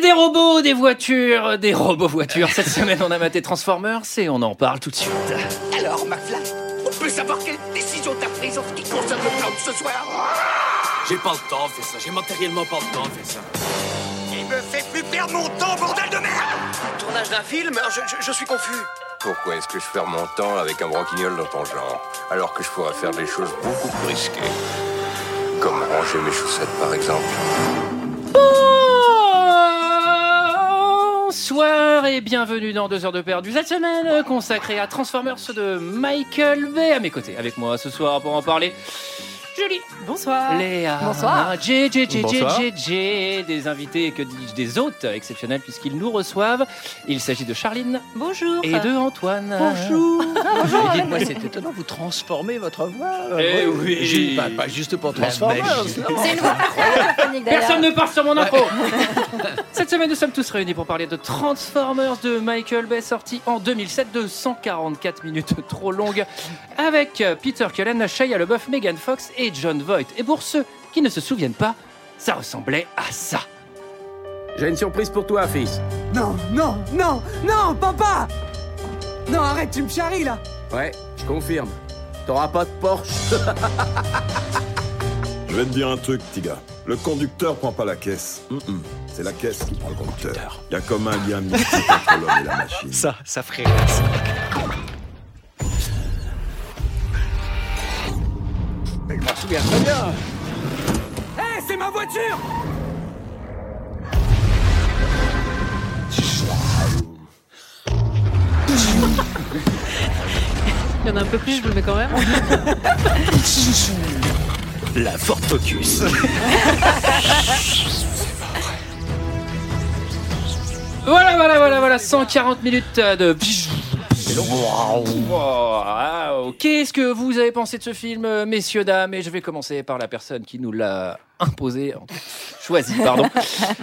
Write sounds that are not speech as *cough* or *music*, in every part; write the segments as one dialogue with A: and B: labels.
A: des robots, des voitures, des robots-voitures. Cette semaine, on a maté Transformers et on en parle tout de suite.
B: Alors, McFly, on peut savoir quelle décision t'as prise en ce qui concerne le plan de ce soir
C: J'ai pas le temps de faire ça, j'ai matériellement pas le temps de faire ça.
B: Il me fait plus perdre mon temps, bordel de merde Tournage d'un film je, suis confus.
D: Pourquoi est-ce que je perds mon temps avec un broquignol dans ton genre Alors que je pourrais faire des choses beaucoup plus risquées. Comme ranger mes chaussettes, par exemple.
A: Bonsoir et bienvenue dans 2 heures de perdu. Cette semaine euh, consacrée à Transformers de Michael Bay. À mes côtés, avec moi ce soir pour en parler, Julie,
E: Ah,
F: Bonsoir.
A: Léa, Ah,
F: Bonsoir.
A: J, J, J, J,
E: Bonsoir.
A: J, J, des invités, que dis-je, des hôtes exceptionnels puisqu'ils nous reçoivent. Il s'agit de Charline
F: Bonjour.
A: et de Antoine.
G: Oh,
F: Bonjour.
E: Et Dites-moi, c'est étonnant, vous transformez votre voix.
A: Eh oui.
E: Ju- Pas, pas juste pour transformer.
F: C'est une voix radiophonique, d'ailleurs.
A: Personne ne part sur mon info *laughs* Cette semaine, nous sommes tous réunis pour parler de Transformers de Michael Bay, sorti en 2007 de 144 minutes trop longues, avec euh, Peter Cullen, Shia LaBeouf, Megan Fox et John Voight. Et pour ceux qui ne se souviennent pas, ça ressemblait à ça.
H: J'ai une surprise pour toi, fils.
I: Non, non, non, non, papa Non, arrête, tu me charries là
H: Ouais, je confirme. T'auras pas de Porsche.
J: Je vais te dire un truc, petit gars. Le conducteur prend pas la caisse. Mm-mm. C'est la caisse qui prend le conducteur. Il y a comme un
K: *laughs*
J: lien mystique entre l'homme et la machine.
E: Ça, ça ferait. Mais je m'en souviens très bien.
I: Hé, c'est ma voiture
F: Il y en a un peu plus, je vous le mets quand même.
E: La Ford Focus.
A: Voilà, voilà, voilà, voilà, 140 minutes euh, de... Waouh. Qu'est-ce que vous avez pensé de ce film, euh, messieurs, dames Et je vais commencer par la personne qui nous l'a imposé, en- choisi, pardon.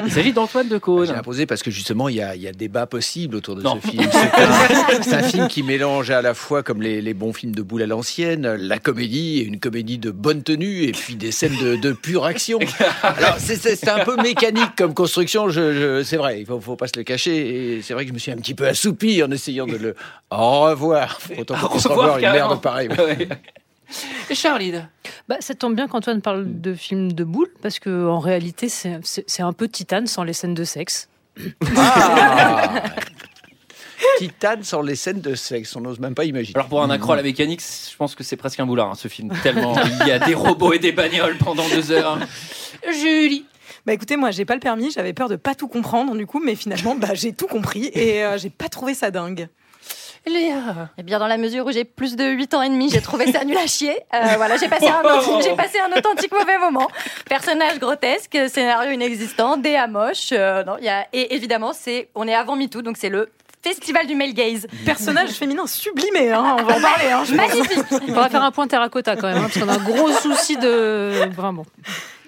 A: Il s'agit d'Antoine de
E: J'ai
A: Caunes.
E: imposé parce que justement, il y a, il y a débat possible autour de
A: Non.
E: ce film. C'est
A: *laughs*
E: un, c'est un film qui mélange à la fois, comme les, les bons films de boule à l'ancienne, la comédie, et une comédie de bonne tenue, et puis des scènes de, de pure action. Alors, c'est- c'est c'est un peu mécanique comme construction, je, je- c'est vrai, il faut, faut pas se le cacher. Et c'est vrai que je me suis un petit peu assoupi en essayant de
A: *laughs*
E: le au revoir. Autant qu'on se
A: Au
E: revoir
A: revoir,
E: une
A: carrément.
E: merde pareille.
A: Ouais. Et Charline
F: Bah, ça tombe bien qu'Antoine parle de films de boules, parce que en réalité, c'est c'est- c'est un peu Titane sans les scènes de sexe.
E: Ah Titane sans les scènes de sexe, on n'ose même pas imaginer.
A: Alors pour un accro à la mécanique, je pense que c'est presque un boulard, hein, ce film. Tellement il y a des robots et des bagnoles pendant deux heures. Julie
G: Bah écoutez, moi j'ai pas le permis, j'avais peur de pas tout comprendre du coup, mais finalement bah, j'ai tout compris et euh, j'ai pas trouvé ça dingue.
A: Léa
F: Eh bien, dans la mesure où j'ai plus de 8 ans et demi, j'ai trouvé ça nul à chier. Euh, voilà, j'ai passé, un
A: Wow.
F: autre- j'ai passé un authentique mauvais moment. Personnage grotesque, scénario inexistant, DA moche. euh, non, il y a... Et évidemment, c'est... on est avant MeToo, donc c'est le festival du male gaze.
G: Personnage féminin sublimé, hein, on va en parler. Hein, je pense.
F: Magnifique Bah, On va faire un point terracotta quand même, hein, parce qu'on a un gros souci de... Vraiment.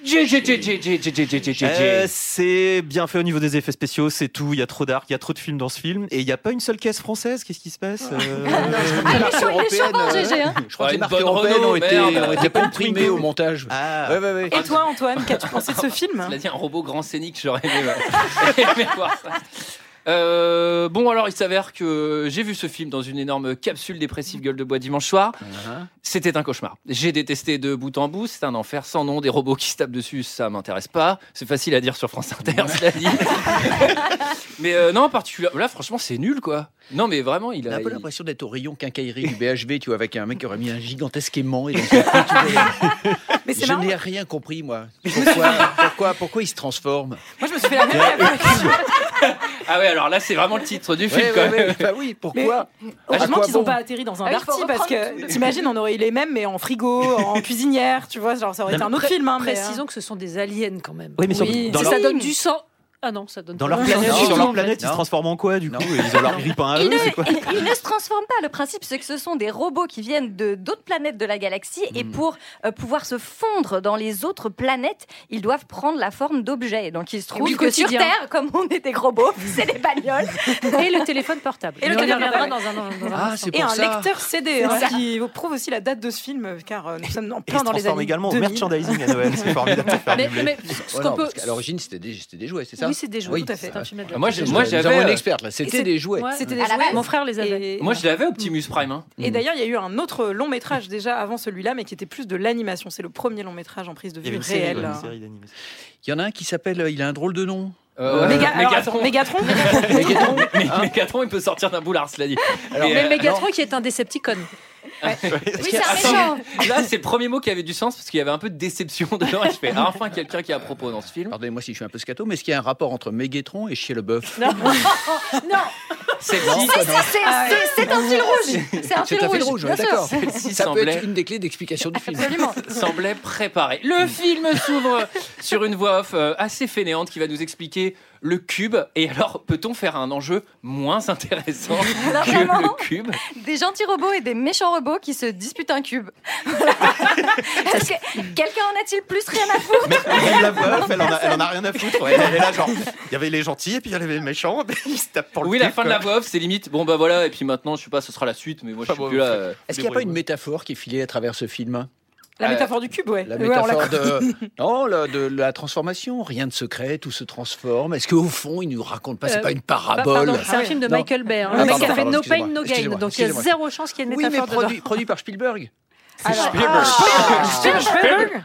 A: J, J, J, J, J, J, J, J, J, J,
K: Euh, c'est bien fait au niveau des effets spéciaux, c'est tout. Il y a trop d'arc, il y a trop de films dans ce film. Et il n'y a pas une seule caisse française, qu'est-ce qui se passe Euh,
E: Ah, Les marques
F: chaud- il est chaud,
E: européennes,
F: GG, hein.
E: Je crois
A: Ah,
E: que les
A: une
E: marques
A: bonne
E: européennes ont
A: Renault,
E: été,
A: merde.
E: ont été pas imprimées au montage.
K: Ah.
E: Ouais, ouais, ouais.
G: Et toi Antoine, qu'as-tu pensé de ce
L: Hein
G: film
A: Il a dit un robot grand scénique, j'aurais aimé, ouais. *laughs* aimé voir ça. Euh, bon alors il s'avère que j'ai vu ce film dans une énorme capsule dépressive gueule de bois dimanche soir. C'était un cauchemar. J'ai détesté de bout en bout, c'est un enfer sans nom, des robots qui se tapent dessus, ça m'intéresse pas. C'est facile à dire sur France Inter, cela dit. mais euh, non, particulier. Là franchement c'est nul quoi. Non mais vraiment il
E: On a
A: a...
E: un peu
A: il-
E: l'impression d'être au rayon quincaillerie du BHV, tu vois, avec un mec qui aurait mis un gigantesque aimant. Et donc, tu *laughs* vois,
G: Mais c'est
E: je
G: marrant.
E: n'ai rien compris, moi. Pourquoi, pourquoi, pourquoi il se transforme
G: Moi je me suis fait la même réaction.
A: Ah ouais alors là c'est vraiment le titre du film
E: *laughs* Ouais,
A: quand
E: ouais,
A: même.
E: ouais, bah oui, pourquoi
G: Heureusement
E: quoi
G: qu'ils ont
E: bon
G: pas atterri dans un
F: Ah oui, faut
G: Darty parce
F: reprendre
G: que t'imagines on aurait eu les mêmes mais en frigo,
F: *laughs*
G: en cuisinière, tu vois, genre ça aurait été un autre film. Hein, mais, euh,
F: que ce sont des aliens quand même.
K: Oui, mais sur- dans
F: si
K: leur-
F: ça donne du sang. Ah non, ça donne
K: Dans
F: pas
K: leur
F: du sang.
K: planète,
E: Non,
K: sur
E: non,
K: leur
E: en
K: planète,
E: fait,
K: ils se
E: non.
K: transforment en quoi du
E: Non.
K: coup Ils ont leur grippin à
F: Ils
K: eux,
F: ne,
K: c'est
F: *laughs*
K: quoi
F: ils- ils ne se transforment pas. Le principe, c'est que ce sont des robots qui viennent de d'autres planètes de la galaxie et pour euh, pouvoir se fondre dans les autres planètes, ils doivent prendre la forme d'objets. Donc il se trouve
G: oui, le
F: que sur
G: quotidien.
F: Terre, comme on est des robots, *laughs* c'est des bagnoles. Et le téléphone portable. Et
G: Mais on y reviendra
E: Ah, c'est
G: Et
E: pour
G: un
E: ça.
G: lecteur CD
F: C'est
G: hein,
F: ça.
G: qui prouve aussi la date de ce film car euh, nous sommes en
K: Et ils
G: plein
K: se
G: dans les
K: transforment
G: années
K: également au
G: 2000.
K: merchandising à Noël, c'est formidable de faire du blé.
E: Ouais, non, parce qu'à l'origine, c'était des, c'était des jouets, c'est ça
L: Oui, c'est des jouets, tout à fait. C'est un film
A: Ah, moi, j'ai-
E: Nous
A: moi,
E: avons
A: j'avais
E: une
A: euh,
E: experte là, c'était
G: c'est-
E: des jouets.
G: ouais, C'était des jouets.
L: Mon frère les avait.
G: Et-
A: Moi, je l'avais Optimus Prime. hein.
G: Et d'ailleurs, il y a eu un autre long métrage déjà avant celui-là, mais qui était plus de l'animation. C'est le premier long métrage en prise de
E: Il y avait
G: vue
E: une série, ouais,
G: réelle.
E: une série Il y en a un qui s'appelle, euh, il a un drôle de nom.
A: Euh,
G: Méga- alors,
A: Mégatron.
G: attends, Mégatron
A: Mégatron, mais- Mégatron, il peut sortir d'un boulard, cela dit.
L: Mais
A: euh,
L: Megatron qui est un Decepticon.
A: Parce
L: Oui,
A: que-
L: c'est un
A: Attends,
L: méchant.
A: Là, c'est le premier mot qui avait du sens parce qu'il y avait un peu de déception *laughs* dedans. Et je fais ah, enfin quelqu'un qui a à propos dans ce film.
E: Pardonnez-moi si je suis un peu scato, mais est-ce qu'il y a un rapport entre Mégatron et Chez le Bœuf
L: Non.
A: C'est
E: Non, pas non.
F: C'est un fil rouge. C'est un
E: Tout
F: fil
E: à fait
F: rouge.
E: rouge,
F: bien
E: ouais,
F: *laughs*
E: d'accord.
F: sûr.
A: *laughs* Celle-ci
E: Ça peut
A: semblait-
E: être une des clés d'explication du film.
A: semblait préparé. Le film s'ouvre sur une voix off euh, assez fainéante qui va nous expliquer le cube. Et alors, peut-on faire un enjeu moins intéressant que
F: vraiment.
A: le cube
F: Des gentils robots et des méchants robots qui se disputent un cube. *laughs* Est-ce que quelqu'un en a-t-il plus rien à foutre
K: Même la voix off, elle en, a, elle en a rien à foutre. ouais. Elle est là, genre, il y avait les gentils et puis il y avait les méchants. *laughs* mais Ils se tapent pour le
A: Oui, la
K: cul,
A: fin de la
K: quoi.
A: voix off, c'est limite. Bon, bah voilà, et puis maintenant, je sais pas, ce sera la suite, mais moi, je suis plus là. euh,
E: Est-ce qu'il n'y a pas une métaphore qui est filée à travers ce film hein
G: La métaphore du cube, ouais.
E: Euh, La
G: Ouais, on l'a
E: métaphore
G: compris.
E: de... *laughs* Non, la- de la transformation. Rien de secret, tout se transforme. Est-ce qu'au fond, il ne nous raconte pas C'est
L: Euh,
E: pas une
L: bah,
E: parabole.
L: pardon, c'est un film de
E: Non.
L: Michael Bay. hein.
E: Ah,
L: le mec
E: pardon,
L: qui a fait
E: pardon,
L: No Pain,
E: excusez-moi,
L: No Gain.
E: excusez-moi,
L: Donc il y a
E: excusez-moi.
L: zéro chance qu'il y ait une
E: Oui, mais
L: métaphore dedans.
E: produit, produit par Spielberg.
G: Alors-
E: Spielberg.
G: Ah.
E: Spielberg.
G: Spielberg.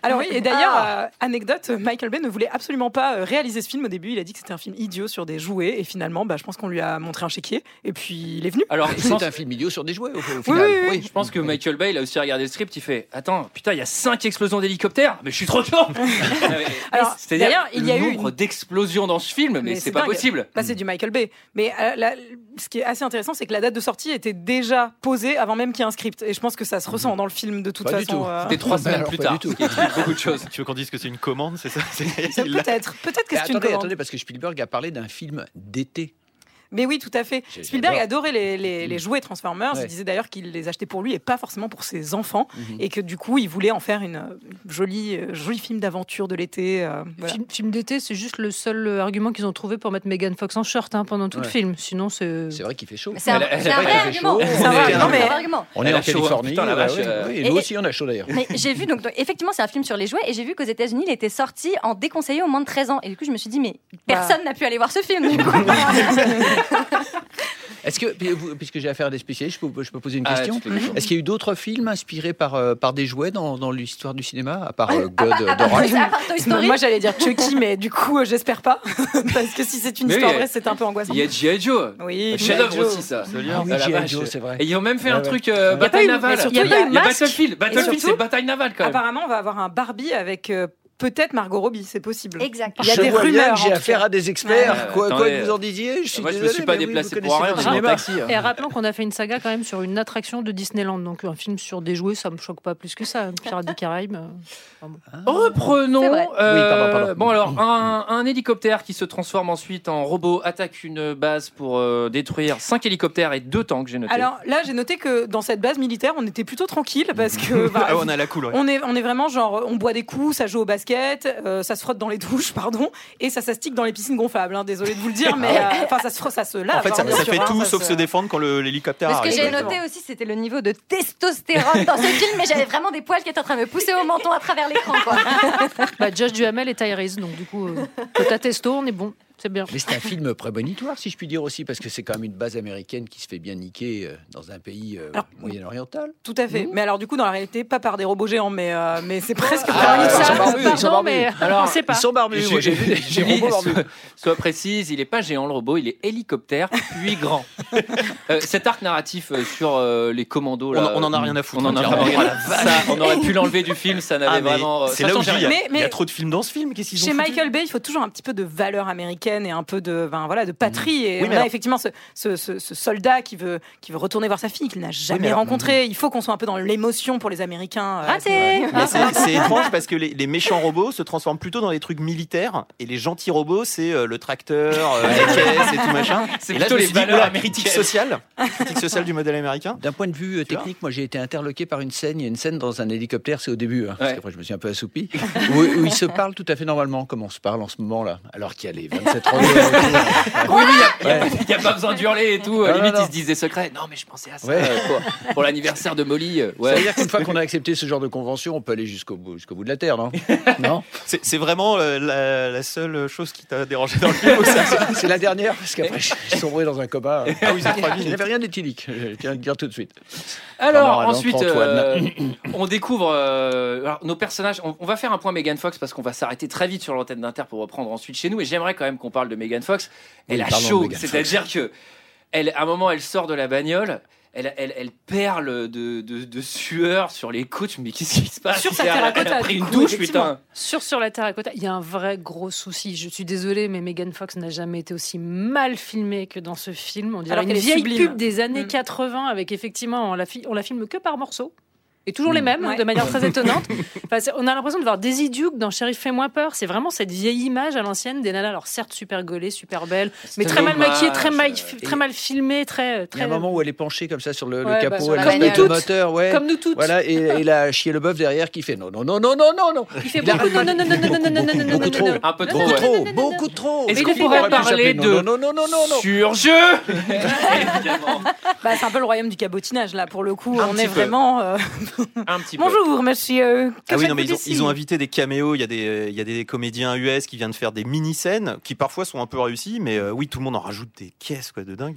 G: Alors oui,
A: Ah.
G: et d'ailleurs, euh, anecdote, Michael Bay ne voulait absolument pas euh, réaliser ce film au début. Il a dit que c'était un film idiot sur des jouets, et finalement, bah, je pense qu'on lui a montré un chéquier, et puis il est venu.
A: Alors, *laughs* je pense-
E: C'est un film idiot sur des jouets, au, au final.
A: Oui, je pense que Michael Bay, il a aussi regardé le script, il fait Attends, putain, il y a 5 explosions d'hélicoptères, mais je suis trop
K: *laughs*
A: chaud
G: Alors,
A: C'est-à-dire,
G: d'ailleurs,
A: il
G: il y a eu une-
A: nombre d'explosions dans ce film, mais,
G: Mais
A: c'est pas
G: dingue.
A: possible.
G: Bah, c'est du Michael Bay. Mais euh, la- ce qui est assez intéressant, c'est que la date de sortie était déjà posée avant même qu'il y ait un script. Et je pense que ça se
K: Mhm.
G: ressent dans le film de toute
E: Pas du
G: façon.
E: tout.
G: euh.
A: C'était trois semaines
E: alors,
A: plus
E: pas
A: tard,
E: du tout.
A: ce qui explique beaucoup de choses.
K: Tu veux qu'on dise que c'est une commande, c'est ça
G: *laughs*
E: *laughs*
G: Ça, Peut-être, peut-être que
E: Mais
G: c'est une
E: attendez,
G: commande.
E: attendez, parce que Spielberg a parlé d'un film d'été.
G: Mais oui, tout à fait.
E: J'ai-
G: Spielberg
E: j'adore. Mm.
G: adorait les, les- les jouets Transformers.
E: Ouais. Mm-hmm.
G: Il disait d'ailleurs qu'il les achetait pour lui et pas forcément pour ses enfants. Et que du coup, il voulait en faire une euh, jolie, euh, joli film d'aventure de l'été. euh, voilà.
L: Film, film d'été, c'est juste le seul euh, argument qu'ils ont trouvé pour mettre Megan Fox en short hein, pendant tout le
E: Ouais.
L: film. Sinon, c'est.
E: C'est vrai qu'il fait chaud.
L: Mm. C'est un-
F: *laughs* c'est un vrai argument. C'est un vrai- non, mais- un vrai argument.
E: On
A: Elle
E: est
A: a
E: en
A: chaud, hein,
E: Californie.
A: putain, la
E: bah
A: vache,
E: oui,
A: euh.
E: oui,
A: Et-
E: et nous
A: et-
E: aussi, on a chaud d'ailleurs.
F: Mais j'ai vu, donc, donc, effectivement, c'est un film sur les jouets, et j'ai vu qu'aux États-Unis, il était sorti en déconseillé au moins de 13 ans. Et du coup, je me suis dit, mais
G: Bah.
F: personne n'a pu aller voir ce film. du coup.
E: Est-ce que, puis vous- puisque j'ai affaire à des spécialistes, je peux, je peux poser une
A: Ah,
E: question
A: toutes les questions.
E: Est-ce qu'il y a eu d'autres films inspirés par, euh, par des jouets dans, dans l'histoire du cinéma, à part euh, God
G: Ah,
E: euh,
G: bah,
E: Dora
G: moi,
F: Toy
G: *laughs*
F: Story.
G: Moi, j'allais dire Chucky, mais du coup, euh, j'espère pas. *laughs* Parce que si c'est une
A: Mais
G: histoire
A: oui,
G: vraie, c'est un peu angoissant.
A: Il y a G.I. Joe,
G: Oui,
A: chef-d'œuvre
G: G.I. Joe.
A: aussi, ça.
E: Ah oui,
A: Ah, la
E: G.I.
A: vache.
E: Joe, c'est vrai.
A: Et ils ont même fait
E: Ouais,
A: un
E: ouais.
A: truc euh,
E: Ouais.
A: bataille
E: Il y a pas eu-
A: navale.
E: mais surtout,
A: Il y a,
E: il y a eu
A: il y a
E: Masque.
A: Battlefield.
E: Et
A: Battlefield,
G: surtout- Ah, bah,
A: c'est bataille navale quand même.
G: Apparemment, on va avoir un Barbie avec euh, peut-être Margot Robbie, c'est possible.
F: Exact.
G: Il y a
E: Je
G: des
E: vois bien
G: rumeurs.
E: que j'ai
G: en tout
E: affaire
G: cas.
E: à des experts.
A: Ouais,
E: quoi, quoi
A: attendez.
E: que vous en disiez, Ah, je suis
A: Moi, je me
E: désolé,
A: suis pas
E: mais oui,
A: déplacé
E: vous
A: pour
E: connaissez Ah,
A: rien, on
E: votre
A: est en
E: cinéma.
A: taxi, hein.
L: euh, Et rappelons qu'on a fait une saga quand même sur une attraction de Disneyland. Donc un film sur des jouets, ça me choque pas plus que ça. Pirates des Caraïbes. euh, enfin bon.
A: Reprenons. euh,
E: Oui, pardon, pardon.
A: Bon, alors, un, un hélicoptère qui se transforme ensuite en robot attaque une base pour euh, détruire 5 hélicoptères et 2 tanks, j'ai noté.
G: Alors là, j'ai noté que dans cette base militaire, on était plutôt tranquille
E: *laughs*
G: parce que bah,
K: Ah, ouais, on a la cool, ouais.
G: on est on est vraiment genre on boit des coups, ça joue au basket, euh, ça se frotte dans les *laughs* douches, pardon, et ça s'astique dans les piscines gonflables. hein. désolé de vous le dire, mais euh, enfin ça se frotte, ça se lave.
K: Ah En fait, ça,
G: hein,
K: ça
G: bien sûr,
K: fait
G: hein,
K: tout
G: ça
K: sauf se défendre quand le- l'hélicoptère
F: Ce
K: arrive.
F: que j'ai
K: quoi.
F: noté aussi, c'était le niveau de testostérone
K: *laughs*
F: dans ce film, mais j'avais vraiment des poils qui étaient en train de me pousser au menton à travers l'écran. quoi.
L: Bah, Josh Duhamel et Tyrese. Donc du coup,
E: *laughs*
L: euh, côté testo, on est bon. C'est bien.
E: Mais c'est un film prémonitoire, si je puis dire aussi, parce que c'est quand même une base américaine qui se fait bien niquer euh, dans un pays euh, moyen-oriental.
G: Tout à
K: Hmm.
G: fait. Mais alors du coup, dans la réalité, pas par des robots géants, mais euh, mais
K: Oh.
G: c'est presque.
E: Ah,
G: prémonitoire.
E: ils sont barbus, ils sont
L: pardon,
E: barbus.
L: mais
A: Alors,
L: on sait pas.
E: Ils sont barbus, moi, j'ai vu des- j'ai
A: Julie,
E: robots barbus.
A: sois, *laughs* sois précise, il est pas géant le robot, il est hélicoptère puis
K: *laughs*
A: grand. Euh, cet arc narratif euh, sur euh, les commandos, là, euh,
K: On en- on en a rien à foutre,
A: On en a
K: hein,
A: vraiment rien à
K: clairement.
A: foutre. Ça, on aurait pu l'enlever du film, ça n'avait
K: Ah, mais
A: vraiment. euh,
K: c'est
A: ça
K: là où je
A: changeait
K: dis, il y a-
A: rien.
G: Mais-
K: il y a trop de films dans ce film. Qu'est-ce qu'ils ont
G: Chez
K: foutu
G: Michael Bay, il faut toujours un petit peu de valeur américaine et un peu de, ben, voilà, de patrie. Et
K: Hmm. Oui,
G: on
K: mais
G: a
K: alors-
G: effectivement ce, ce- ce- ce soldat qui veut, qui veut retourner voir sa fille qu'il n'a jamais
K: alors- hmm.
G: rencontrée. Il faut qu'on soit un peu dans l'émotion pour les Américains. euh,
F: Raté
K: Mais
G: Ah.
K: c'est- C'est étrange parce que les, les méchants robots se transforment plutôt dans des trucs militaires et les gentils robots, c'est euh, le tracteur, euh, la caisse et tout machin.
A: C'est
K: Et là,
A: plutôt
K: je me
A: les
K: suis dit,
A: valeurs
K: oula,
A: américaines. *laughs*
K: critique sociale, critique sociale du modèle américain.
E: D'un point de vue euh, technique, moi j'ai été interloqué par une scène. Il y a une scène dans un hélicoptère, c'est au début, hein, parce
M: *laughs*
A: Ouais.
E: qu'après je me suis un peu assoupi, où, où ils se parlent tout à fait normalement, comme on se parle en ce moment là, alors qu'il y a les 27
M: *laughs*
E: c'est trop bien.
N: Oui, oui, il n'y a, y a pas besoin d'hurler et tout. À
E: Non,
N: limite,
E: non, non.
N: ils se disent des secrets. Non, mais je pensais à ça.
E: Ouais.
N: euh, pour, pour l'anniversaire de Molly. euh, Ouais.
E: C'est-à-dire qu'une fois qu'on a accepté ce genre de convention, on peut aller jusqu'au bout, jusqu'au bout de la Terre,
M: *laughs*
E: non
M: C'est c'est vraiment euh, la, la seule chose qui t'a dérangé dans le film. ou ça
E: C'est la dernière, parce qu'après, ils sont dans un coma.
M: *laughs* Ah oui, c'est trois
E: Il
M: minutes.
E: n'y avait rien d'éthylique, je tiens à le dire tout de suite.
N: Alors
E: Bernard Adam,
N: ensuite,
E: Antoine.
N: euh, on découvre euh, alors, nos personnages. On, on va faire un point Megan Fox parce qu'on va s'arrêter très vite sur l'antenne d'Inter pour reprendre ensuite chez nous. Et j'aimerais quand même qu'on parle de Megan Fox. Elle
E: Oui,
N: a
E: parlons de
N: chaud,
E: Megan
N: c'est-à-dire que elle, à un moment, elle sort de la bagnole. Elle, elle, elle perle de, de, de sueur sur les côtes. Mais qu'est-ce qui se passe
G: Sur sa
N: Elle a- Elle
G: terracotta,
N: a pris
G: du
N: une
G: coup,
N: douche,
G: effectivement.
N: putain.
L: Sur sur la terracotta, il y a un vrai gros souci. Je suis désolée, mais Megan Fox n'a jamais été aussi mal filmée que dans ce film. On dirait
G: Alors
L: une
G: qu'elle est
L: vieille
G: sublime.
L: pub des années 80 avec effectivement on la, fi- on la filme que par morceaux. Et toujours les mêmes,
G: Ouais.
L: de manière très étonnante. Enfin, c'est- on a l'impression de voir Daisy Duke dans Sheriff Fais-moi peur. C'est vraiment cette vieille image à l'ancienne des nanas, alors certes super gaulées, super belles, mais
E: un
L: très mal
E: hommage,
L: maquillées, très mal,
E: euh,
L: très
E: et-
L: mal filmées, très.
E: Il y a
L: très...
E: un moment où elle est penchée comme ça sur le, le
L: Ouais, bah,
E: capot,
L: sur la
E: elle respecte
L: bagnole.
E: le moteur, ouais.
L: Comme nous toutes.
E: Voilà, et, et la chier le bœuf derrière qui fait non, non, non, non, non, non, non.
L: Il fait
E: arrête
L: beaucoup
E: pas
L: non, non, non, non, non, non, non, non, non, non,
E: Beaucoup trop,
L: non, non.
N: Un peu trop.
E: beaucoup
N: ouais.
E: trop, beaucoup trop.
N: Est-ce
L: Mais
N: qu'on
L: il est
N: pourrait
L: fait pour
N: parler
E: s'appeler
N: de
E: non, non, non, non, non, non.
N: surjeu
G: Bah, c'est un peu le royaume du cabotinage, là, pour le coup.
M: Un
G: on
M: petit
G: est
M: peu.
G: vraiment. euh,
N: Un petit peu.
G: Bonjour, monsieur. Que
M: Ah oui,
G: faites-vous
M: non, mais ils ont,
G: d'ici
M: ils ont invité des caméos. Il y, a des, euh, il y a des comédiens US qui viennent de faire des mini-scènes qui parfois sont un peu réussies, mais euh, oui, tout le monde en rajoute des caisses quoi, de dingue.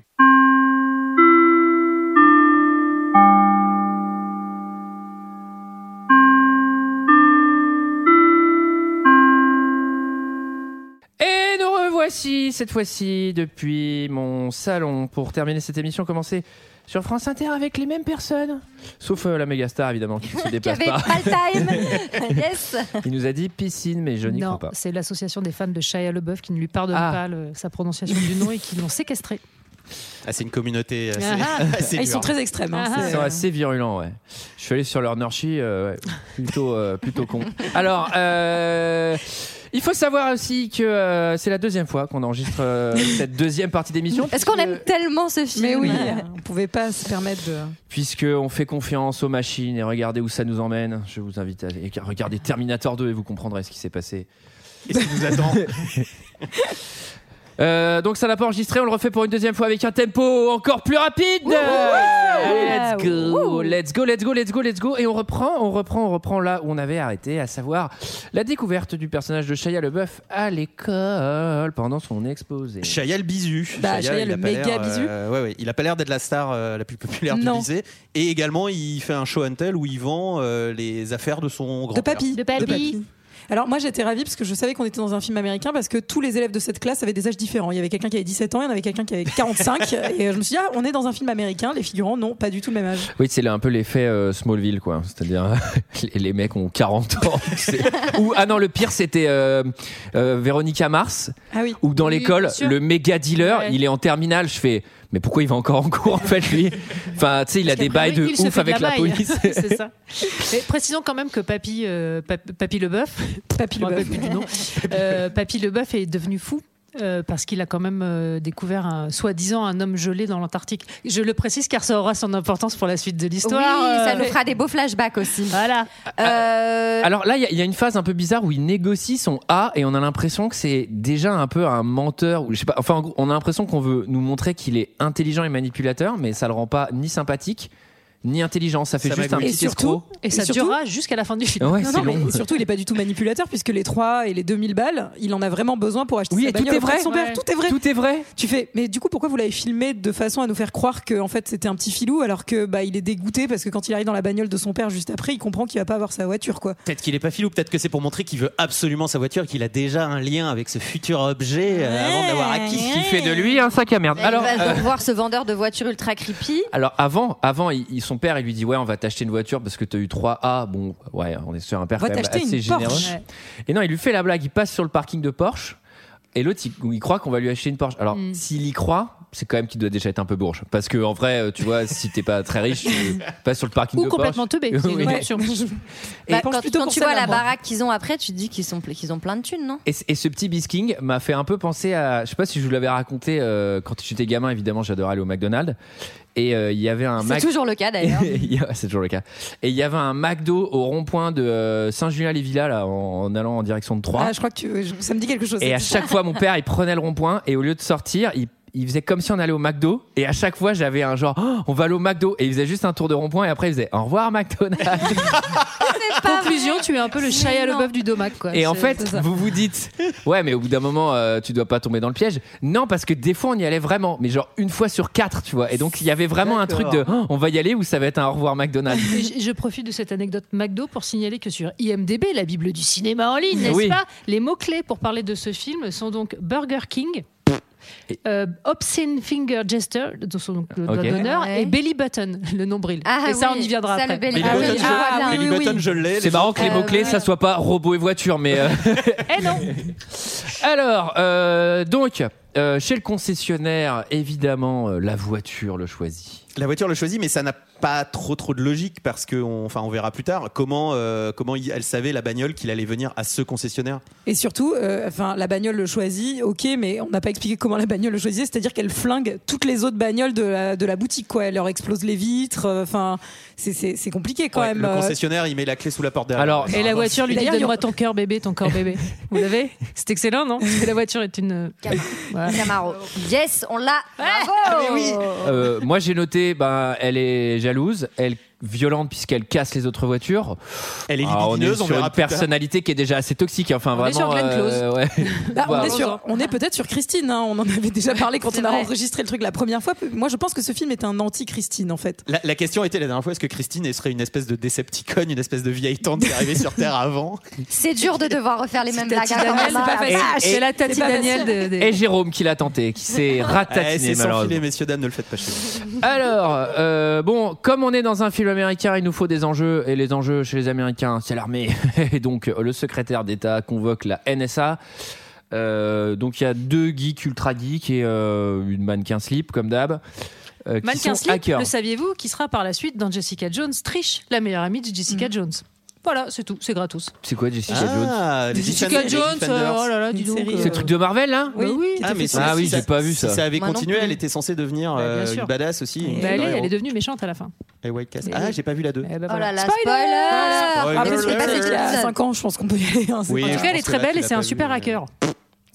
A: Et nous revoici cette fois-ci depuis mon salon pour terminer cette émission commencée sur France Inter avec les mêmes personnes. Sauf euh, la mégastar évidemment
O: *laughs*
A: qui ne se
O: Qui
A: déplace
O: avait
A: pas.
O: pas
A: *laughs*
O: le time. yes.
A: Il nous a dit piscine mais je n'y
L: non,
A: crois pas.
L: c'est l'association des fans de Shia LeBeouf qui ne lui pardonne
A: Ah.
L: pas le- sa prononciation du nom et qui l'ont séquestré.
A: *laughs*
M: Ah, c'est une communauté.
K: euh,
L: assez- Ah ah. assez Ah, ils dure. sont très extrêmes, hein,
A: Ils
L: c'est-
A: sont assez virulents, ouais. Je suis allé sur leur Nurchi, euh, ouais, plutôt, euh, plutôt con. Alors, euh, il faut savoir aussi que euh, c'est la deuxième fois qu'on enregistre euh, cette deuxième partie d'émission.
O: Est-ce qu'on
M: Euh,
O: aime tellement ce film
A: Mais oui.
G: Ah,
O: on pouvait pas se permettre de.
A: Puisqu'on fait confiance aux machines et regardez où ça nous emmène, je vous invite à aller regarder Terminator 2 et vous comprendrez ce qui s'est passé.
M: Et ce qui nous attend.
A: *laughs* Euh, donc ça n'a pas enregistré, on le refait pour une deuxième fois avec un tempo encore plus rapide.
L: Wouhou
A: let's go, let's go, let's go, let's go, let's go, et on reprend, on reprend, on reprend là où on avait arrêté, à savoir la découverte du personnage de Shia LeBeouf à l'école pendant son exposé.
M: Chaya le bisu.
A: Bah, Shia,
M: il
A: le
M: a pas l'air,
A: méga bisu.
M: euh, ouais, ouais, il a pas l'air d'être la star euh, la plus populaire
A: Non.
M: du lycée. Et également, il fait un show and tell où il vend euh, les affaires de son grand
G: De papy. Alors moi j'étais ravie parce que je savais qu'on était dans un film américain parce que tous les élèves de cette classe avaient des âges différents. Il y avait quelqu'un qui avait 17 ans, il y en avait quelqu'un qui
M: *laughs*
G: avait 45 et je me suis dit ah, on est dans un film américain, les figurants n'ont pas du tout le même âge.
A: Oui, c'est là un peu l'effet euh, Smallville, quoi. C'est-à-dire, *laughs* les, les mecs ont 40 ans. c'est- Ou, ah non, le pire, c'était euh, euh, Véronica Mars.
G: Ah oui.
A: Ou *laughs* dans
G: Oui,
A: l'école,
G: bien sûr.
A: le méga dealer,
G: Ouais.
A: il est en terminale. Je fais, mais pourquoi il va encore en cours, en fait, lui Enfin, tu sais, il a des bails de ouf avec la, police.
L: *laughs* c'est
A: *laughs*
L: ça. Mais précisons quand même que Papy, euh, Pap- Papy Leboeuf,
G: Papy
L: Leboeuf, euh, Papy Leboeuf est devenu fou. euh, parce qu'il a quand même euh, découvert un- soi-disant un homme gelé dans l'Antarctique. Je le précise car ça aura son importance pour la suite de l'histoire.
O: oui, ça
L: euh, Ah,
O: nous fera des beaux flashbacks aussi. Euh,
L: Voilà.
A: Alors là, il y a- il y, a une phase un peu bizarre où il négocie son A et on a l'impression que c'est déjà un peu un menteur. Ou je sais pas, enfin, en gros, on a l'impression qu'on veut nous montrer qu'il est intelligent et manipulateur, mais ça le rend pas ni sympathique ni intelligent. Ça fait juste un
G: Et
A: petit
G: surtout,
A: escroc.
L: Et Ah ça
G: surtout-
L: durera jusqu'à la fin du film.
A: Ouais,
G: Non,
A: c'est
G: non, mais
A: long.
G: surtout il est pas du tout manipulateur puisque les 3 et les 2000 balles, il en a vraiment besoin pour acheter
A: Oui,
G: sa
A: et tout
G: bagnole
A: est
G: auprès de
A: vrai.
G: son père.
A: Ouais.
G: Tout est vrai.
A: Tout est vrai.
G: Tu fais mais du coup pourquoi vous l'avez filmé de façon à nous faire croire que en fait c'était un petit filou alors que bah il est dégoûté parce que quand il arrive dans la bagnole de son père juste après, il comprend qu'il va pas avoir sa voiture quoi.
K: Peut-être qu'il est pas filou, peut-être que c'est pour montrer qu'il veut absolument sa voiture, qu'il a déjà un lien avec ce futur objet euh, avant d'avoir acquis ce qu'il
A: fait de lui un sac à merde. Alors,
O: Alors, il va
A: euh,
O: donc voir ce vendeur de voitures ultra creepy.
A: Alors avant, avant, il- il- son père, il lui dit ouais, on va t'acheter une voiture parce que t'as eu 3 A. Bon, ouais, on est sur un père
O: On va
A: quand même
O: t'acheter
A: assez
O: une
A: généreux.
O: Porsche. Ouais.
A: Et non, il lui fait la blague. Il passe sur le parking de Porsche. Et l'autre, il, il croit qu'on va lui acheter une Porsche. Alors,
L: Mm.
A: s'il y croit, c'est quand même qu'il doit déjà être un peu bourge. Parce que, en vrai, euh, tu vois, si t'es pas très riche, tu passes sur le parking
L: Ou
A: de
L: complètement
A: Porsche.
L: teubé, c'est une
A: *laughs* Oui.
G: *laughs*
L: autre option.
A: Et
O: Bah,
A: pense
O: quand
A: plutôt
O: quand
A: pour
O: tu vois
A: celle-là,
O: la
A: moi.
O: baraque qu'ils ont après, tu te dis qu'ils sont, pla- qu'ils ont plein de thunes, non
A: Et, c- et ce petit bisking m'a fait un peu penser à. Je sais pas si je vous l'avais raconté euh, quand j'étais gamin, évidemment, j'adorais aller au McDonald's. Et euh, il y avait un
O: C'est
A: Mac-
O: toujours le cas,
L: *laughs*
F: hein.
O: d'ailleurs.
A: *laughs* Il y a- c'est toujours le cas. Et il y avait un McDo au rond-point de euh, Saint-Julien-les-Villas, là, en, en allant en direction de Troyes.
G: Ah, je crois que tu- je- ça me dit quelque chose.
A: Et à
G: cette
A: chaque
G: histoire.
A: fois, mon père, il prenait le rond-point et au lieu de sortir, il, il faisait comme si on allait au McDo. Et à chaque fois, j'avais un genre, Oh, on va aller au McDo. Et il faisait juste un tour de rond-point et après, il faisait au
L: *laughs*
A: revoir, McDonald's.
L: Ah, Conclusion, tu es un peu le Shia LaBeouf du domac. Quoi.
A: Et en
L: C'est-
A: fait,
L: c'est ça.
A: vous vous dites, ouais, mais au bout d'un moment, euh, tu dois pas tomber dans le piège. Non, parce que des fois, on y allait vraiment, mais genre une fois sur quatre, tu vois. Et donc, il y avait vraiment un truc
L: D'accord.
A: de, Oh, on va y aller ou ça va être un au revoir McDonald's.
L: Et Je, je profite de cette anecdote McDo pour signaler que sur IMDb, la Bible du cinéma en ligne, n'est-ce
A: Oui.
L: pas Les mots-clés pour parler de ce film sont donc Burger King. euh, obscene Finger Jester, dont son donc le doigt
M: Ok.
L: d'honneur,
O: Ah Ouais.
L: et Belly Button, le nombril.
O: Ah
L: et ça,
O: oui,
L: on y viendra
O: ça,
L: après.
O: le Ah, belly
A: Billy Button, je-
F: Ah,
A: Billy Button, je l'ai. C'est marrant que les mots-clés, ça soit pas robot et voiture, mais. euh,
L: Eh non
A: Alors, euh, donc, euh, chez le concessionnaire, évidemment, euh, la voiture le choisit.
K: La voiture le choisit, mais ça n'a pas trop trop de logique parce que, on, enfin, on verra plus tard comment euh, comment il- elle savait la bagnole qu'il allait venir à ce concessionnaire.
G: Et surtout, euh, enfin, la bagnole le choisit, ok, mais on n'a pas expliqué comment la bagnole le choisit, c'est-à-dire qu'elle flingue toutes les autres bagnoles de la, de la boutique, quoi. Elle leur explose les vitres, euh, enfin, c'est- c'est c'est compliqué quand même.
K: le
G: euh.
K: concessionnaire, il met la clé sous la porte derrière.
L: et la voiture lui dit
G: D'ailleurs, il y
L: Donne-moi
G: aura-
L: ton cœur bébé, ton corps bébé. Vous l'avez C'est excellent, non Parce que la voiture est une. euh, voilà.
O: Camaro. Yes, on l'a. Bravo.
A: Euh, moi, j'ai noté, ben, elle est jalouse, elle violente puisqu'elle casse les autres voitures.
K: Elle est
A: Ah, on est
K: libidineuse, on
A: sur
K: verra
A: une
K: plus tard.
A: personnalité qui est déjà assez toxique.
G: On
A: Enfin,
G: est
A: vraiment.
G: sur Glenn
A: euh, ouais.
G: Bah, on,
A: Voilà.
G: est sur- on est peut-être sur Christine, hein, on en avait déjà parlé quand on a enregistré le truc la première fois. Moi, je pense que ce film est un anti-Christine, en fait.
K: La, la question était la dernière fois est-ce que Christine elle serait une espèce de Decepticon, une espèce de vieille tante qui est arrivée sur
A: *laughs*
K: Terre avant
O: C'est dur de devoir refaire les mêmes blagues.
L: Tati Daniel, c'est pas facile.
O: Ah,
L: C'est la Tati
O: c'est pas
L: Daniel
O: facile.
L: de- des-
A: Et Jérôme qui l'a tenté, qui s'est
K: Eh,
A: ratatiné
K: C'est sans
A: malheureusement.
K: filet, messieurs dames, ne le faites pas chez vous.
A: Alors, euh, bon, comme on est dans un film américain, il nous faut des enjeux. Et les enjeux chez les Américains, c'est l'armée. *laughs* Et donc, euh, le secrétaire d'État convoque la NSA. Euh, donc, il y a deux geeks ultra geeks et euh, une mannequin slip, comme d'hab. euh, qui
L: Mannequin
A: sont
L: Slip,
A: hackers.
L: le saviez-vous, qui sera par la suite dans Jessica Jones, Trish, la meilleure amie de Jessica Jones. Voilà, c'est tout, c'est gratos.
A: C'est quoi Jessica
K: Ah,
A: Jones
K: les
L: Jessica Jones, euh, oh là là, dis donc.
A: C'est le truc de Marvel, hein. là
L: Oui, oui.
K: Ah, mais
A: Ah oui,
K: si ça-
A: j'ai pas vu ça.
K: Si ça avait
L: Moi non
K: continué,
L: plus. Bah,
K: elle était censée devenir
L: bien
K: euh,
L: sûr.
K: une badass aussi.
L: Bah,
K: une
L: elle, est,
K: super
L: elle
K: héros.
L: est devenue méchante à la fin.
K: Et White Cast.
L: Mais-
K: Ah, j'ai pas vu la 2.
L: Eh ben
O: Oh là
L: voilà.
O: là,
L: Spoiler
O: spoiler
F: Ah,
G: Après,
K: Spoiler
G: c'est passé il y a
O: alert.
G: 5 ans, je pense qu'on peut y aller. hein, c'est
K: Oui,
G: pas
L: En
G: grave.
L: tout cas, elle est très
K: là,
L: belle
K: tu
L: et
K: l'as
L: c'est un
K: pas vu,
L: super
K: mais-
L: hacker.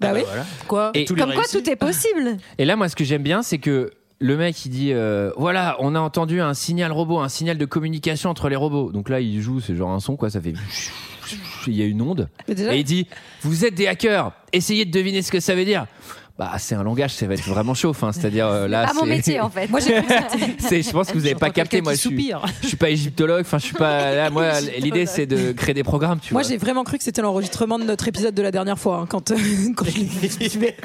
G: Bah oui.
L: Quoi
A: Ah Et- Tous les
L: Comme quoi, tout est possible.
A: Et là, moi, ce que j'aime bien, c'est que le mec, il dit euh, Voilà, on a entendu un signal robot, un signal de communication entre les robots. Donc là, il joue, c'est genre un son, quoi, ça fait. *laughs* Il y a une onde.
G: Mais déjà-
A: Et il dit Vous êtes des hackers, essayez de deviner ce que ça veut dire. Bah, c'est un langage, ça va être vraiment chaud. Enfin, C'est-à-dire, euh, là.
O: Pas mon
A: c'est-
O: métier
A: *laughs*
O: en fait.
G: Moi, j'ai cru que
A: c'est- je pense que vous n'avez pas
L: J'entends
A: capté.
L: quelqu'un
A: Moi,
L: qui
A: je suis,
L: soupire.
A: je suis pas égyptologue. Enfin, je suis pas. Là, moi, l'idée, c'est de créer des programmes. Tu
G: Moi,
A: vois.
G: j'ai vraiment cru que c'était l'enregistrement de notre épisode de la dernière fois, hein, quand, euh, *laughs* quand
A: *laughs*
G: je l'ai-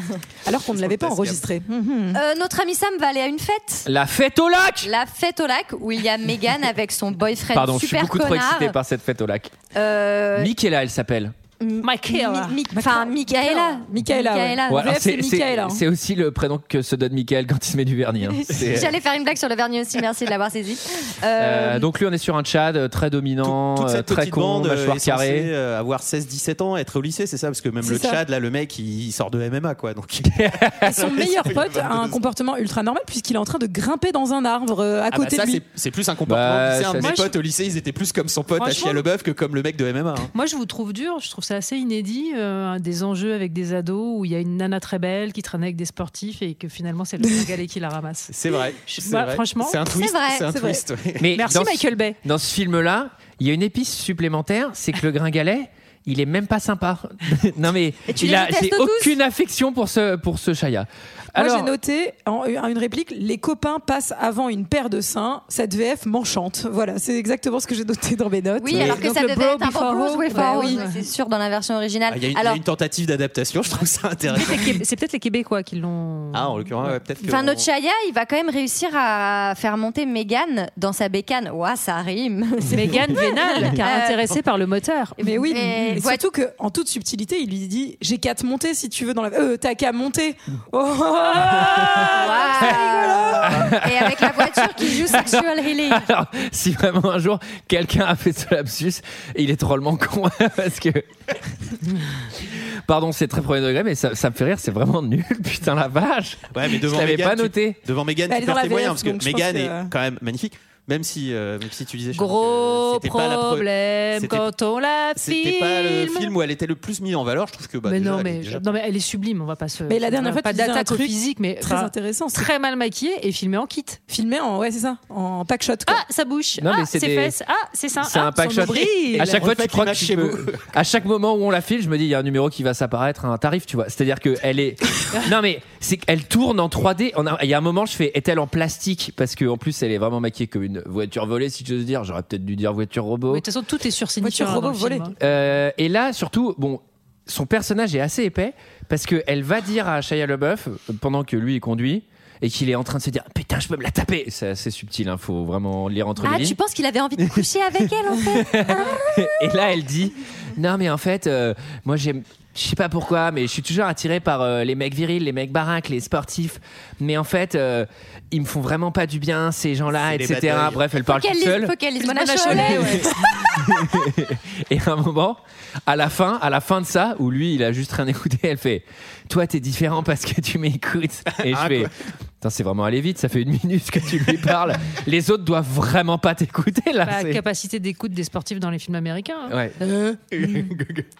G: alors qu'on ne l'avait pas enregistré. Mhm.
O: *laughs* Euh, notre ami Sam va aller à une fête.
A: La fête au lac.
O: La fête au lac où il y a
L: *laughs*
O: Megan avec son boyfriend
A: Pardon, je suis
O: super
A: beaucoup trop
O: connard.
A: excité par cette fête au lac.
O: Euh,
A: Michaela, elle s'appelle.
L: Michaela.
O: Mi- Mi- Enfin, Michaela.
G: Michaela, ouais.
O: Michaela.
A: Ouais, alors
O: VF,
A: c'est- c'est-
O: Michaela, hein.
A: c'est aussi le prénom que se donne Michael quand il se met du
G: *laughs*
A: vernis. hein. C'est-
O: J'allais faire une blague sur le vernis aussi, merci de l'avoir saisi. Euh,
A: Euh, donc lui, on est sur un Tchad euh, très dominant,
K: Toute
A: euh,
K: cette
A: très
K: petite
A: con,
K: bande euh, est
A: mâchoire
K: censée,
A: carrée.
K: euh, avoir 16-17 ans, être au lycée, c'est ça Parce que même
G: C'est
K: le
G: ça.
K: Tchad, là, le mec, il, il sort de MMA,
L: *laughs*
K: quoi. Donc,
G: Et *laughs* son meilleur pote a un comportement ultra normal puisqu'il est en train de grimper dans un arbre euh, à
K: Ah bah
G: côté
K: ça,
G: de lui.
K: c'est- c'est plus un comportement
A: Bah,
K: lycéen.
A: ça,
K: Mes
A: c'est-
K: potes au lycée, ils étaient plus comme son pote à
L: Franchement.
K: Chia Leboeuf que comme le mec de MMA. hein.
L: Moi, je vous trouve dur. Je trouve ça assez inédit, euh, des enjeux avec des ados où il y a une nana très belle qui traîne avec des sportifs et que finalement *laughs* c'est le Sénégalais qui la ramasse.
K: C'est vrai.
L: Je-
K: c'est
L: bah,
K: vrai.
L: franchement,
K: c'est un
L: c'est
K: twist.
L: vrai,
K: C'est un
L: c'est vrai.
K: twist. ouais.
A: Mais
L: Merci,
A: dans ce-
L: Michael Bay.
A: Dans ce film-là, il y a une épice supplémentaire, c'est que le gringalet, il est même pas sympa. *laughs* non mais
G: Et tu
A: il
G: les
A: a,
G: détestes
A: j'ai
G: tous
A: aucune affection pour ce pour ce Chaya.
G: Moi,
A: Alors
G: j'ai noté en en une réplique les copains passent avant une paire de seins, cette VF m'enchante. Voilà, c'est exactement ce que j'ai noté dans mes notes.
O: Oui, alors que
L: donc
O: ça
L: le
O: devait
L: bro
O: être un
L: before
O: bro
L: home,
O: before
L: bah
O: home,
L: oui.
O: c'est sûr dans la version originale.
K: Ah, Il y, a une- il y a
O: alors,
K: une tentative d'adaptation, je trouve ça intéressant.
L: C'est les- c'est peut-être les Québécois qui l'ont.
K: Ah, en l'occurrence, ouais, peut-être que.
O: enfin,
K: on-
O: notre Chaya, il va quand même réussir à faire monter Megan dans sa bécane. Ouah, ça rime.
L: Mégane Vénal, qui est
O: Euh,
L: *laughs* intéressée par le moteur.
G: Mais oui,
O: et Mais
G: Et
O: voit-
G: surtout que, en toute subtilité, il lui dit J'ai qu'à te monter si tu veux dans la. Euh, t'as qu'à monter.
K: Mm.
G: Oh,
O: Et avec la voiture qui joue Sexual Healing.
A: Alors, si vraiment un jour quelqu'un a fait ce lapsus, il est drôlement con *laughs* parce que. Pardon, c'est très premier degré, mais ça, ça me fait rire, c'est vraiment nul, *laughs* putain la vache.
K: Ouais, mais devant
A: je l'avais
K: Mégane,
A: pas
K: tu-
A: noté.
K: devant Mégane,
A: Bah, elle
K: tu
A: est
K: perds
A: dans
K: tes
A: la
K: moyens
A: VF,
K: parce que
A: donc je pense
K: Mégane
A: que-
K: est quand même magnifique. Même si, euh, même si tu disais, Charles,
L: Gros
K: que c'était pas la pre-
L: problème
K: c'était-
L: quand on la
K: C'était pas le
L: filme.
K: film où elle était le plus mise en valeur. Je trouve que bah,
L: mais
K: déjà,
L: non,
K: elle est
L: mais,
K: déjà-
L: non, mais elle est sublime, on va pas se.
G: Mais la dernière fois,
L: pas
G: tu disais un
L: d'attaque au
G: truc
L: physique, mais
G: très
L: enfin,
G: intéressant. c'est-
L: Très mal maquillée et filmée en kit.
G: Filmée en, ouais, c'est ça, en pack shot.
L: Ah, sa bouche.
A: Non, mais
L: ah,
A: c'est
L: ses
A: des-
L: fesses. Ah, c'est ça.
A: C'est un pack shot. À chaque fois, tu crois que tu peux- À chaque moment où on la file, je me dis, il y a un numéro qui va s'apparaître, un tarif, tu vois. C'est-à-dire qu'elle est. non, mais c'est qu'elle tourne en 3D. On a- Il y a un moment, je fais, est-elle en plastique Parce qu'en plus, elle est vraiment maquillée comme une voiture volée, si j'ose dire. J'aurais peut-être dû dire voiture robot.
L: Mais de toute façon, tout est sur
G: Voiture
L: signature. hein, dans
G: robot
L: le film,
G: volée.
L: hein.
A: Euh, et là, surtout, bon, son personnage est assez épais parce qu'elle va dire à Shia LaBeouf euh, pendant que lui il conduit et qu'il est en train de se dire putain, je peux me la taper. C'est assez subtil, hein, faut vraiment lire entre
O: Ah,
A: les
O: tu
A: lignes.
O: penses qu'il avait envie de coucher avec elle en fait
A: Et là, elle dit non, mais en fait, euh, moi j'aime. Je sais pas pourquoi, mais je suis toujours attiré par euh, les mecs virils, les mecs baraques, les sportifs. Mais en fait, euh, ils me font vraiment pas du bien, ces gens-là,
N: C'est des
A: etc.
N: batailles.
A: Bref, elle parle toute seule.
O: Faut qu'elle lise
L: Mona
O: Mona
L: Cholet,
O: Cholet, ouais.
A: Et à un moment, à la fin, à la fin de ça, où lui, il a juste rien écouté, elle fait Toi, t'es différent parce que tu m'écoutes. Et je
K: Ah,
A: fais
K: quoi.
A: Putain, c'est vraiment aller vite, ça fait une minute que tu lui parles. Les autres doivent vraiment pas t'écouter
G: Ah,
A: là.
L: La
A: c'est-
L: capacité d'écoute des sportifs dans les films américains. hein.
A: Ouais.
G: Euh,
K: *laughs*
G: hmm.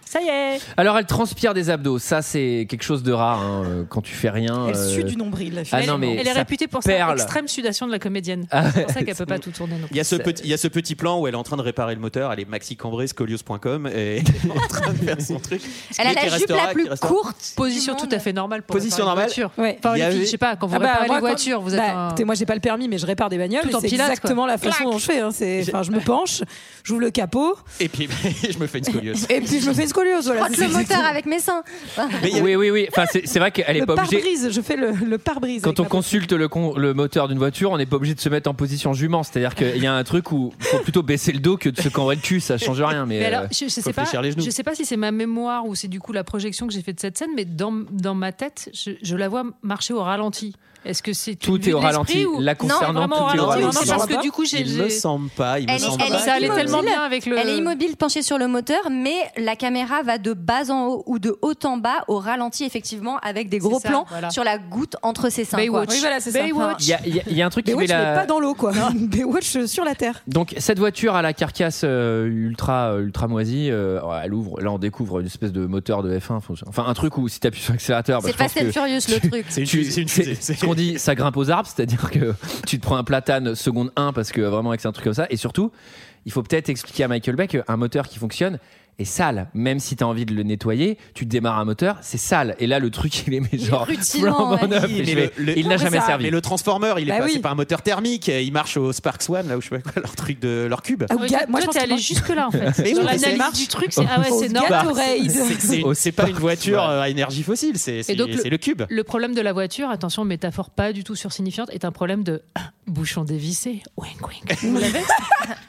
L: Ça y est.
A: Alors, elle transpire des abdos. Ça, c'est quelque chose de rare hein, euh, quand tu fais
K: Ah
A: rien.
G: Elle
A: euh,
G: sue du nombril, la fille.
A: Ah non, mais
L: elle est
A: ça
L: réputée pour
A: perle.
L: sa extrême sudation de la
K: *laughs*
L: comédienne.
A: Ah,
L: c'est pour ça
A: *laughs*
L: qu'elle peut pas tout tourner. non plus.
K: Il y, a ce petit, il y a ce petit plan où elle est en train de réparer le moteur, elle est maxi cambrée, scolios.com, et *laughs* elle est en train de faire son truc.
O: Elle a
K: Qui
O: la jupe
K: restera,
O: la
K: qui
O: plus
K: restera.
O: courte.
L: Position tout à fait normale pour
K: Position
L: réparer une
K: normale.
L: voiture.
G: Ouais.
L: Enfin,
K: Il y
L: les filles,
K: avait-
L: je sais pas, quand vous
G: Ah bah,
L: réparez
G: moi,
L: les
G: quand-
L: voitures, vous êtes.
G: bah,
L: un-
G: écoutez, moi j'ai pas le permis, mais je répare des bagnoles.
L: Tout
G: et
L: en
G: C'est
L: pilote, quoi.
G: exactement la façon dont je fais. hein, c'est- enfin, je me penche, j'ouvre le capot,
K: Et puis, *laughs* je me fais une scoliose.
G: et puis je me fais une scoliose. Voilà,
O: Frotte
G: c'est-
O: le
G: c'est-
O: moteur avec mes seins.
A: Oui, oui, oui. Enfin, c'est c'est vrai qu'elle est
G: Le
A: pas obligée.
G: pare-brise, je fais le, le pare-brise.
A: Quand on consulte le, con- le moteur d'une voiture, on n'est pas obligé de se mettre en position jument. C'est-à-dire qu'il y a un truc où il faut plutôt baisser le dos que de se cambrer le cul. Ça change rien. Mais,
L: Mais alors,
A: euh,
L: je, je
A: faut
L: sais pas,
A: fléchir les genoux.
L: je sais pas si c'est ma mémoire ou c'est du coup la projection que j'ai faite de cette scène, mais dans, dans ma tête, je, je la vois marcher au ralenti. Est-ce que c'est une
A: Tout
L: vue
A: est au
L: de l'esprit
A: ralenti.
L: ou-
A: La
L: Non,
A: concernant,
L: vraiment
A: tout est au
L: ou
A: ralenti.
L: Non, parce que du coup, j'ai.
K: Il
L: j'ai-
K: me semble pas, il me semble
L: elle est-
K: pas.
L: Ça allait
O: immobile.
L: tellement bien avec le-
O: Elle est immobile penchée sur le moteur, mais la caméra va de bas en haut ou de haut en bas au ralenti, effectivement, avec des gros
L: ça,
O: plans
L: voilà.
O: sur la goutte entre ses seins. quoi.
L: Baywatch. Oui, voilà, c'est ça. Baywatch.
A: Il y, a- il y a- il y a un truc qui met
G: Baywatch, mais
A: la.
G: pas dans l'eau, quoi. *laughs* Baywatch euh, sur la terre.
A: Donc cette voiture à la carcasse euh, ultra euh, ultra moisie, euh, elle ouvre. Là on découvre une espèce de moteur de F1. faut- Enfin un truc où si t'appuies sur l'accélérateur, bah,
O: C'est
A: je pense
O: Fast and
A: que
O: Furious, le
A: tu-
O: truc.
K: C'est une
A: tu-
K: fusée, c'est
A: *laughs*
K: une
A: c'est-
K: fusée, c'est-
A: Ce qu'on dit, ça grimpe aux arbres, c'est-à-dire que tu te prends un platane seconde 1 parce que vraiment avec un truc comme ça. Et surtout, il faut peut-être expliquer à Michael Bay qu'un moteur qui fonctionne est sale. Même si t'as envie de le nettoyer, tu démarres un moteur, c'est sale. Et là le truc il est mais genre
O: rutilant,
A: flambant
O: ouais.
A: neuf.
K: Oui,
A: Et je
K: mais
A: vais-
K: le- le-
A: Il n'a
K: Non, mais
A: jamais
K: ça-
A: servi.
K: Mais le transformer, il est
G: Bah
K: pas,
G: oui.
K: c'est pas un moteur thermique. euh, Il marche au Spark One, là où je sais pas quoi, *laughs* leur truc de leur cube.
G: Ah, au
L: Oui,
G: ga-
L: toi,
G: moi, je
L: toi,
G: pense
L: t'es
G: que
L: allé
G: moi-
L: jusque-là, en fait.
K: Mais oui,
L: Dans
K: mais c'est-
L: l'analyse du truc, c'est ah ouais, c'est normal.
A: Bah,
G: Gatorade.
K: C'est- c'est-
A: Au
K: C'est pas une voiture euh, à énergie fossile, c'est c'est-
L: Et donc,
K: c'est le cube.
L: Le problème de la voiture, attention, métaphore pas du tout sursignifiante, est un problème de *clears throat* bouchon dévissé. Wink, wink. Vous l'avez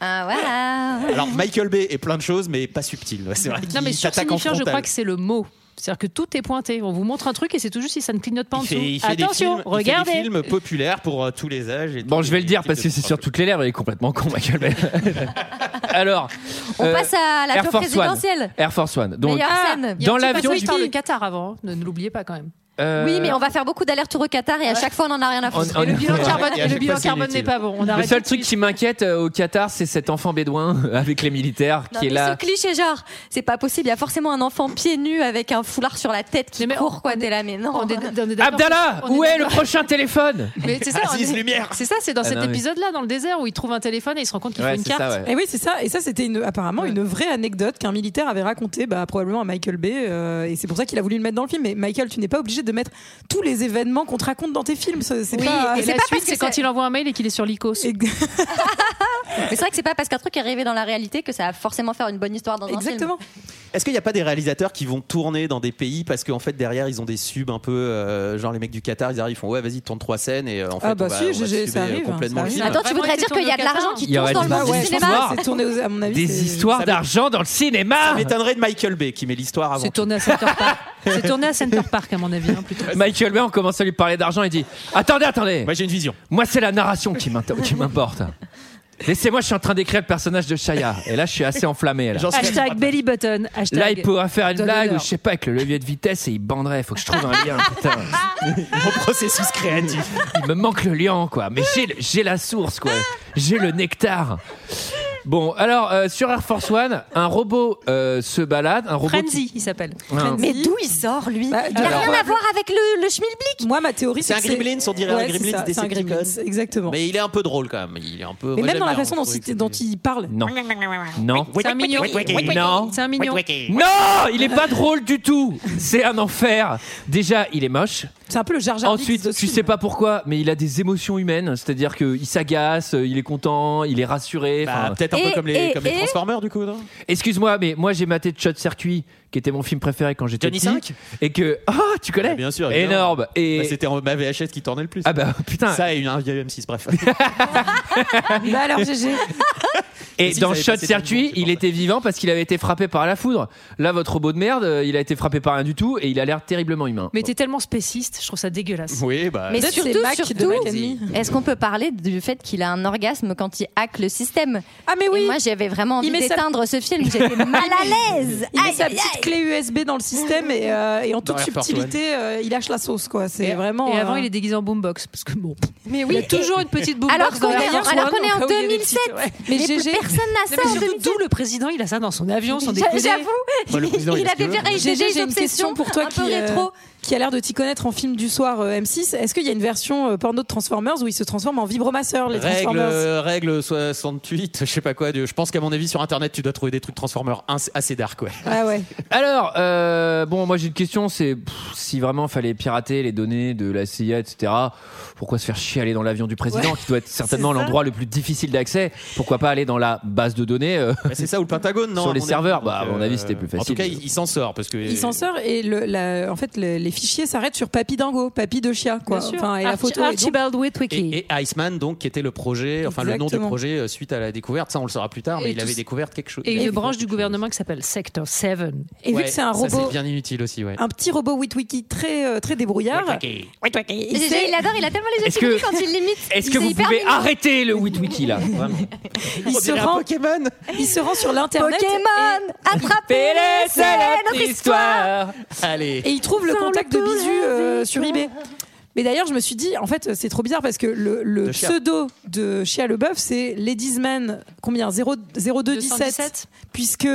O: Ah, voilà.
A: *laughs*
K: Alors Michael Bay est plein de choses, mais pas subtil. C'est vrai qu'il
L: Non, mais
K: t'attaque en
L: sursignifiant, je
K: frontal.
L: crois que c'est le mot. C'est-à-dire que tout est pointé. On vous montre un truc et c'est tout juste si ça ne clignote pas en
K: Il
L: dessous.
K: fait, il fait
L: Attention,
K: des films,
L: regardez.
K: Il fait des films populaires pour euh, tous les âges.
A: Bon, je vais le dire parce que c'est sur toutes les lèvres, il est complètement con, Michael Bay. *laughs* Alors,
O: On
A: euh,
O: passe à la
A: Air
O: tour
A: Force
O: présidentielle.
A: One. Air Force One. Donc,
O: Meilleure
L: Ah,
O: scène.
L: il y a un
A: Dans
L: petit
A: l'avion,
L: passage
A: je
L: par
A: dis-
L: le Qatar avant. hein. Ne, ne l'oubliez pas quand même.
A: euh,
O: Oui, mais on va faire beaucoup d'allers-retours au Qatar et à chaque fois on en a rien à foutre.
A: on-
L: Et le
A: on-
L: bilan
A: Ouais,
L: carbone,
A: et
L: et
A: à
L: le
A: chaque
L: bilan
A: fois, c'est
L: carbone n'est
A: inutile.
L: pas bon. On
A: le
L: arrête
A: seul
L: tout de
A: truc qui m'inquiète euh, au Qatar, c'est cet enfant bédouin *laughs* euh, avec les militaires
O: Non,
A: qui est
O: mais
A: là.
O: ce cliché genre, c'est pas possible, il y a forcément un enfant pieds nus avec un foulard sur la tête qui court quoi, t'es là mais non.
L: on est- on est d'accord.
A: Abdallah,
L: On est
A: où est le
L: d'accord.
A: prochain téléphone
L: Mais c'est ça, on
K: Assise
L: est-
K: lumière.
L: C'est ça, c'est dans
A: Ah,
L: cet
A: non, mais-
L: épisode-là, dans le désert, où il trouve un téléphone et il se rend compte qu'il
A: Ouais,
L: faut une
A: c'est ça,
L: carte.
A: ouais.
G: Et oui, c'est ça. Et ça, c'était une- apparemment une vraie anecdote qu'un militaire avait racontée, bah, probablement à Michael Bay. euh, et c'est pour ça qu'il a voulu le mettre dans le film. Mais Michael, tu n'es pas obligé de mettre tous les événements qu'on te raconte dans tes films. C'est c'est
L: Oui,
G: pas.
L: et
O: c'est
L: la
O: pas
L: suite,
O: parce que
L: c'est quand
O: c'est-
L: il envoie un mail et qu'il est sur l'ICOS.
O: Mais c'est vrai que c'est pas parce qu'un truc est arrivé dans la réalité que ça va forcément faire une bonne histoire dans un film.
G: Exactement.
K: Est-ce qu'il n'y a pas des réalisateurs qui vont tourner dans des pays parce qu'en fait derrière ils ont des subs un peu euh, genre les mecs du Qatar ils arrivent ils font ouais vas-y tourne trois scènes et euh, en fait
G: Ah bah
K: on va,
G: si,
K: on va
G: GG, ça
K: subir, euh,
G: arrive, hein,
K: complètement
G: ça
K: le
G: arrive.
K: film.
G: Attends,
O: tu veux dire qu'il y a de l'argent qui
A: Il y
O: tourne
A: aurait
O: dans le
A: des-
O: monde
A: des
O: du cinéma
A: histoires.
G: Bah C'est tourné aux- à mon avis.
A: Des
G: c'est-
A: histoires
G: ça-
A: d'argent dans le cinéma
K: Ça m'étonnerait de Michael Bay qui met l'histoire avant.
L: C'est tourné à Center Park. C'est tourné à Center Park, à mon avis, hein, plutôt.
A: Michael Bay, on commence à lui parler d'argent, il dit Attendez, attendez
K: Moi j'ai une vision.
A: Moi c'est la narration qui m'inter- qui m'importe. Laissez-moi, je suis en train d'écrire le personnage de Shaya. Et là, je suis assez enflammé. Là.
L: Hashtag belly button. Hashtag
A: Là, il pourra faire une
L: Donne
A: blague ou
L: l'honneur.
A: je sais pas avec le levier de vitesse et il banderait. Faut que je
G: *laughs*
A: trouve un lien, putain.
K: *laughs* Mon processus créatif.
A: Il me manque le lien, quoi. Mais j'ai le- j'ai la source, quoi. J'ai le nectar. Bon, alors euh, sur Air Force One, un robot euh, se balade, un robot.
L: Frenzy, il s'appelle.
A: Ouais.
O: Mais d'où il sort, lui
G: Bah,
O: Il n'a
A: alors-
O: rien à voir avec le, le schmilblick.
G: Moi, ma théorie,
K: C'est
G: c'est
K: un
G: que
K: Gremlins, on dirait
G: Ouais,
K: un
G: c'est
K: Gremlins
G: ça,
K: des
G: c'est un Gremlins, exactement.
K: *laughs* Mais il est un peu drôle quand même. Il est un peu.
G: Mais
K: moi,
G: même
K: j'aime
G: dans la
K: bien,
G: façon
K: on
G: dont
K: trouve
G: il,
K: que
G: dont
K: c'est-
G: il parle.
A: Non. Non.
L: C'est un mignon.
A: Non.
L: C'est un mignon.
A: Non, il est pas drôle du tout. C'est un enfer. Déjà, il est moche.
G: C'est un peu le Jar Jar Binks de
A: Ensuite,
G: ce
A: tu
G: film.
A: sais pas pourquoi, mais il a des émotions humaines. C'est-à-dire qu'il s'agace, il est content, il est rassuré.
K: Bah,
A: enfin-
K: peut-être un peu
O: Et-
K: comme les,
O: et-
K: comme les
O: et-
K: Transformers du coup. non
A: Excuse-moi, mais moi j'ai maté Shot Circuit, qui était mon film préféré quand j'étais
K: Johnny
A: petit,
K: 5?
A: et que ah tu connais
K: Ah, bien sûr. évidemment.
A: énorme et
K: Bah, C'était en- ma VHS qui tournait le plus.
A: ah bah putain
K: Ça et une un vieille M6, *laughs* bref.
G: Bah alors, GG.
A: et
K: Mais si,
A: dans
K: ça avait
A: Shot
K: passé tout le monde,
A: Circuit,
K: c'est
A: il était vivant parce qu'il avait été frappé par la foudre. Là, votre robot de merde, euh, il a été frappé par rien du tout et il a l'air terriblement humain.
L: Mais t'es tellement spéciste, je trouve ça dégueulasse.
K: Oui, bah.
O: Mais
G: Peut-être c'est
O: surtout,
G: Mac de
O: surtout,
G: Mac and Me.
O: est-ce qu'on peut parler du fait qu'il a un orgasme quand il hack le système
G: Ah mais
O: Et
G: oui,
O: moi, j'avais vraiment envie
G: Il met sa-
O: d'éteindre ce film.
G: *laughs*
O: J'étais mal à l'aise.
G: il met
F: Ah,
O: Aïe,
G: sa
O: aïe,
G: petite
O: aïe.
G: clé USB dans le système et, euh, et en toute
K: Air Force
G: subtilité, euh, il lâche la sauce quoi. C'est vraiment.
L: Et avant,
G: euh,
L: il est déguisé en boombox. Parce que bon.
G: Mais
L: Il y
G: oui.
L: a toujours une petite boombox
O: Alors qu'on
L: dans la
O: est,
L: France.
O: alors qu'on est en
G: Là où il y a des
O: 2007.
G: petites- ouais.
O: Mais
G: Mais
O: plus
G: GG.
O: personne n'a
L: Mais
O: ça en
L: surtout,
O: 2007.
L: d'où le président, il a ça dans son avion, son
O: J'a-
L: déconnés.
O: J'avoue,
K: Moi, le président,
O: il,
K: il a ce
O: avait
K: qu'il
O: fait
K: veut.
O: réaliser
G: GG,
O: des
G: j'ai une question
O: obsessions
G: pour toi
O: un
G: qui,
O: peu
G: euh,
O: rétro.
G: qui a l'air de t'y connaître en film du soir euh, M6. Est-ce qu'il y a une version euh, porno de Transformers où il se transforme en vibromasseur les
K: Règle, euh,
G: Transformers
K: règle 68, je sais pas quoi. Je pense qu'à mon avis, sur internet, tu dois trouver des trucs Transformers ins- assez dark, ouais.
G: Ah ouais.
A: Alors, euh, bon, moi j'ai une question, c'est pff, si vraiment fallait pirater les données de la CIA, etc., pourquoi se faire chier à aller dans l'avion du président, qui doit être certainement
G: C'est ça.
A: l'endroit le plus difficile d'accès Pourquoi pas aller dans la base de données euh,
K: Bah, c'est ça ou le Pentagone, non
A: Sur
K: à
A: les
K: mon
A: serveurs,
K: avis.
A: bah, à
K: Donc, euh,
A: mon avis, c'était plus
K: En tout
A: facile.
K: cas, il, il s'en sort parce que.
G: Il s'en sort et le, la- en fait le- les fichiers s'arrêtent sur Papy Dingo, Papy de chien quoi.
L: Bien sûr.
G: Enfin, et la
L: Archi-
G: photo est donc-
L: Archibald Whitwicky.
K: Et, et Iceman, donc, qui était le projet, enfin le nom du
G: Exactement.
K: projet euh, suite à la découverte, ça on le saura plus tard, mais
L: Et
K: il
L: tout
K: avait
L: ce-
K: découvert quelque chose.
L: Et
K: il avait
L: une branche du
K: découvert
L: gouvernement qui s'appelle Sector 7.
G: Et vu
K: Ouais,
G: que c'est un
K: ça,
G: robot,
K: C'est bien inutile aussi, ouais.
G: un petit robot Witwicky très euh, très débrouillard.
K: Whitwicky.
G: Whitwicky. Il
O: GG,
G: sait-
O: il adore, il a tellement les yeux
A: Est-ce
O: qui brillent
A: que-
O: quand il l'imite.
A: *laughs* Est-ce
O: Il
A: que vous
O: hyper
A: pouvez
O: mignon.
A: arrêter le witwiki là Vraiment.
G: il se rend Pokémon. Il se rend sur l'internet.
O: Pokémon, attrapez-les, c'est notre histoire.
K: Allez.
G: Et il trouve le contact de Bizu euh, sur eBay. Mais d'ailleurs, je me suis dit, en fait, c'est trop bizarre parce que le, le
K: De Chia.
G: pseudo de Chia Leboeuf, c'est Ladies Man, combien 0, 0217,
L: 217.
G: puisque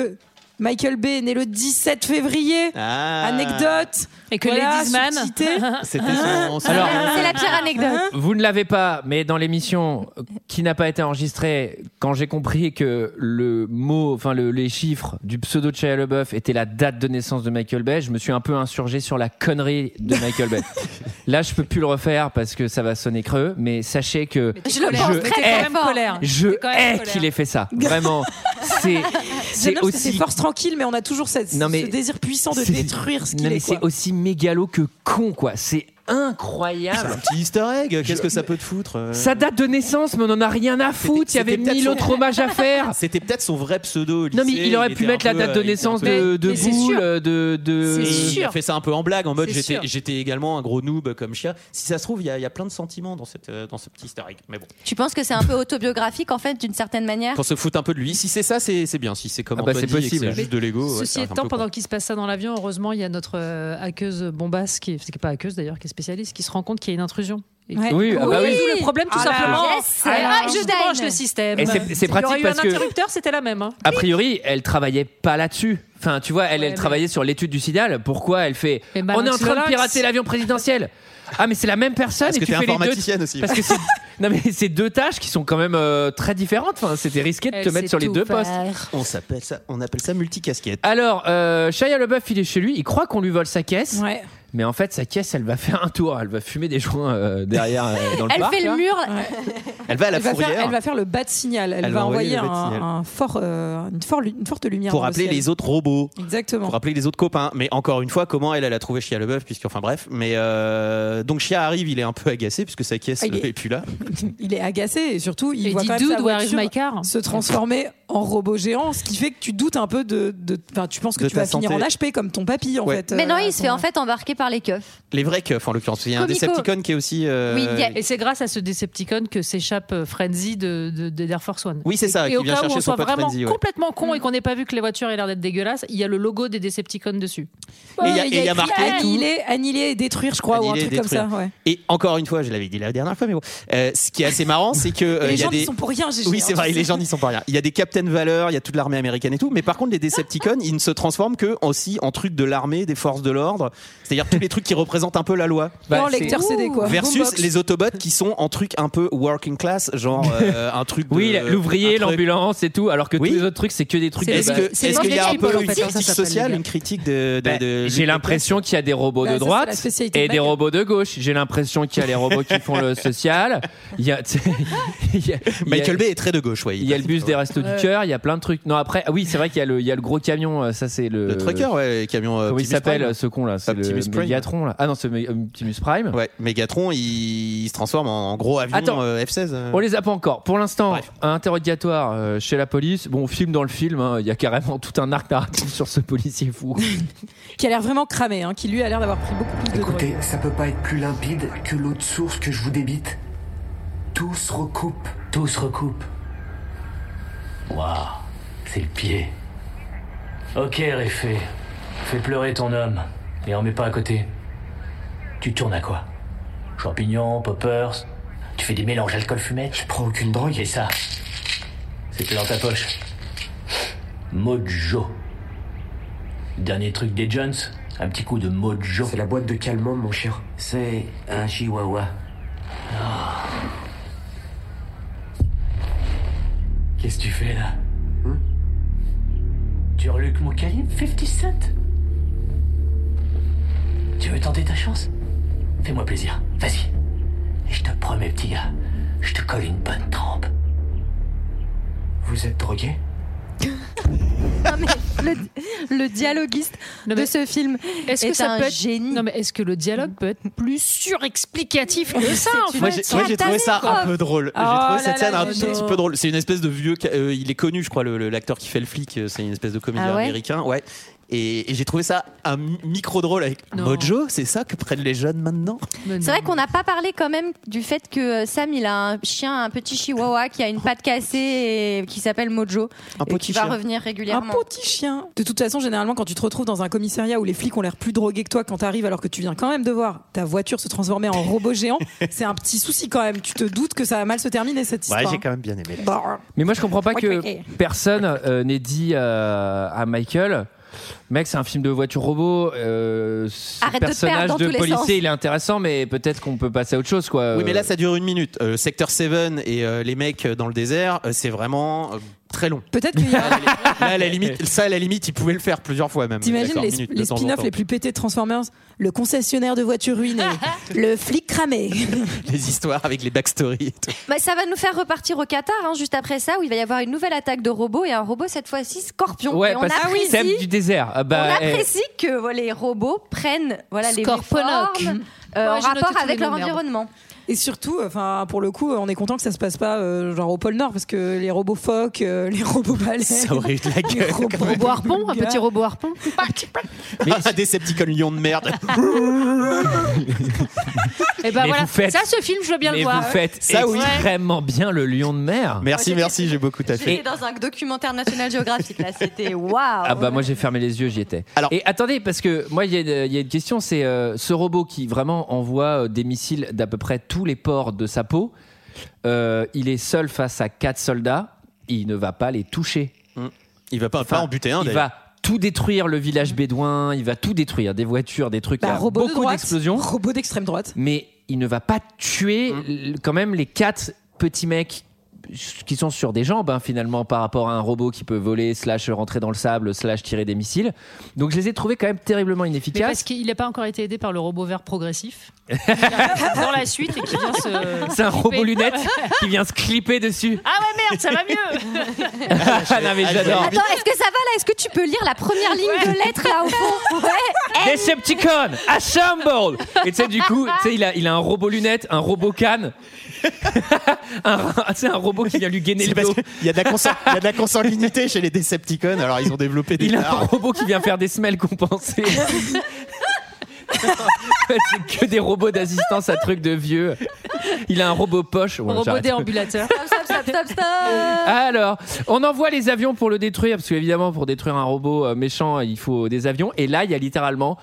G: Michael Bay est né le 17 février.
K: Ah.
G: Anecdote.
L: Et que
G: Voilà,
L: Ladies Man. *laughs*
G: subtilité. Hein
K: C'était son. son-
A: Alors-
O: C'est la pire anecdote.
A: Vous ne l'avez pas, mais dans l'émission euh, qui n'a pas été enregistrée, quand j'ai compris que le mot, enfin le- les chiffres du pseudo de Shia LaBeouf étaient la date de naissance de Michael Bay, je me suis un peu insurgé sur la connerie de
L: *laughs*
A: Michael Bay. Là, je peux plus le refaire parce que ça va sonner creux, mais sachez que
O: Je le
A: Je
O: pense
L: T'es quand
O: très très
L: même
O: fort.
L: colère.
A: je
L: T'es quand même
A: hais
L: colère.
A: qu'il ait fait ça. Vraiment, c'est
G: J'aime
A: c'est
G: bien parce que C'est
A: aussi
G: force tranquille, mais on a toujours cette,
A: Non, mais
G: ce désir puissant de
A: c'est-
G: détruire ce
A: non,
G: qu'il
A: mais
G: est. quoi.
A: c'est aussi mégalo que con quoi. C'est incroyable.
K: Un petit easter egg, qu'est-ce que ça peut te foutre euh
A: Sa date de naissance, mais on en a rien à foutre. Il y
K: c'était
A: avait
K: peut-être
A: mille
K: son-
A: autres hommages à faire.
K: C'était peut-être son vrai pseudo. au
A: Non, mais
K: lycée,
A: il aurait pu
K: était
A: mettre
K: un
A: la
K: peu,
A: date de
K: euh, il était un
A: naissance de,
K: peu-
A: de
L: Mais c'est
A: Boule,
L: sûr.
A: euh, de. de-
L: C'est
K: Et
L: sûr.
K: il a fait ça un peu en blague, en mode
L: C'est
K: j'étais
L: sûr.
K: j'étais également un gros noob comme chien. Si ça se trouve, il y, a- il y a plein de sentiments dans, cette, euh, dans ce petit easter egg. Mais bon,
O: Tu penses que c'est un peu autobiographique en fait, d'une certaine
F: Ah.
O: manière
K: qu'on se fout un peu de lui. Si c'est ça, c'est c'est bien. Si c'est comme
A: Ah bah,
K: Antoine
A: c'est
K: dit et que
A: possible.
K: c'est juste de l'ego. Oh, ouais,
L: Ceci
K: ça reste un
L: étant,
K: peu
L: pendant
K: con.
L: qu'il se passe ça dans l'avion, heureusement, il y a notre euh, hackeuse bombasse, qui est, qui est pas hackeuse d'ailleurs, qui est spécialiste, qui se rend compte qu'il y a une intrusion. Et
G: Ouais.
A: Oui, ah bah oui.
L: Tout le problème, tout
G: Ah là.
L: simplement.
O: Yes,
L: Ah là,
O: Einstein.
L: je débranche le système.
A: Et c'est- c'est
L: Il y aurait
A: pratique
L: eu un
A: parce que-
L: interrupteur, c'était la même. hein.
A: A priori, elle travaillait pas là-dessus. Enfin, tu vois, elle,
L: Ouais,
A: elle
L: mais-
A: travaillait sur l'étude du signal. Pourquoi elle fait
L: Mais
A: On est en
L: Manox
A: train de
L: Lolax.
A: pirater l'avion présidentiel. Ah, mais c'est la même personne
K: Parce
A: et
K: que
A: tu
K: t'es
A: fais les deux.
K: informaticienne aussi.
A: Parce que
K: *laughs*
A: c'est- non mais c'est deux tâches qui sont quand même euh, très différentes. Enfin, c'était risqué de
K: Euh,
L: Elle
A: te mettre
L: sait
A: sur les
L: tout
A: deux
L: faire.
A: postes.
K: On, s'appelle ça, on appelle ça multicasquette.
A: Alors, euh, Shia LaBeouf, il est chez lui. Il croit qu'on lui vole sa caisse.
G: Ouais.
A: Mais en fait, sa caisse, elle va faire un tour. Elle va fumer des joints euh, derrière euh, dans le
G: Elle
A: parc.
G: fait le
A: là.
G: mur.
O: Euh,
A: Elle va à la
G: elle va
A: fourrière.
G: Faire, elle va faire le bas de signal. Elle,
A: Elle
G: va
A: va envoyer
G: envoyer
A: le bas
G: un,
A: de signal.
G: un fort, euh, une, fort lu- une forte lumière.
K: pour
G: dans le
K: rappeler
G: ciel.
K: les autres robots.
G: Exactement.
K: Pour rappeler les autres copains. Mais encore une fois, comment elle, elle a trouvé Chia Leboeuf, puisque, enfin bref. Mais euh, donc Chia arrive, il est un peu agacé, puisque sa caisse
G: Ah, il est-
K: n'est plus là.
G: *laughs* Il est agacé et surtout, il,
L: Il
G: voit
L: dit,
G: quand même sa
L: Dude, where is
G: voiture
L: my car
G: se transformer en robot géant, ce qui fait que tu doutes un peu de. de- Enfin, tu penses que
K: De
G: tu
K: ta
G: vas finir en
K: santé.
G: HP comme ton papy en
K: Ouais.
G: fait.
O: Mais
G: euh,
O: non,
G: à
O: il
G: ce
O: se fait en
G: moment-là.
O: fait embarquer par les keufs.
K: Les vrais keufs, en l'occurrence. Il y a un
O: Comico.
K: Decepticon qui est aussi. euh,
O: Oui, il y a-
L: Et c'est grâce à ce Decepticon que s'échappe euh, Frenzy de, de- de- d'Air Force One.
K: Oui, c'est ça,
L: Et,
K: qui
L: au
K: vient
L: cas où
K: chercher
L: on
K: son
L: soit
K: pote
L: vraiment
K: Frenzy, ouais.
L: complètement con
G: Mm.
L: et qu'on n'ait pas vu que les voitures aient l'air d'être dégueulasses, il y a le logo des Decepticons dessus.
K: Et il y a- et il y a
G: écrit
K: marqué tout.
G: annihiler, annihiler et détruire, je crois, ou un
K: annihiler et
G: truc comme ça.
K: détruire.
G: ouais.
K: Et encore une fois, je l'avais dit la dernière fois, mais bon, euh, ce qui est assez marrant, c'est que euh,
G: Et les
K: il y a
G: gens n'y
K: des-
G: sont pour rien, Gégé,
K: Oui,
G: hein,
K: c'est
G: tu
K: vrai,
G: sais.
K: les gens n'y sont pour rien. Il y a des Captain Valeur, il y a toute l'armée américaine et tout, mais par contre, les Decepticons, ils ne se transforment que aussi en trucs de l'armée, des forces de l'ordre, c'est-à-dire tous les trucs qui représentent un peu la loi.
G: Bah, en lecteur
K: c'est-
G: CD, quoi.
K: Versus
G: Boombox.
K: les Autobots qui sont en truc un peu working class, genre euh, un truc. de-
A: Oui, la- l'ouvrier,
K: un truc-
A: l'ambulance et tout, alors que tous les autres trucs, c'est que des trucs. de
K: Est-ce
A: base.
K: que- est-ce qu'il y a un peu
G: hein,
K: une critique sociale, une critique de. de-
A: Ben,
K: de-
A: J'ai l'impression qu'il y a des robots
K: Bah,
A: de
K: ça, c'est la
A: droite
K: spécialité
A: et
K: de
A: des
K: Mac.
A: robots de gauche. J'ai l'impression qu'il y a les robots qui font
K: *laughs*
A: le social. Il y a, tu sais, *laughs* il y a- il y a-
K: Michael Bay est très de gauche, oui.
A: Il y a le bus des restos
K: Ouais.
A: du cœur, il y a plein de trucs. Non, après, ah oui, c'est vrai qu'il y, a le- il y a le gros camion, euh, ça c'est le.
K: Le trucker, ouais, les camions. euh,
A: Comment il
K: Optimus
A: s'appelle
K: Prime.
A: euh, ce con là C'est
K: Optimus
A: le
K: Prime.
A: Megatron là. Ah non, c'est Meg- Optimus Prime.
K: Ouais, Megatron, il, il se transforme en, en gros avion
A: Attends.
K: euh, F-16. euh.
A: On les a pas encore. Pour l'instant, un interrogatoire euh, chez la police. Bon, on filme dans le film, hein, il y a carrément tout un arc narratif sur ce policier
O: *laughs*
A: fou.
G: Qui a l'air vraiment cramé, hein, qui lui a l'air d'avoir pris beaucoup plus de drogue.
P: Écoutez, ça peut pas être plus limpide que l'eau de source que je vous débite. Tout se recoupe. Tout se recoupe.
C: Waouh, c'est le pied. Ok, Réfé. Fais pleurer ton homme. Et en mets pas à côté. Tu tournes à quoi Champignons, poppers Tu fais des mélanges alcool fumette Je prends aucune drogue. Et ça C'était dans ta poche. Mojo. Dernier truc des Jones Un petit coup de mojo. C'est la boîte de calmant, mon chien. C'est un chihuahua. Ah. Qu'est-ce que tu fais là Tu reluques mon calibre 57 Tu veux tenter ta chance Fais-moi plaisir, vas-y. Et je te promets, petit gars, je te colle une bonne trempe. Vous êtes drogué
O: Non, mais *laughs* le, le dialoguiste de ce film est,
L: Est-ce que ça
O: un
L: peut être...
O: génie.
L: Non, mais est-ce que le dialogue peut être plus surexplicatif que ça en fait
K: Moi j'ai moi, j'ai trouvé ça un peu drôle. J'ai
L: Oh
K: trouvé
L: là
K: cette
L: là,
K: scène un
L: dis
K: tout
L: donc.
K: petit peu drôle. C'est une espèce de vieux. ca- euh, il est connu, je crois, le- le- l'acteur qui fait le flic. euh, C'est une espèce de comédien
L: Ah ouais
K: américain. Ouais. Et, et j'ai trouvé ça un mi- micro drôle avec Mojo. C'est ça que prennent les jeunes maintenant
O: C'est vrai qu'on n'a pas parlé quand même du fait que euh, Sam, il a un chien, un petit chihuahua qui a une patte cassée et qui s'appelle Mojo.
G: Un
O: et
G: petit
O: qui va
G: chien.
O: revenir régulièrement.
G: Un petit chien. De toute façon, généralement, quand tu te retrouves dans un commissariat où les flics ont l'air plus drogués que toi quand t'arrives, alors que tu viens quand même de voir ta voiture se transformer en robot
K: *laughs*
G: géant, c'est un petit souci quand même. Tu te doutes que ça va mal se terminer cette
K: Ouais,
G: histoire.
K: j'ai quand même bien aimé.
G: Bah.
A: Mais moi, je comprends pas
G: Oui, oui,
A: que
G: oui.
A: personne euh, n'ait dit euh, à Michael. Mec, c'est un film de voiture robot. euh, ce
O: Arrête de te
A: personnage
O: perdre dans
A: de,
O: tous les sens.
A: policier, il est intéressant, mais peut-être qu'on peut passer à autre chose, quoi.
K: Oui, mais là, ça dure une minute. Euh, Secteur 7 et euh, les mecs dans le désert, euh, c'est vraiment euh, très long.
G: Peut-être qu'il y
K: *laughs*
G: a.
K: Là, à
L: *laughs*
K: la limite, ça, à la limite, ils pouvaient le faire plusieurs fois même.
G: T'imagines
K: D'accord,
G: les,
K: minute, de
G: les
K: temps en
G: spin-offs
K: temps.
G: les plus pétés de Transformers Le concessionnaire de voitures
K: *laughs*
G: ruiné, le flic cramé. *laughs*
K: Les histoires avec les backstories et tout.
O: Bah, ça va nous faire repartir au Qatar hein, juste après ça où il va y avoir une nouvelle attaque de robots et un robot cette fois-ci scorpion.
A: Ouais,
O: et on
A: parce que
O: apprécie,
A: thème du désert. Ah bah,
O: on
A: eh.
O: apprécie que voilà, les robots prennent voilà, les
L: Scorponoc.
O: formes
G: Ouais,
O: euh, en
G: j'ai noté
O: rapport
G: tous les
O: avec
G: noms,
O: leur
G: merde.
O: environnement.
G: Et surtout, enfin, pour le coup, on est content que ça se passe pas euh, genre au pôle Nord parce que les robots phoques, euh, les
K: *laughs*
G: robots balais,
K: *laughs* Ça aurait eu de la gueule.
L: Robot harpon, un petit robot harpon.
K: Ah, des Decepticon lion de *laughs* merde.
L: Et ben
A: Mais
L: voilà,
A: vous faites-
L: ça, ce film, je veux bien
A: mais
L: le voir.
A: vous faites
L: Ouais.
A: extrêmement bien le lion de mer.
K: Merci, merci, j'ai beaucoup taffé.
O: J'étais dans un documentaire national géographique là, *laughs* c'était waouh.
A: Ah bah moi j'ai fermé les yeux, j'y étais. et attendez parce que moi il y, a une- il y a une question, c'est euh, ce robot qui vraiment envoie euh, des missiles d'à peu près tous les ports de sa peau. euh, il est seul face à quatre soldats, il ne va pas les toucher.
K: Il va pas, pas en buter un
A: Il
K: d'ailleurs.
A: va tout détruire le village bédouin, il va tout détruire, des voitures, des trucs, il y
G: bah,
A: a
G: robot de
A: beaucoup
G: droite,
A: d'explosions.
G: robot d'extrême droite.
A: Mais il ne va pas tuer l- quand même les quatre petits mecs qui sont sur des jambes hein, finalement par rapport à un robot qui peut voler, slash rentrer dans le sable, slash tirer des missiles. Donc je les ai trouvés quand même terriblement
L: Mais parce
A: inefficaces.
L: qu'il n'a pas encore été aidé par le robot vert
A: *laughs*
L: progressif dans la suite et qui vient se.
A: C'est un
L: clipper.
A: robot lunette qui vient se clipper dessus.
L: Ah ouais, merde, ça va mieux
A: Ah non mais j'adore.
O: Attends, est-ce que ça va là Est-ce que tu peux lire la première ligne de lettre là au fond Ouais.
K: *laughs*
A: Decepticon, assemble Et tu sais, du coup, tu sais, il a, il a un robot lunette, un robot canne, *laughs* un, tu sais, un robot qui vient lui gainer le dos.
K: Il y a de la, consan- il y a de la consanguinité chez les Decepticons, alors ils ont développé des.
A: Il a un
K: dards.
A: robot qui vient faire des semelles compensées. En fait, c'est que des robots d'assistance à trucs de vieux. Il a un robot poche. Ouais,
L: Robot
A: j'arrête. *laughs*
L: déambulateur.
O: Stop, stop, stop, stop.
K: Ah,
A: Alors, on envoie les avions pour le détruire, parce qu'évidemment, pour détruire un robot euh, méchant, il faut des avions. Et là, il y a littéralement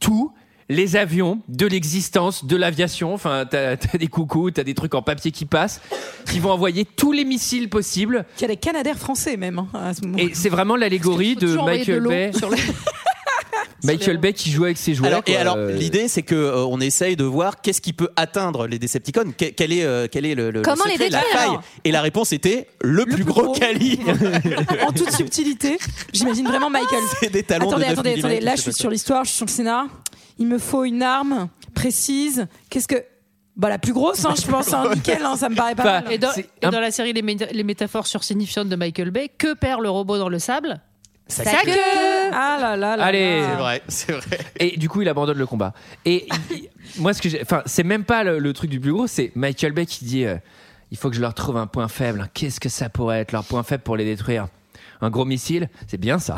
A: tous les avions de l'existence de l'aviation. Enfin, t'as t'as des coucous, t'as des trucs en papier qui passent, qui vont envoyer tous les missiles possibles.
G: Il y a les Canadaires français même hein, à ce moment.
A: Et c'est vraiment l'allégorie de Michael Bay. Michael Bay qui joue avec ses jouets.
K: Alors, et
A: quoi,
K: alors,
A: euh,
K: l'idée, c'est que euh, on essaye de voir qu'est-ce qui peut atteindre les Decepticons, que- quel est, euh, quel est le, le- le
G: Comment les
K: secret, la
G: détruire,
K: faille.
G: alors
K: Et la réponse était le, plus, gros, calibre.
G: *laughs* en toute subtilité. J'imagine vraiment Michael.
K: C'est des talons de
G: attendez,
K: 9
G: attendez,
K: mm,
G: attendez. Là, je
K: je sais
G: suis
K: pas.
G: sur l'histoire, je suis sur le scénar. Il me faut une arme précise. Qu'est-ce que. Bah, la plus grosse, hein, je pense, hein, nickel, hein, ça me paraît pas mal.
L: et dans, et dans la série les, méta- les métaphores sursignifiantes de Michael Bay, que perd le robot dans le sable
A: Sa
L: Sa
A: queue.
L: queue.
G: Ah là là là.
A: Allez,
G: là.
K: vrai, c'est vrai.
A: Et du coup, il abandonne le combat. Et il- moi, ce que j'ai, enfin, c'est même pas le, le truc du plus gros, c'est Michael Bay qui dit, euh, il faut que je leur trouve un point faible. Qu'est-ce que ça pourrait être leur point faible pour les détruire Un gros missile, c'est bien ça.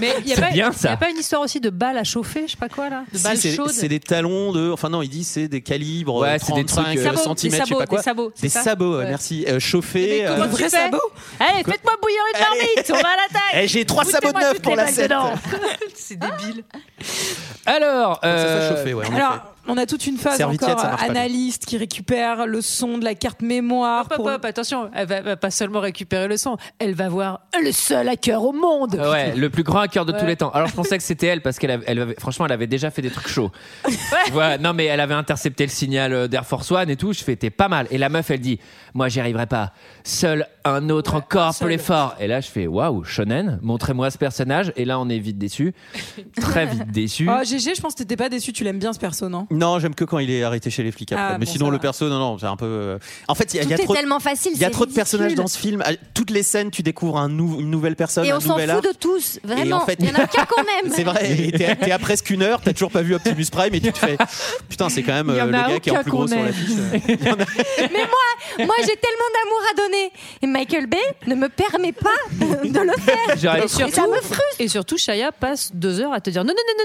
L: Mais il y a
A: C'est
L: pas-
A: bien,
L: Il
A: ça.
L: n'y a pas une histoire aussi de balles à chauffer, je sais pas quoi là De
K: Si,
L: balles
K: c'est-
L: chaudes
K: c'est des talons de. Enfin, non, il dit c'est des calibres
A: Ouais,
K: euh,
A: c'est des
K: 35
A: trucs, euh,
K: euh, centimètres,
L: Des
K: je sais pas
L: sabots,
K: quoi.
L: des sabots, c'est
K: Des
L: ça
K: sabods, euh,
L: Ouais.
K: merci.
O: Eh
K: Euh, chauffés.
L: Mais comment
K: euh,
L: tu fais Allez, Eh, faites-moi bouillir une marmite, on va à l'attaque
K: Eh, j'ai trois
L: Foutez-moi
K: sabots de neuf
L: toutes
K: pour
L: les
K: la
L: balles
K: sept.
L: dedans. *laughs* C'est débile.
A: Alors, euh,
G: Alors, on a toute une phase
A: Serviette,
G: encore
A: ça marche pas bien.
G: analyste qui récupère le son de la carte mémoire.
L: Hop,
G: pour-
L: hop, attention, elle va, va pas seulement récupérer le son, elle va voir le seul hacker au monde.
A: Ah Ouais, le plus grand hacker de
L: Ouais.
A: tous les temps. Alors je pensais que c'était elle parce qu'elle avait, elle avait- franchement, elle avait déjà fait des trucs chauds. Tu vois, non mais elle avait intercepté le signal euh, d'Air Force One et tout. Je fais, t'es pas mal. Et la meuf, elle dit, moi, j'y arriverai pas. Seul un autre encore plus fort. Et là, je fais, waouh, Shonen, montrez-moi ce personnage. Et là, on est vite déçu, très vite déçu.
G: Oh, GG, je pense que t'étais pas déçu, tu l'aimes bien ce perso, non
K: Non, j'aime que quand il est arrêté chez les flics après.
G: Ah,
K: Mais
G: bon,
K: sinon,
G: ça
K: le
G: va.
K: perso, non, non, c'est un peu. euh, En fait, il y a, il
O: Tout
K: y a
O: est
K: trop. de-
O: tellement facile.
K: Il y a
O: c'est
K: trop de
O: ridicule.
K: personnages dans ce film. À Toutes les scènes, tu découvres un nou- une nouvelle personne,
O: Et
K: un
O: on s'en
K: nouvel
O: fout
K: arc.
O: de tous,
K: Et en
O: vraiment.
K: fait-
O: Il y en a qu'un
K: *laughs*
O: qu'on aime.
K: C'est vrai, et t'es à- t'es à presque une heure, t'as toujours pas vu Optimus Prime et tu te fais *laughs* putain, c'est quand même
O: Il y
K: euh,
O: en
K: le
O: a
K: gars qui est
O: aucun
K: en plus gros
O: qu'on
K: sur
O: aime.
K: l'affiche. euh.
O: Mais moi, moi j'ai tellement d'amour à donner. Et Michael Bay ne me permet pas de le faire.
L: Et
O: Et ça
L: surtout,
O: me frustre.
L: et surtout, Shaya passe deux heures à te dire non, non, non,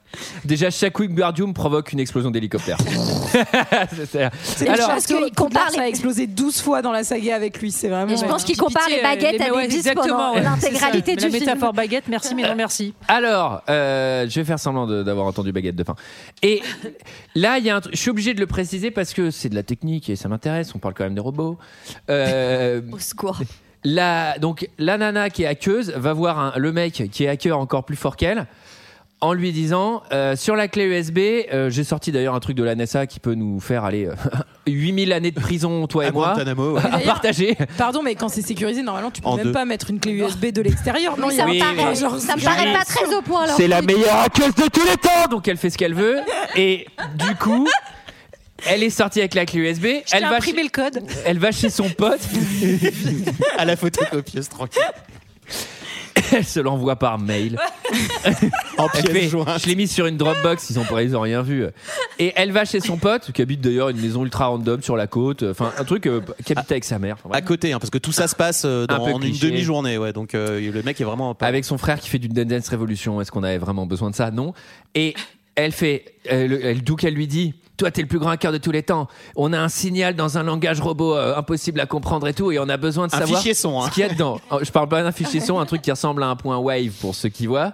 A: Déjà, chaque Wingardium provoque une
G: *laughs*
A: explosion d'hélicoptère. *laughs* C'est- c'est-
G: C'est
A: Alors-
G: parce qu'il compare, ça a explosé 12 fois dans la saga avec lui, c'est vraiment.
O: Et je pense qu'il compare les
L: Pitié, euh,
O: baguettes
L: les-
O: à
L: ouais,
O: des disques
L: exactement,
O: pendant
L: ouais,
O: l'intégralité
L: c'est ça.
O: du
L: La
O: film.
L: métaphore baguette, merci, *laughs* mais non, merci.
A: Alors, euh, je vais faire semblant de- d'avoir entendu baguette de pain. Et là, il y a un truc- je suis obligé de le préciser parce que c'est de la technique et ça m'intéresse. On parle quand même des robots. Au *laughs*
O: secours.
A: La, donc, la nana qui est hackeuse va voir un- le mec qui est hacker encore plus fort qu'elle en lui disant euh, sur la clé USB, euh, j'ai sorti d'ailleurs un truc de la NASA qui peut nous faire aller *laughs* 8000 années de prison, toi
K: Ah,
A: et moi, *laughs*
K: Guantanamo,
A: à
G: D'ailleurs,
A: partager.
G: Pardon, mais quand c'est sécurisé, normalement, tu peux
A: En
G: même
A: deux.
G: pas mettre une clé USB de l'extérieur. Non,
O: Mais
G: il y a
O: ça me
A: Oui,
O: paraît-
A: oui.
G: Genre,
O: ça me
G: c'est-
O: paraît pas très au point. leur
A: C'est la
O: truc.
A: meilleure hackeuse de tous les temps Donc elle fait ce qu'elle veut et du coup elle est sortie avec la clé USB, elle
L: t'ai
A: va
L: imprimé
A: chez,
L: le code.
A: elle va chez son pote, *laughs*
K: à la photocopieuse tranquille.
A: elle se l'envoie par mail.
K: En
A: Elle fait, je l'ai mis sur une Dropbox, ils ont pas ils ont rien vu. Et elle va chez son pote qui habite d'ailleurs une maison ultra random sur la côte, enfin un truc euh, qui habite avec sa mère. Enfin,
K: À
A: bref.
K: côté, hein, parce que tout ça se passe euh, dans,
A: Un peu
K: en
A: cliché.
K: une demi-journée, ouais. Donc euh, le mec est vraiment. pas-
A: Avec son frère qui fait du Dance Dance Revolution, est-ce qu'on avait vraiment besoin de ça Non. Et elle fait, elle, elle d'où qu'elle lui dit, toi t'es le plus grand hacker de tous les temps. On a un signal dans un langage robot euh, impossible à comprendre et tout, et on a besoin de
K: Un
A: savoir
K: fichier son, hein.
A: ce qu'il y a dedans. Oh, Je parle pas d'un fichier son, un truc qui ressemble à un point wave pour ceux qui voient.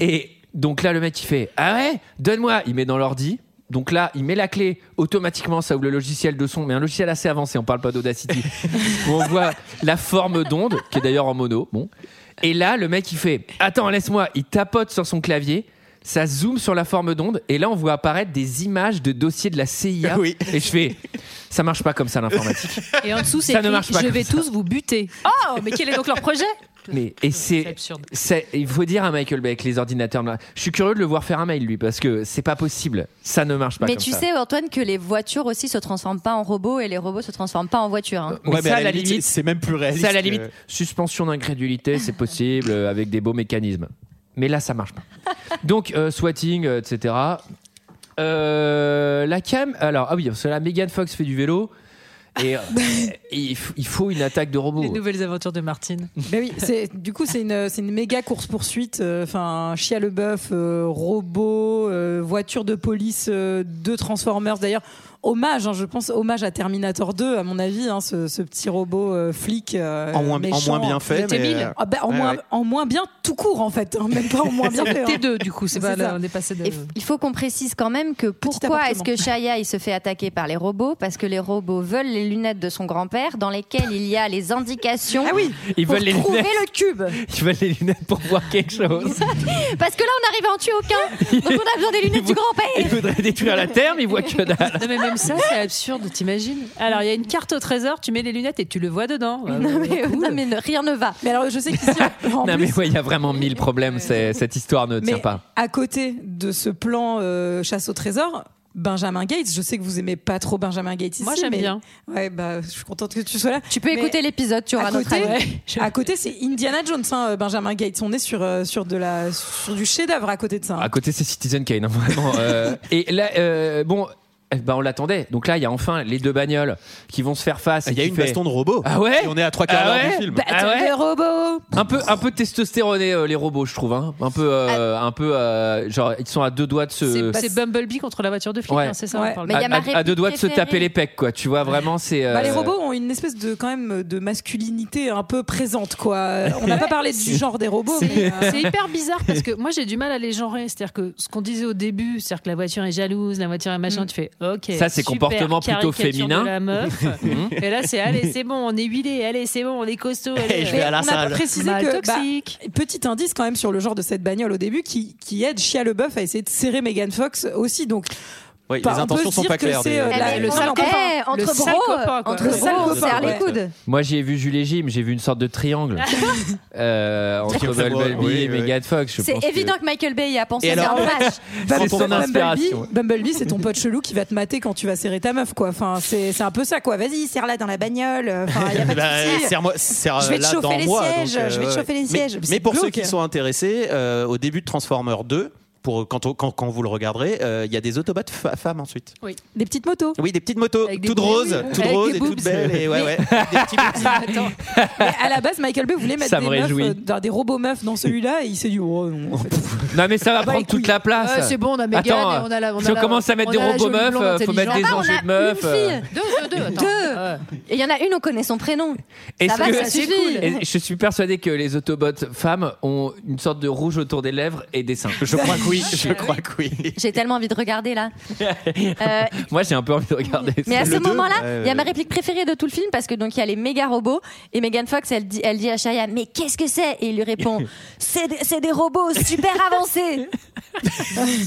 A: Et donc là le mec il fait, ah ouais, donne-moi. Il met dans l'ordi. Donc là, il met la clé, automatiquement ça ouvre le logiciel de son, mais un logiciel assez avancé, on parle pas d'Audacity, où on voit la forme d'onde, qui est d'ailleurs en mono, bon. Et là, le mec, il fait Attends, laisse-moi. Il tapote sur son clavier. Ça zoome sur la forme d'onde. Et là, on voit apparaître des images de dossiers de la CIA.
K: *laughs* Oui.
A: Et je fais Ça marche pas comme ça, l'informatique.
L: Et en dessous, c'est
A: Ça ne
L: écrit,
A: marche pas
L: Je
A: comme
L: vais
A: ça.
L: tous vous buter. Oh, mais quel est donc leur projet
A: Mais et c'est,
L: absurde.
A: c'est- il faut dire à Michael Bay que les ordinateurs. là, Je suis curieux de le voir faire un mail lui parce que c'est pas possible, ça ne marche pas.
F: Mais
A: comme
F: tu
A: ça.
F: sais, Antoine, que les voitures aussi se transforment pas en robots et les robots se transforment pas en voitures. hein.
A: Mais ça, à la limite,
K: c'est même plus réaliste.
A: Ça à la
K: que-
A: limite, suspension d'incrédulité, c'est possible euh, avec des beaux mécanismes. Mais là, ça marche pas. Donc euh, swatting, euh, etc. Euh, la cam, alors ah oui, parce que là, Megan Fox fait du vélo et euh, il, f- il faut une attaque de robot.
L: Les nouvelles aventures de Martine.
G: Ben oui, c'est- du coup, c'est une, c'est une méga course-poursuite. euh, Enfin, chien le bœuf, euh, robot, euh, voiture de police, euh, deux Transformers. D'ailleurs, hommage, hein, je pense, hommage à Terminator 2, à mon avis, hein, ce, ce petit robot euh, flic. euh,
K: En moins- en
G: méchant.
K: moins bien fait, Le
A: *laughs*
K: T-1000. mais, euh,
G: Ah ben, en,
K: ouais,
G: moins,
K: ouais.
G: en moins bien, tout court, en fait. hein, même pas en *laughs* moins bien fait. hein.
L: T2, du coup, c'est pas là,
G: ça.
L: on est passé de.
F: Et f- il faut qu'on précise quand même que pourquoi est-ce que Shia il se fait attaquer par les robots Parce que les robots veulent les lunettes de son grand-père dans lesquelles il y a les
G: hein.
F: indications
G: Ah
A: Ah Ils
F: pour
A: veulent les
F: trouver
A: lunettes.
F: le cube.
A: Ils veulent les lunettes pour voir quelque chose.
F: Parce que là on arrive à en tuer
A: *laughs*
F: aucun. Donc on a besoin des lunettes du
A: Ils
F: grand-père.
A: voudraient détruire la Terre, mais ils voient que dalle.
L: Non, mais même ça, c'est absurde, t'imagines Alors, il y a une carte au trésor, tu mets les lunettes et tu le vois *laughs* dedans.
F: Non
A: Ah,
F: mais, non, mais ne- rien ne va.
G: Mais alors, je sais qu'ici,
L: *laughs*
G: en
A: Non
G: plus,
A: mais ouais, il y a vraiment mille problèmes. c'est- Cette histoire ne tient
G: Mais
A: pas.
G: à côté de ce plan euh, chasse au trésor, Benjamin Gates, je sais que vous aimez pas trop Benjamin Gates ici.
L: Euh, Moi, j'aime
G: mais-
L: *laughs* bien.
G: Ouais, bah, je suis contente que tu sois là.
F: Tu peux écouter l'épisode, tu auras
G: à
F: notre
G: côté,
F: avis.
G: *laughs* À côté, c'est Indiana Jones, hein, Benjamin Gates. On est sur, euh, sur, de la, sur du chef-d'œuvre à côté de ça. hein.
A: À côté, c'est Citizen Kane, hein, vraiment. Euh, et là, euh, bon. eh ben, on l'attendait. Donc là, il y a enfin les deux bagnoles qui vont se faire face.
K: Il y a une baston de robot.
A: Ah ouais
K: Et on est à trois quarts
A: Ah
K: d'heure du
A: ouais
K: film.
A: Ah ouais
L: Euh,
F: robots
A: un peu, un peu testostéroné euh, les robots, je trouve. hein. Un peu, euh, un peu, euh, genre ils sont à deux doigts de se.
L: Ah. C'est c'est Bumblebee contre la voiture de flic,
A: Ouais.
L: hein, c'est ça on parle.
A: à, à- à deux doigts de se taper les pecs, quoi. Tu vois vraiment, c'est.
G: Bah, les
A: euh,
G: robots ont une espèce de quand même de masculinité un peu présente quoi. On
L: *laughs*
G: n'a pas parlé du
L: C'est-
G: genre des robots. mais,
L: C'est
G: euh,
L: *laughs* c'est hyper bizarre parce que moi j'ai du mal à les genrer. C'est-à-dire que ce qu'on disait au début, c'est-à-dire que la voiture est jalouse, la voiture est machin, tu fais ok.
A: Ça, c'est
L: super,
A: comportement plutôt
L: caricature
A: féminin.
L: de la *laughs* meuf. et là, c'est allez, c'est bon, on est huilé, allez, c'est bon, on est
A: *laughs*
L: costaud. allez.
G: Mais
L: Mais
G: on n'a pas précisé
L: Mal
G: que bah,
L: toxique.
G: petit indice quand même sur le genre de cette bagnole au début qui, qui aide Chia Leboeuf à essayer de serrer Megan Fox aussi donc
K: Oui,
G: Bah,
K: les
G: on
K: intentions
G: peut se
K: sont
G: dire
K: pas
G: que
K: claires.
G: c'est,
K: des-
G: euh,
K: des-
G: la-
K: des-
G: le
K: des-
G: sale copain.
F: Eh, entre
G: Le
F: bros,
G: sale copain, quoi.
F: entre
G: Le
F: bros,
G: sale
F: on
G: copain,
F: serre les
G: ouais.
F: coudes.
A: Moi, j'y ai vu Jules et Jim, j'ai vu une sorte de triangle
L: Ah,
A: *laughs* euh, entre
K: Triangle amoureux,
A: Bumblebee
K: oui,
A: et
K: oui.
A: Megan Fox. je
F: C'est
A: pense que-
F: évident que... Michael Bay y a pensé.
A: Et
F: C'est un
A: alors-
F: hommage.
A: C'est
G: Bumblebee-
A: son inspiration.
G: Bumblebee, Bumblebee, c'est ton pote chelou qui va te mater quand tu vas serrer ta meuf, quoi. Enfin, c'est c'est un peu ça, quoi. Vas-y, serre-la dans la bagnole. Enfin, y a
A: *laughs*
G: pas de
K: Bah,
G: souci.
K: serre-moi- serre-
G: Je vais te
K: là
G: chauffer
K: dans
G: les
K: moi,
G: sièges,
K: donc, euh,
G: je vais te
K: ouais.
G: chauffer les
K: Mais-
G: sièges.
K: Mais,
G: C'est
K: pour ceux
G: glauque.
K: qui sont intéressés, euh, au début de Transformers 2, pour, quand, on- quand, quand vous le regarderez, euh, il y a des Autobots fa- femmes ensuite.
L: Oui.
G: Des petites
A: *laughs*
G: motos.
K: Oui, des petites motos,
G: Avec des
K: toutes
G: boobs.
K: roses,
G: Avec
K: toutes
G: des
K: roses et
G: boobs.
K: toutes belles. Et ouais,
G: Mais-
K: ouais,
G: *laughs*
K: des petits boobs.
G: Mais à la base, Michael Bay voulait mettre
A: Ah Ça
G: des,
A: me
G: meufs,
A: réjouit.
G: euh, dans des robots meufs dans celui-là et il s'est dit, oh non, en fait.
A: *laughs* Non mais ça va prendre toute la place.
L: Ouais, Bah, euh, c'est bon, on a Mégane
A: Attends,
L: et on a la- on a
A: si on
L: la-
A: commence à mettre
L: on
A: des
L: a la
A: robots
L: jolie
A: meufs,
L: blonde
A: euh, faut mettre des
L: intelligente.
A: enjeux
L: Ah,
A: de meufs.
F: Une
A: euh.
F: fille. Deux, deux, deux. Et il y en a une, on connaît son prénom. Ça va, ça suffit.
A: Et Je suis persuadé que les Autobots femmes ont une sorte de rouge autour des lèvres et des seins. Je crois que oui. Je crois que oui.
F: J'ai tellement envie de
A: *laughs*
F: regarder là. Euh,
A: Moi j'ai un peu envie de regarder.
L: *laughs*
F: Mais
A: ça.
F: à ce moment-là, il y a ma réplique préférée de tout le film parce que donc il y a les méga robots et Megan Fox elle dit, elle dit à Shia mais qu'est-ce que c'est et il
A: *laughs*
F: lui répond c'est des, c'est des robots super avancés. yes.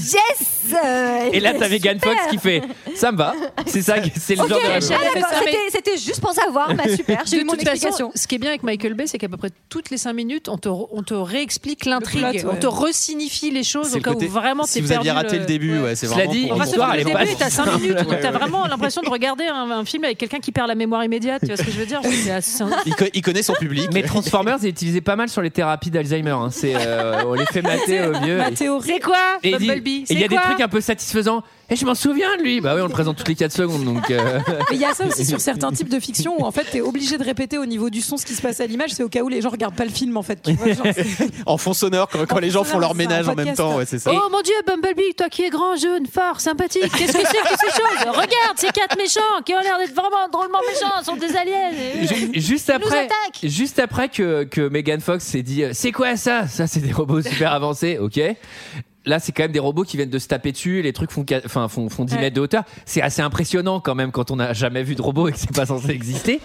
F: euh,
A: Et là t'as
F: super.
A: Megan Fox qui fait ça me va. C'est ça, qui- c'est le
F: Ok,
A: genre de.
F: ah,
A: réponse.
F: d'accord,
L: Ça, mais-
F: c'était- C'était juste pour savoir, bah super, j'ai
L: De
F: eu mon
L: toute façon,
F: explication.
L: ce qui est bien avec Michael Bay, c'est qu'à peu près toutes les 5 minutes, on te, re- on te réexplique
G: plot,
L: l'intrigue,
G: ouais.
L: on te resignifie les choses
K: C'est
L: au
K: le
L: cas
K: côté-
L: où vraiment
K: si
L: t'es
K: vous
L: perdu.
K: aviez raté le début, ouais, c'est
A: Cela
K: vraiment
A: dit,
K: pour-
A: Enfin, l'histoire,
L: Le
A: elle est
L: début,
A: pas.
L: t'as 5 minutes où
A: Ouais,
L: t'as
A: ouais.
L: vraiment l'impression de regarder un, un film avec quelqu'un qui perd la mémoire immédiate. Tu vois ce que je veux dire C'est assez-
K: Il, co- il connaît son public.
A: Mais Transformers est utilisé pas mal sur les thérapies d'Alzheimer. hein. C'est, euh, on les fait mater au mieux.
G: Ma
A: Et-
G: théorie.
L: C'est quoi
A: Et il dit-
L: Bumblebee
A: et il y a
L: C'est
A: des
L: quoi
A: trucs un peu satisfaisants. Et je m'en souviens de lui. Bah oui, on le présente toutes les 4 secondes. Donc, euh,
F: *laughs*
G: Mais il y a ça aussi sur certains types de fiction où en fait t'es obligé de répéter au niveau du son ce qui se passe à l'image, c'est au cas où les gens regardent pas le film en fait. tu vois, genre, c'est-
K: En fond sonore, quand, quand les gens font leur
G: c'est un
K: ménage en même
G: podcast.
K: temps, ouais, c'est ça.
L: Oh mon dieu, Bumblebee, toi qui es grand, jeune, fort, sympathique, qu'est-ce que c'est que ces choses Regarde ces quatre méchants qui ont l'air d'être vraiment drôlement méchants, sont des aliens. Et-
A: ju- juste après, juste après que, que Megan Fox s'est dit, euh, c'est quoi ça Ça, c'est des robots super avancés, ok. Là, c'est quand même des robots qui viennent de se taper dessus, et les trucs font, qua- enfin, font, font 10 mètres de hauteur. C'est assez impressionnant quand même quand on n'a jamais vu de robot et que c'est pas censé exister.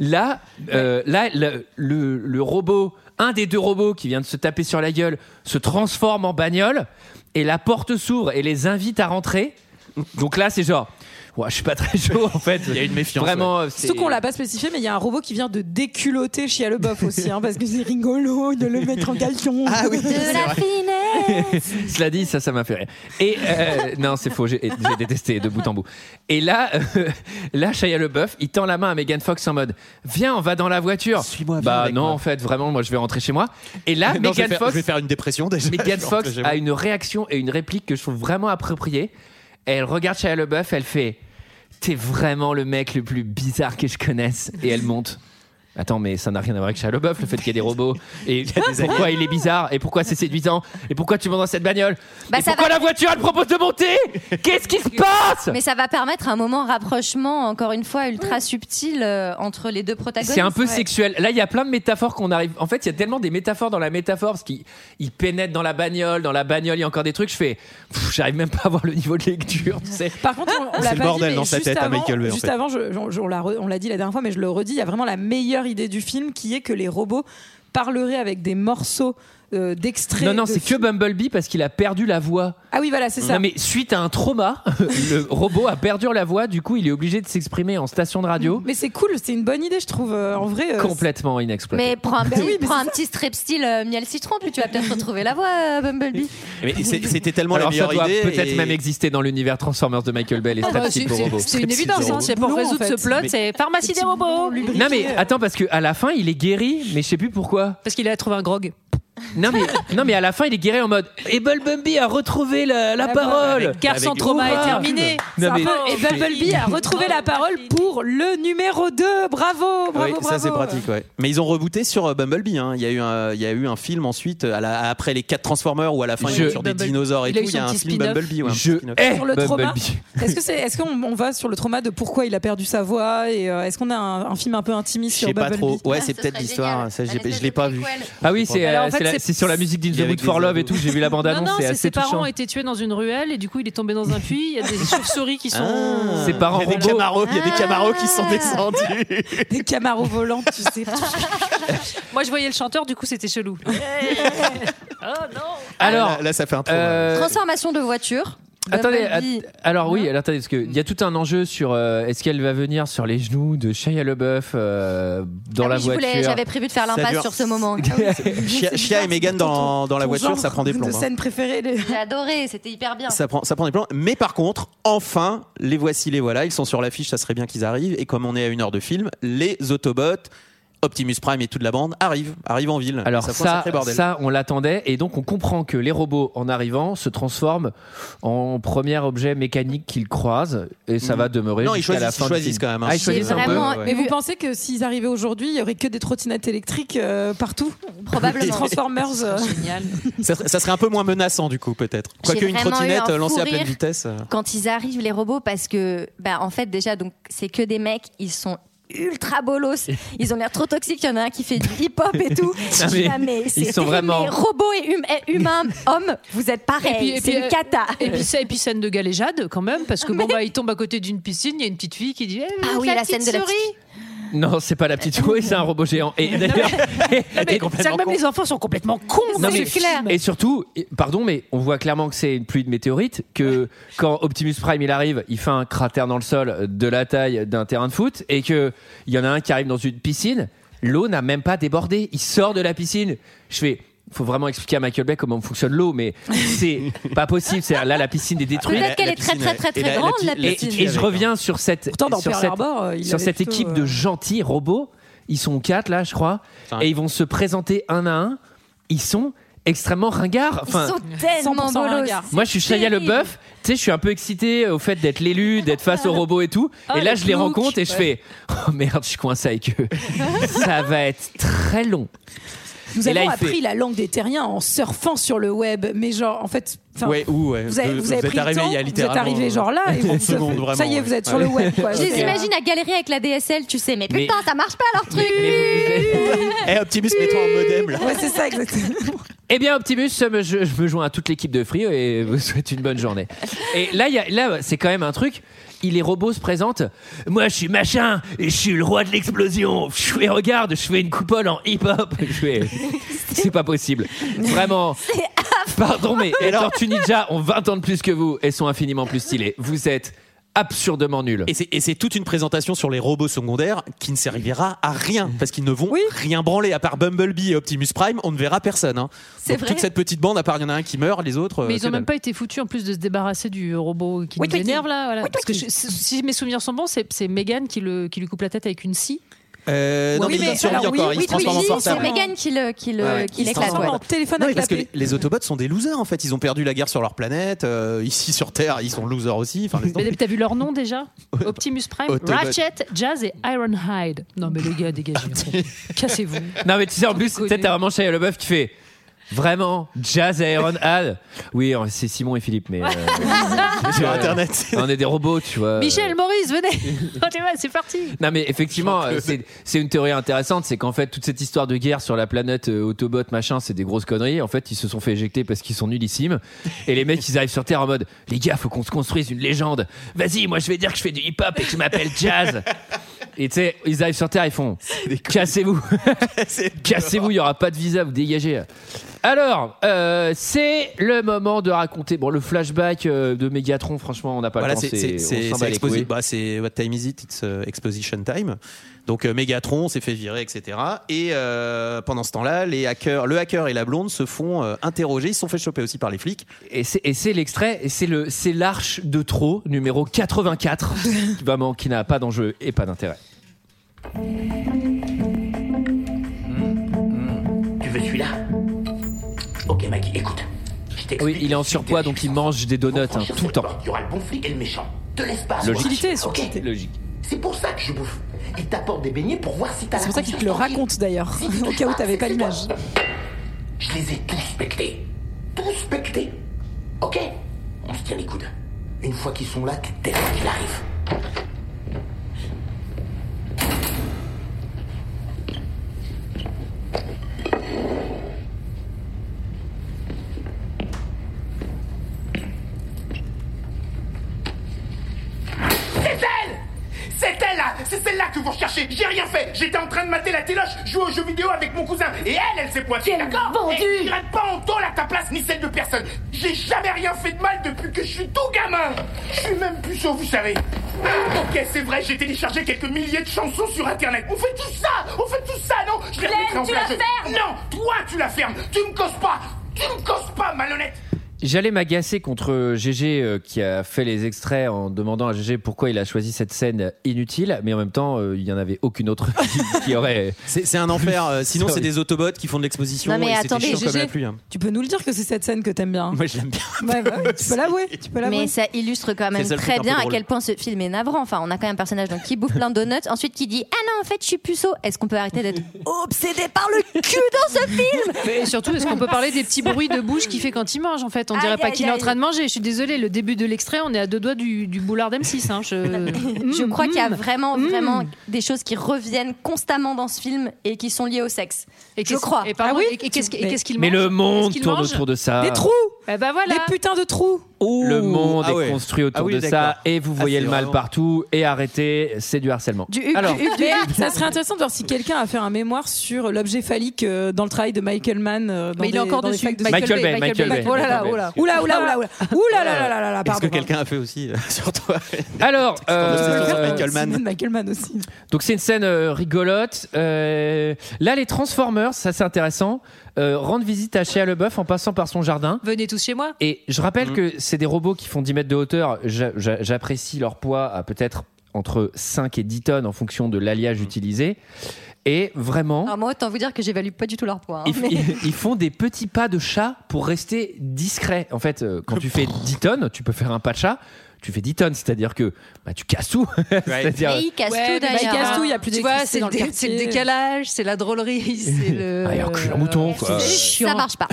A: Là, euh, là le, le- le robot, un des deux robots qui vient de se taper sur la gueule, se transforme en bagnole et la porte s'ouvre et les invite à rentrer. Donc là, c'est genre, ouais, je suis pas très chaud en fait. Il y a une méfiance.
K: hein.
A: Vraiment, euh, c'est-
G: Surtout qu'on l'a pas spécifié, mais il y a un robot qui vient de déculoter Chia Leboeuf aussi, hein, parce que c'est rigolo de le mettre en caleçon. Ah oui,
F: de la finesse.
A: *laughs* Cela dit, ça, ça m'a fait rire. Et euh, non, c'est faux, j'ai j'ai détesté de bout en bout. Et là, euh, là, Shia LeBeouf, il tend la main à Megan Fox en mode Viens, on va dans la voiture. Bah non, en fait, vraiment, moi, je vais rentrer chez moi. Et là,
K: *laughs* Non, je vais
A: Megan
K: faire-
A: Fox.
K: je vais faire une dépression déjà.
A: Megan
K: Je vais
A: Fox
K: rentrer chez moi.
A: a une réaction et une réplique que je trouve vraiment appropriée. Elle regarde Shia LeBeouf, elle fait T'es vraiment le mec le plus bizarre que je connaisse. Et elle monte. Attends, mais ça n'a rien à voir avec Shia LaBeouf, le fait qu'il y ait des robots. Et pourquoi il est bizarre Et pourquoi c'est séduisant Et pourquoi tu montes dans cette bagnole
F: Bah,
A: Et
F: ça
A: pourquoi
F: va-
A: la voiture, elle propose de monter Qu'est-ce qui se passe
F: Mais ça va permettre un moment rapprochement, encore une fois, ultra subtil euh, entre les deux protagonistes.
A: C'est un peu
F: Ouais.
A: sexuel. Là, il y a plein de métaphores qu'on arrive. En fait, il y a tellement des métaphores dans la métaphore parce qu'ils ils pénètrent dans la bagnole. Dans la bagnole, il y a encore des trucs. Je fais, pff, j'arrive même pas à voir le niveau de lecture. tu sais.
G: *laughs* Par contre, on, on
A: C'est
G: l'a
A: le
G: pas
A: bordel
G: dit, mais
A: dans sa
G: juste
A: tête à
G: avant,
A: Michael Bay, en
G: Juste
A: fait.
G: avant, je- je- je- on l'a re- on l'a dit la dernière fois, mais je le redis, il y a vraiment la meilleure idée du film qui est que les robots parleraient avec des morceaux euh, d'extraits.
A: Non, non,
G: de
A: c'est que Bumblebee parce qu'il a perdu la voix.
G: Ah oui, voilà, c'est ça.
A: Non, mais suite à un trauma, le robot a perdu la voix. Du coup, il est obligé de s'exprimer en station de radio.
G: Mais c'est cool, c'est une bonne idée, je trouve, euh, en vrai. euh,
A: Complètement inexploité.
F: Mais prends un
G: Bah
F: petit,
G: oui, mais
F: prends
G: c'est
F: un petit strip style euh, miel citron, puis tu vas peut-être retrouver la voix, euh, Bumblebee.
K: Eh Mais c'est- c'était tellement
A: Alors,
K: la meilleure
A: ça doit
K: idée.
A: peut-être
K: et-
A: même exister dans l'univers Transformers de Michael Bell et
L: Ah bah,
A: Strepsil
L: c'est-
A: pour
L: c'est-
A: robots.
L: c'est une évidence, hein, c'est pour
G: boulons, en
L: résoudre ce
G: fait.
L: plot,
A: Mais-
L: c'est pharmacie des robots.
A: Non mais attends parce que à la fin il est guéri mais je sais plus pourquoi.
L: Parce qu'il a trouvé un grog.
A: Non mais non mais à la fin il est guéri en mode et Bumblebee a retrouvé la,
L: La
A: la parole.
L: parole. Car son trauma est
A: Hurrah
L: terminé.
G: c'est
A: Non
G: un
A: mais
G: peu- Et Bumblebee
A: *laughs*
G: a retrouvé la parole pour le numéro 2. Bravo, bravo,
K: Oui,
G: bravo.
K: ça c'est pratique, ouais. Mais ils ont rebooté sur euh, Bumblebee. hein. Il y a eu un, il y a eu un film ensuite à la- après les 4 Transformers où à la fin
A: Je-
K: ils vont sur des
A: Bumblebee.
K: dinosaures et
A: Il a
K: tout.
A: eu
K: Il
A: son
K: y a un
A: petit
K: film
A: spin-off.
K: Bumblebee. ouais, un
A: Je
K: petit spin-off.
A: hais
G: Sur le trauma.
A: Bumblebee.
G: Est-ce que c'est, est-ce qu'on on va sur le trauma de pourquoi il a perdu sa voix et euh, est-ce qu'on a un, un film un peu intimiste
K: Je
G: sur
K: sais pas
G: Bumblebee Ah,
K: trop.
F: Ah,
K: Ouais, c'est peut-être l'histoire. Ça, j'ai- je l'ai pas vu.
A: Ah oui c'est
L: Alors, en
A: euh,
L: fait,
A: c'est la-
L: c'est-
A: c'est sur la musique d'In
K: Il y
A: the
K: avait
A: Mood for
K: des
A: Love et tout j'ai vu la bande
L: Non,
A: annonce
L: non,
A: c'est
L: c'est
A: assez
L: ses parents
A: touchant.
L: ont été tués dans une ruelle et du coup il est tombé dans un puits. Il
A: *laughs*
L: y a des chauves-souris
K: Ah.
L: qui sont.
A: Ses parents
K: Il y a des
A: robots.
K: camaros, il y a des camaros qui
G: Ah.
K: sont descendus.
G: Des camaros volants, tu
K: *laughs*
G: sais. Ah
L: Moi je voyais le chanteur, du coup c'était chelou. *laughs* Oh,
A: Alors
K: là, ça fait un
A: euh,
F: Transformation de voiture.
A: Attendez,
F: Bumblebee.
A: att- alors
L: Hein
A: oui, alors, attendez, parce qu'il y a tout un enjeu sur euh, est-ce qu'elle va venir sur les genoux de Shia LeBeouf euh, dans
F: Ah
A: la
F: oui, je
A: voiture.
F: voulais- J'avais prévu de faire
A: Ça
F: l'impasse
A: dure-
F: sur ce moment.
K: Chia, Chia et Megan dans, dans la
G: Ton
K: voiture,
G: genre
K: ça prend des plombs.
G: De
K: hein.
G: scène préférée. les-
F: *laughs* J'ai adoré, c'était hyper bien.
K: Ça prend, ça prend des plans. Mais par contre, enfin, les voici, les voilà. Ils sont sur l'affiche, ça serait bien qu'ils arrivent. Et comme on est à une heure de film, les Autobots, Optimus Prime et toute la bande arrivent, arrivent en ville.
A: Alors
K: ça, fout un
A: ça,
K: sacré
A: ça,
K: bordel.
A: on l'attendait et donc on comprend que les robots en arrivant se transforment en premier objet mécanique qu'ils croisent et ça va demeurer
K: Mhm. Non, ils
A: jusqu'à la
K: choisissent-
A: fin.
K: ils
A: du
K: choisissent
A: film.
K: quand même, hein.
A: Ah, ils choisissent
K: C'est
A: un peu.
K: vraiment-
F: euh,
A: ouais.
G: Mais vous pensez que s'ils arrivaient aujourd'hui, il y aurait que des trottinettes électriques euh, partout
F: Probablement.
G: Transformers.
A: *laughs*
G: euh,
L: Génial.
K: ça, serait- ça serait un peu moins menaçant du coup, peut-être.
F: J'ai
K: Quoique une
F: vraiment eu
K: trottinette
F: un
K: euh, lancée
F: fou
K: à pleine
F: rire
K: vitesse. euh,
F: Quand ils arrivent, les robots, parce que, bah, en fait, déjà, donc, c'est que des mecs, ils sont ultra bolos. Ils ont l'air trop toxiques. Il y en a un qui fait du hip-hop et tout.
A: Non, mais
F: Ah, mais
A: ils
F: c'est
A: sont
F: terrible.
A: vraiment-
F: Mais robots et, hum- et humains, hommes, vous êtes
L: Et
F: pareils.
L: puis, et
F: C'est
L: puis,
F: une
L: euh,
F: cata.
L: Et puis, ça, et puis scène de galéjade quand même, parce que bon, bah, il tombe à côté d'une piscine, il y a une petite fille qui dit eh,
F: Ah oui,
L: la,
F: la
L: petite
F: scène de la
L: souris.
A: Non, c'est pas la petite souris, c'est un robot géant. Et d'ailleurs,
L: *laughs* Non, mais c'est que même
A: con.
L: les enfants sont complètement cons,
A: Non,
L: dans
A: mais-
L: ce film.
A: Et surtout, et- pardon, mais on voit clairement que c'est une pluie de météorites, que quand Optimus Prime il arrive, il fait un cratère dans le sol euh, de la taille d'un terrain de foot, et que il y en a un qui arrive dans une piscine, l'eau n'a même pas débordé, il sort de la piscine. Je fais. Faut vraiment expliquer à Michael Bay comment fonctionne l'eau, mais c'est
F: *laughs*
A: pas possible. C'est là la piscine est
L: Ah
A: détruite.
F: Peut-être qu'elle est très, très, très, très
A: Et la- la
F: grande,
A: pi-
F: la
A: et-
F: piscine.
A: Et, je reviens sur cette
G: Pourtant, dans
A: sur
G: Pearl
A: cette,
G: Harbor, euh, il
A: sur
G: avait
A: cette
G: plutôt,
A: équipe
G: euh,
A: de gentils robots. Ils sont quatre là, je crois,
K: Cinq.
A: et ils vont se présenter un à un. Ils sont extrêmement ringards.
F: Ils sont tellement
G: 100%
F: bolos.
G: ringard.
A: Moi, je suis Shia
F: terrible.
A: LeBeouf. Tu sais, je suis un peu excité au fait d'être l'élu, d'être face aux robots et tout.
L: Oh,
A: et là,
L: le
A: je les
L: look.
A: rencontre et je
L: Ouais.
A: fais Oh merde, je suis coincé avec eux. Ça va être très long.
G: Nous
A: Et là,
G: avons
A: il fait-
G: appris la langue des terriens en surfant sur le web, mais genre, en fait. enfin,
K: Ouais, ou, ouais.
G: Vous avez,
K: Vous-
G: vous
K: vous
G: avez
K: êtes
G: pris le
K: arrivé,
G: temps,
K: il y a
G: vous êtes
K: littéralement,
G: arrivé genre là, et
K: des
G: vous vous-
K: secondes,
G: ça
K: vraiment,
G: y est, vous êtes
K: ouais.
G: sur le
K: Ouais.
G: web. quoi.
F: Je les
G: C'est-
F: imagine à galérer avec la DSL, tu sais, mais
A: Mais-
F: putain, ça marche pas leur truc.
A: Mais vous-
K: Eh Optimus, mets-toi en modem là.
G: Ouais, c'est ça, exactement.
A: Eh bien, Optimus, me- je, je me joins à toute l'équipe de Free et vous souhaite une bonne journée. Et là, il y a- là c'est quand même un truc. Il les robots se présentent. Moi, je suis machin et je suis le roi de l'explosion. Pfiou, Et regarde, je fais une coupole en hip-hop. Je fais, C'est pas possible. Vraiment. Pardon, mais les Tortues Ninja ont 20 ans de plus que vous et sont infiniment plus stylés. Vous êtes absurdement nuls.
K: Et c'est- Et c'est toute une présentation sur les robots secondaires qui ne servira à rien parce qu'ils ne vont rien branler à part Bumblebee et Optimus Prime, on ne verra personne. hein.
L: C'est
K: Donc
L: vrai.
K: Toute cette petite bande, à part il y en a un qui meurt, les autres. euh,
L: Mais ils
K: que
L: ont même
K: dalle.
L: pas été foutus en plus de se débarrasser du robot qui
K: Oui,
L: nous
K: Twinkie.
L: énerve là. voilà. Parce que je- si mes souvenirs sont bons, c'est c'est Megan qui, le- qui lui coupe la tête avec une scie.
K: Euh, non,
L: Oui,
K: mais
L: mais
K: il survit
L: alors oui,
K: encore, il
L: oui,
K: se transforme en
L: oui,
K: portable.
F: C'est Megan qui le- qui
K: Ouais, ouais.
F: le- qui
K: Ils se
F: l'éclate.
K: transforment
F: ouais.
K: en Non, mais parce que les- les Autobots sont des losers en fait. Ils ont perdu la guerre sur leur planète. euh, ici sur Terre, ils sont losers aussi. Enfin, laisse
L: Mais
K: tomber.
L: t'as vu leur nom déjà
A: *laughs*
L: Optimus Prime,
K: Autobot.
L: Ratchet, Jazz et Ironhide. Non mais les gars, dégagez. Cassez-vous.
F: *laughs*
A: Non, mais tu sais, en plus,
L: Connu.
A: peut-être t'as vraiment Shia LaBeouf qui fait vraiment jazz à Iron Hall. Oui, c'est Simon et Philippe, mais. euh,
K: Sur Internet.
A: On est des robots, tu vois.
L: Michel, Maurice, venez. *laughs* Rentrez mal, c'est parti.
A: Non mais effectivement, euh, c'est c'est une théorie intéressante, c'est qu'en fait toute cette histoire de guerre sur la planète euh, Autobot machin, c'est des grosses conneries. En fait, ils se sont fait éjecter parce qu'ils sont nullissimes. Et les mecs, ils arrivent sur Terre en mode, les gars, faut qu'on se construise une légende. Vas-y, moi je vais dire que je fais du hip hop et que je m'appelle Jazz. Et tu sais, ils arrivent sur Terre, ils font,
K: *laughs*
A: cassez-vous, cassez-vous, il y aura pas de visa, vous dégagez. Alors, euh, c'est le moment de raconter. Bon, le flashback euh, de Megatron, franchement, on n'a pas
K: Voilà,
A: le temps.
K: c'est
A: C'est
K: c'est-
A: on
K: c'est-
A: s'en bat
K: c'est
A: les
K: exposi-
A: couilles.
K: bah, c'est What Time Is It It's euh, Exposition Time. Donc euh, Megatron s'est fait virer, etc. Et euh, pendant ce temps-là, les hackers, le hacker et la blonde se font euh, interroger. Ils se sont fait choper aussi par les flics.
A: Et c'est et c'est l'extrait, et c'est le c'est l'arche de trop numéro
F: *laughs*
A: 84 qui vraiment qui n'a pas d'enjeu et pas d'intérêt.
C: Tu veux celui-là Ok, Maggie, écoute.
A: Oui, il est en surpoids donc il mange des donuts hein, tout le temps.
C: Il y aura le bon flic et le méchant. Te laisse pas.
A: Logique. Subtilité,
C: subtilité.
A: Logique.
C: C'est pour ça que je bouffe. Il t'apporte des beignets pour voir si t'as
G: C'est
C: la
G: pour ça qu'il te le
C: conscience
G: raconte d'ailleurs, *laughs* au cas où t'avais pas l'image.
C: Je les ai tous pectés. Tous pectés. Ok On se tient les coudes. Une fois qu'ils sont là, t'es derrière qu'il arrive.
B: C'est elle C'est elle là C'est celle-là que vous recherchez J'ai rien fait J'étais en train de mater la téloche, jouer aux jeux vidéo avec mon cousin Et elle, elle s'est pointée, d'accord
C: vendue
B: Et je regrette pas en tôle à ta place, ni celle de personne J'ai jamais rien fait de mal depuis que je suis tout gamin Je suis même puceau, vous savez Ah, Ok, c'est vrai, j'ai téléchargé quelques milliers de chansons sur Internet On fait tout ça On fait tout ça, non Je les
C: Glenn,
B: remettrai en
C: tu
B: place.
C: la fermes
B: Non Toi, tu la fermes Tu me causes pas Tu me causes pas, malhonnête
A: J'allais m'agacer contre GG euh, qui a fait les extraits en demandant à GG pourquoi il a choisi cette scène inutile, mais en même temps euh, il n'y en avait aucune autre *laughs* qui- qui aurait.
K: C'est c'est un enfer.
A: *laughs*
K: euh, Sinon,
A: Sorry.
K: c'est des Autobots qui font de l'exposition.
G: Non, mais
K: et c'est
G: attendez,
K: des chiens comme
G: GG.
K: la pluie. hein.
G: Tu peux nous le dire que c'est cette scène que t'aimes bien.
K: Moi, je l'aime bien.
G: Ouais, bah oui, tu peux l'avouer. tu peux l'avouer.
F: Mais ça illustre quand
G: C'est
F: même
G: ça le
F: très
G: truc un peu
F: bien à
G: drôle.
F: quel point ce film est navrant. Enfin, on a quand même un personnage donc, qui bouffe plein de donuts, *laughs* ensuite qui dit Ah non, en fait, je suis puceau. Est-ce qu'on peut
L: *laughs*
F: arrêter d'être obsédé par le cul dans ce film
L: Mais surtout, est-ce qu'on peut parler des petits bruits de bouche qu'il fait quand il mange en fait On dirait
F: Aïe,
L: pas
F: aïe,
L: qu'il est en
F: aïe.
L: train de manger. Je suis désolée, le début de l'extrait, on est à deux doigts du, du boulard d'M6. hein. *laughs* Je...
F: Euh, Je crois qu'il y a
L: Mm,
F: vraiment, vraiment des choses qui reviennent constamment dans ce film et qui sont liées au sexe. je
L: qu'est-ce-
F: crois.
L: et pardon, Ah oui et qu'est-ce- et qu'est-ce qu'il
A: Mais le monde
F: Qu'est-ce qu'il
A: tourne
F: mange
A: autour de ça.
F: Des trous
L: Eh ben voilà.
G: Des putains de trous.
A: *laughs* Le monde
K: Ah
A: est
K: ouais.
A: construit autour
K: Ah oui,
A: de ça
K: d'accord.
A: et vous voyez
K: Ah, c'est
A: le mal
K: vraiment-
A: partout et arrêtez, c'est du
K: *laughs*
A: harcèlement.
G: Alors, ça serait intéressant de voir si quelqu'un a fait un mémoire sur l'objet phallique euh, dans le travail de Michael Mann. euh, dans
L: Mais il est
G: des-
L: encore
G: dans des
L: dessus.
G: facs de-
L: Michael Michael Bay, Bay,
A: Michael Michael Bay. Bay.
G: Oh là là, oh là. Ouh là, ouh là, ouh là, ouh là. Ouh là là là là là là,
K: Est-ce que
G: pardon.
K: quelqu'un a fait aussi euh, *laughs* sur toi
A: Alors,
K: obsession sur
A: euh,
K: Michael Mann.
G: Simone Michael Mann aussi.
A: Donc c'est une scène euh, rigolote. Euh, là, les Transformers, ça c'est intéressant, euh, rendent visite à Shia LeBeouf en passant par son jardin.
L: Hein Venez tous chez moi.
A: Et je rappelle que c'est des robots qui font 10 mètres de hauteur. J'a- j'a- J'apprécie leur poids à peut-être entre 5 et 10 tonnes en fonction de l'alliage utilisé. Et vraiment,
F: Alors, moi, autant vous dire que j'évalue pas du tout leur poids. hein,
A: ils,
F: mais-
A: ils- ils font des petits pas de chat pour rester discrets. En fait, euh, quand tu fais 10 tonnes, tu peux faire un pas de chat. tu fais 10 tonnes, c'est-à-dire que bah, tu casses tout. C'est-à-dire-
F: Mais il casse
L: Ouais,
F: tout
L: mais
F: d'ailleurs.
L: il casse tout, il y a plus
F: Tu vois,
L: d'électricité
F: c'est
L: dans le
F: dé-
L: quartier.
F: C'est le décalage, c'est la drôlerie, c'est le.
A: Ah, il recule un
L: Euh,
A: mouton,
G: Euh,
A: quoi.
F: C'est chiant. Ça
G: *laughs*
F: marche pas.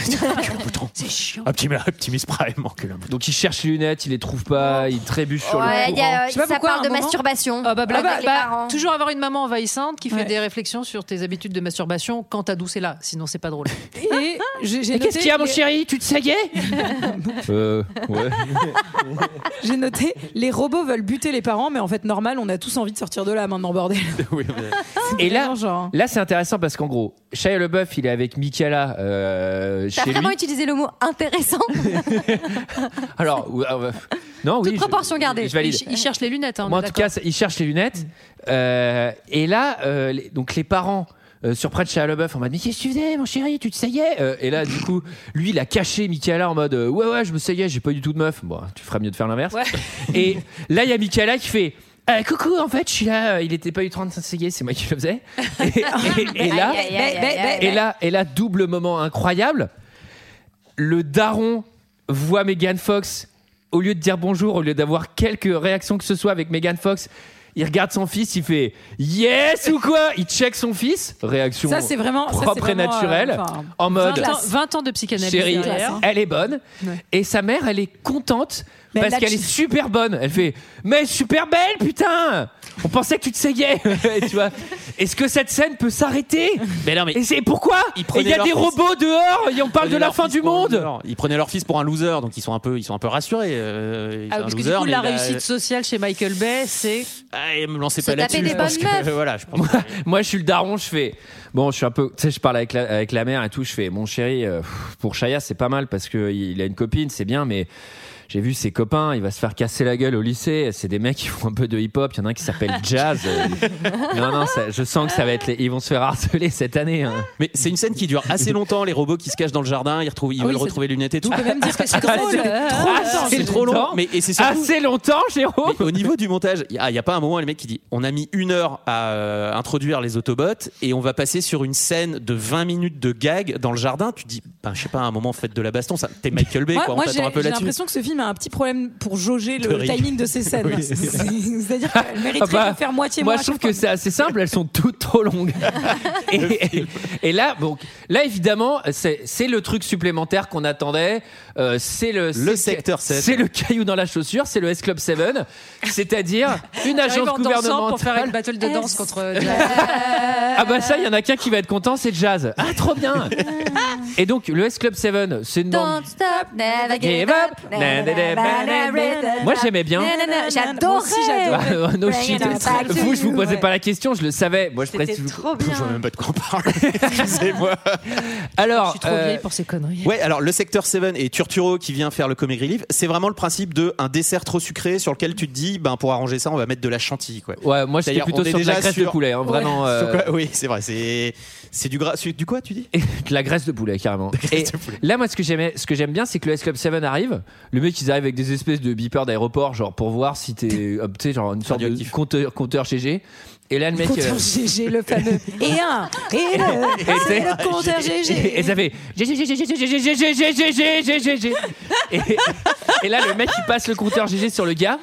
L: C'est chiant.
A: Optimus, Prime, Donc il cherche les lunettes, il les trouve pas, il trébuche sur le
F: Ouais, il y
A: courant.
F: a-
L: Je sais pas
F: ça
L: pourquoi,
F: parle
L: à un
F: de
L: moment-
F: masturbation.
L: Ah bah, blague-
F: avec les
L: bah,
F: parents.
L: toujours avoir une maman envahissante qui fait
G: Ouais.
L: des réflexions sur tes habitudes de masturbation quand ta douce est là, sinon c'est pas drôle.
G: Et j'ai- j'ai noté
L: Mais qu'est-ce qu'il y a, mon
G: les-
L: chéri
A: Tu te saguais Euh,
F: *laughs*
A: ouais.
G: J'ai noté les robots veulent buter les parents, mais en fait normal, on a tous envie de sortir de là maintenant
A: *laughs*
G: bordel.
A: Et là,
G: Vraiment, genre. hein.
A: là c'est intéressant parce qu'en gros, Shia LeBeouf, il est avec Michaela euh,
F: T'as
A: chez lui.
F: vraiment utilisé le mot intéressant.
G: *laughs*
L: *laughs*
A: Alors, ou- ah, bah, non, oui. je-
F: Proportion
A: *laughs*
F: gardée.
A: Je valide.
L: Il cherche les lunettes. hein, on
A: Moi, en
L: est
A: tout
L: d'accord.
A: cas, ça- il cherche les lunettes. Euh, et là, euh, les- donc les parents. euh, surprès de Shia LeBeouf en mode mais qu'est-ce que tu faisais mon chéri tu te saillais Euh, et là du coup lui il a caché Michaela en mode euh, ouais ouais je me saillais j'ai pas du tout de meuf bon tu ferais mieux de faire l'inverse *laughs* et là il y a Michaela qui fait Euh, coucou en fait je suis là Euh, il était pas eu 35 saillé *laughs* c'est moi qui le faisais et, et- et là
G: Aïe, aïe, aïe, aïe, aïe.
A: et là et là double moment incroyable le daron voit Megan Fox, au lieu de dire bonjour, au lieu d'avoir quelque réaction que ce soit avec Megan Fox, il regarde son fils, il fait yes ou quoi Il check son fils, réaction
L: Ça, c'est vraiment- ça, c'est
A: propre et Oh,
L: vraiment,
A: naturelle,
L: euh, enfin,
A: en mode
L: 20 ans, 20 ans de psychanalyse. hein.
A: chérie,
L: derrière.
A: elle est bonne. Et sa mère, elle est contente
L: Mais elle
A: parce
L: l'a
A: qu'elle est
L: chi-
A: super bonne. Elle fait mais super belle putain On pensait que tu te saillais, *laughs* Et tu vois. Est-ce que cette scène peut s'arrêter
K: Mais non, mais-
A: Et c'est pourquoi
K: Ils
A: Et Il y
K: prenaient
A: a
K: leur
A: des
K: fils.
A: robots dehors. et on parle de la fin du monde.
K: Ils prenaient leur fils pour un loser, donc ils sont un peu, ils sont un peu rassurés. euh, il
L: Ah,
K: est un
L: parce que
K: loser,
L: du coup,
K: mais
L: la
K: il a-
A: euh,
L: réussite sociale chez Michael Bay, c'est.
K: Ah, et me lancez
L: Se
K: pas
L: taper
K: là-dessus.
L: des
K: je pense
L: bonnes
K: que- *laughs*
L: meufs.
K: Voilà, je pense.
A: moi, moi, je suis le daron, je fais. Bon, je suis un peu. Tu sais, je parle avec la, avec la mère et tout. Je fais, mon chéri, euh, pff, pour Chaya, c'est pas mal parce que il a une copine, c'est bien, mais j'ai vu ses copains, il va se faire casser la gueule au lycée. C'est des mecs qui font un peu de hip-hop. Il y en a un qui s'appelle Jazz. Euh, non, non, ça- je sens que ça va être. les- ils vont se faire harceler cette année.
K: Mais c'est une scène qui dure assez longtemps. Les robots qui se cachent dans le jardin, ils, retrouvent, ils
A: Ah oui,
K: veulent
A: c'est-
K: retrouver les lunettes et tout.
A: On peut même dire que *laughs* c'est
K: Ah,
A: drôle.
K: c'est-
A: Euh,
K: trop-
A: euh,
K: c'est
A: assez
K: trop long.
A: longtemps.
K: Mais et c'est surtout-
A: Assez longtemps, Jérôme.
K: Mais au niveau du montage, il n'y a, pas un moment le mec qui dit on a mis une heure à euh, introduire les Autobots et on va passer sur une scène de 20 minutes de gag dans le jardin. Tu te dis, ben, je sais pas, à un moment, faites de la baston. ça- T'es Michael Bay,
G: Moi,
K: quoi.
G: moi,
K: on
G: j'ai
K: t'attend un peu
G: j'ai
K: là-dessus.
G: l'impression que ce film a un petit problème pour jauger
K: De
G: le
K: rythme.
G: timing
A: *laughs*
G: de ses scènes.
K: Oui, c'est ça.
G: C'est-à-dire qu'elle mériterait
A: Ah bah,
G: de faire moitié
A: moi
G: moins.
A: je trouve que c'est assez simple elles sont toutes trop longues *laughs* et, et là bon là évidemment c'est c'est le truc supplémentaire qu'on attendait Euh, c'est le le secteur c'est le caillou dans la chaussure c'est le S Club 7 c'est-à-dire une
L: J'arrive
A: agence
L: en dansant
A: gouvernementale
L: pour faire une battle de danse contre.
A: ah bah ça il y en a qu'un qui va être content c'est Jazz ah trop bien et donc le S Club 7 c'est une bande
F: Don't stop, never
A: Give
F: give
A: up.
F: up.
A: Moi, j'aimais bien. *laughs*
F: J'adore.
A: Bah, *laughs* euh, no shit. vous, je vous posais pas la question, je le savais. Moi, je
L: C'était
A: précise-
L: trop bien. Je vois même
K: pas
A: *laughs*
K: de quoi on parle. Excusez-moi.
A: Alors, je
L: suis trop vieille pour ces conneries.
K: Ouais, alors le secteur 7 et Turturo qui vient faire le comic relief, c'est vraiment le principe de un dessert trop sucré sur lequel tu te dis, ben pour arranger ça, on va mettre de la chantilly. Quoi.
A: euh, Ouais, moi, j'étais
K: C'est-à-dire,
A: plutôt
K: on est
A: sur de la
K: déjà
A: graisse de poulet, hein, vraiment,
K: Sur
A: euh,
K: quoi Oui, c'est vrai. C'est c'est du gras. Du quoi tu dis
A: De la graisse *laughs* de poulet, carrément. Et là, moi, ce que j'aimais, ce que j'aime bien, c'est que le S Club 7 arrive. Le mec, ils arrivent avec des espèces de beepers d'aéroport, genre pour voir si t'es, hop, tu sais, genre une sorte de compteur, compteur GG. Et là, le mec.
G: Compteur
A: euh,
G: GG, le fameux. Et un, et
A: *laughs*
G: deux,
A: Et
G: c'est
A: c'est-
G: le compteur
A: Et, et
G: GG.
A: ça fait GG, GG, GG, GG, GG, GG, GG, GG. Et, et là, le mec, il passe le compteur GG sur le gars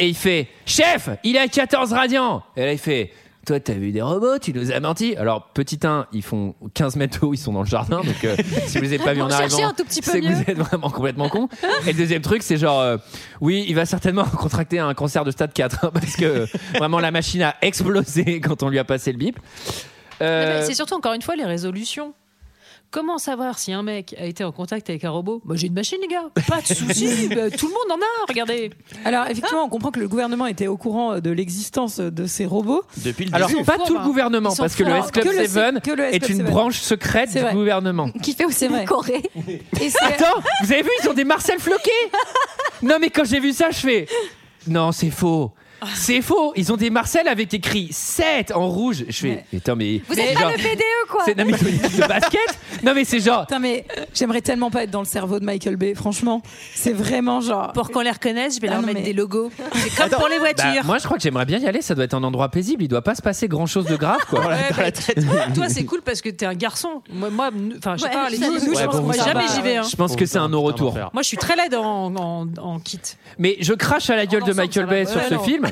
A: et il fait Chef, il est à 14 radians. Et là, il fait Toi, t'as vu des robots, tu nous as menti. Alors, petit 1, ils font 15 mètres de haut, ils sont dans le jardin. Donc, euh, si vous les avez pas vu en
F: Cherchez
A: arrivant,
F: un tout petit peu
A: c'est que
F: mieux.
A: vous êtes vraiment complètement con. Et le deuxième truc, c'est genre euh, Oui, il va certainement *laughs* contracter un cancer de stade 4 hein, parce que vraiment, la machine a explosé *laughs* quand on lui a passé le bip.
L: Non, mais
A: Euh,
L: C'est surtout encore une fois les résolutions. Comment savoir si un mec a été en contact avec un robot Moi, j'ai une machine, les gars. Pas de souci. bah, tout le monde en a. Regardez.
G: Alors, effectivement, on comprend que le gouvernement était au courant de l'existence de ces robots.
K: Depuis le
A: Alors,
G: début.
A: pas
G: Ils sont
A: tout le
G: forts, hein.
A: gouvernement,
G: Ils sont
A: parce que le
G: forts.
A: S Club
G: Que le-
A: 7
G: que le S
A: est
G: Club
A: une
G: 7.
A: branche secrète
G: C'est
A: du
G: vrai.
A: *laughs* gouvernement.
F: Qui fait aussi
G: vrai.
F: la Corée.
G: Et c'est-
A: Attends, vous avez vu, ils ont des Marcel Floquet Non, mais quand j'ai vu ça, je fais Non, c'est faux. C'est faux. Ils ont des Marcel avec écrit 7 en rouge. Je fais, putain, mais.
G: Vous
A: c'est
G: êtes pas
A: genre-
G: le
F: E,
G: BDE, quoi.
A: C'est- Non, mais ils ont une *laughs* équipe de basket. Non, mais c'est genre.
G: Putain, mais j'aimerais tellement pas être dans le cerveau de Michael Bay, franchement. C'est vraiment genre. Pour qu'on les reconnaisse,
L: Ah
G: je vais leur mettre des logos. C'est comme pour les
A: Bah, moi, je crois que j'aimerais bien y aller. Ça doit être un endroit paisible. Il doit pas se passer grand chose de grave,
L: *laughs*
A: quoi.
L: Ouais, bah, Toi, c'est cool parce que t'es un garçon. Moi, moi, enfin, je sais
G: Ouais,
L: pas, les
G: ça,
L: filles,
G: nous,
A: Ouais,
L: je pense
A: bon,
L: que moi,
A: ça
L: jamais
K: Bah,
A: va.
L: j'y vais. hein.
A: Je pense que c'est un no retour.
L: Moi, je suis très laide en, en- en kit.
A: Mais je crache à la gueule de
L: ensemble,
A: Michael
L: ça va.
A: Bay
L: Ouais,
A: sur ce
L: non.
A: film,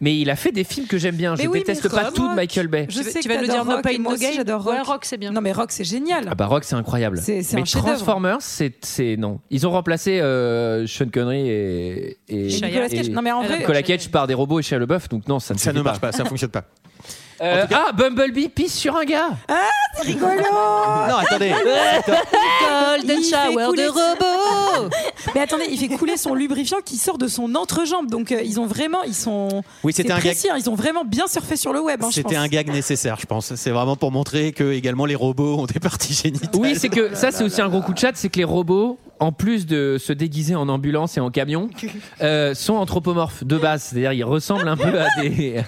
A: mais il a fait des films que j'aime bien.
G: Mais
A: je
G: oui,
A: déteste
G: mais
A: pas
G: Rock,
A: tout de Michael Bay.
G: Je sais
L: tu
G: que
L: vas nous
G: t'adores
L: dire No
G: Rock,
L: Pain,
G: et moi
L: No
G: aussi,
L: Gain.
G: J'adore
L: Ouais,
G: Rock.
L: Rock, c'est bien.
G: Non, mais Rock, c'est génial.
A: Ah bah Rock, c'est incroyable.
G: C'est- c'est
A: mais
G: un chef-d'œuvre.
A: Transformers, c'est c'est- non. Ils ont remplacé euh, Sean Connery et, et,
G: Et Nicolas Cage. Non, mais en vrai-
A: Nicolas Cage par des robots et Shia LaBeouf, donc non, ça ne
K: Ça ne marche pas, ça
A: fonctionne pas. Euh, ah, Bumblebee pisse sur un gars.
G: Ah, c'est rigolo
K: Ah,
G: Non,
A: attendez.
L: Golden shower de
G: robots Mais attendez, il fait couler son lubrifiant qui sort de son entrejambe. Donc euh, ils ont vraiment, ils sont.
K: Oui, c'était
G: c'est
K: un gag.
G: précis, hein, ils ont vraiment bien surfé sur le web. hein, je
K: C'était
G: pense.
K: un gag nécessaire, je pense. C'est vraiment pour montrer que également les robots ont des parties génitales.
A: Oui, c'est que ça, c'est aussi un gros coup de chat, c'est que les robots, en plus de se déguiser en ambulance et en *laughs* camion, euh, sont anthropomorphes de base. C'est-à-dire, ils ressemblent un peu à des, *laughs*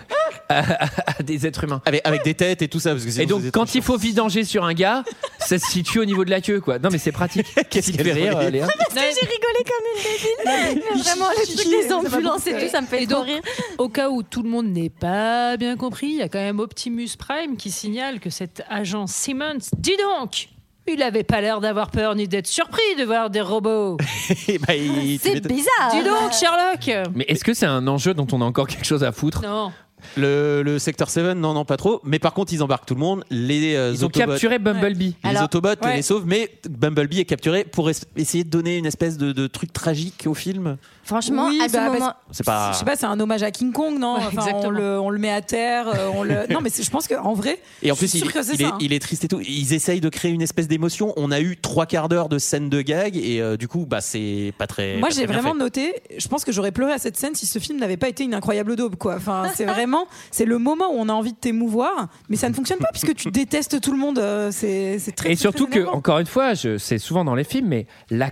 A: à- à- à des êtres humains.
K: Avec, avec des têtes et tout ça. Parce que sinon,
A: Et donc,
K: c'est-
A: quand il faut vidanger sur un gars, ça se situe au niveau de la queue, quoi. Non, mais c'est pratique. Qu'est-ce qui te fait
K: qu'elle
A: rire,
K: est-
A: euh, Léa
F: Parce que j'ai rigolé comme une débile. Mais vraiment, le truc
L: Chier,
F: des
L: ça m'a
F: ambulances et
L: beaucoup
F: tout, ça me fait
L: Et
F: trop
L: donc,
F: rire.
L: Au cas où tout le monde n'est pas bien compris, il y a quand même Optimus Prime qui signale que cet agent Simmons, dis donc, il n'avait pas l'air d'avoir peur ni d'être surpris de voir des robots.
K: Eh
G: *laughs*
K: ben, il- tu m'étonnes.
F: Ah.
L: Dis donc, Sherlock.
A: Mais est-ce que c'est un enjeu dont on a encore quelque chose à foutre
L: Non.
K: Le, le secteur 7, non, non, pas trop. Mais par contre, ils embarquent tout le monde. Les euh,
A: Ils ont
K: Autobots-
A: capturé Bumblebee.
K: Les
A: Alors-
K: Autobots
A: Ouais.
K: les sauvent, mais Bumblebee est capturé pour es- essayer de donner une espèce de, de truc tragique au film.
F: Franchement,
G: Oui,
F: à ce
G: bah, parce-
F: moment.
K: C'est pas-
G: Je sais pas, c'est un hommage à King Kong, non
F: Ouais,
G: Enfin,
F: exactement.
G: on, le, on le met à terre, euh, on
K: *laughs*
G: le. Non, mais c'est- je pense qu'en vrai.
K: Et en
G: je suis
K: plus, il,
G: sûre que c'est
K: il est,
G: ça, hein.
K: il est triste et tout. Ils essayent de créer une espèce d'émotion. On a eu trois quarts d'heure de scène de gag et euh, du coup, bah, c'est pas très.
G: Moi,
K: pas
G: j'ai
K: très bien
G: vraiment
K: fait.
G: noté. Je pense que j'aurais pleuré à cette scène si ce film n'avait pas été une incroyable daube, quoi. Enfin, c'est vraiment, c'est le moment où on a envie de t'émouvoir, mais ça ne fonctionne pas puisque tu détestes tout le monde. euh, C'est, c'est très.
A: et surtout que, encore une fois, je- c'est souvent dans les films, mais la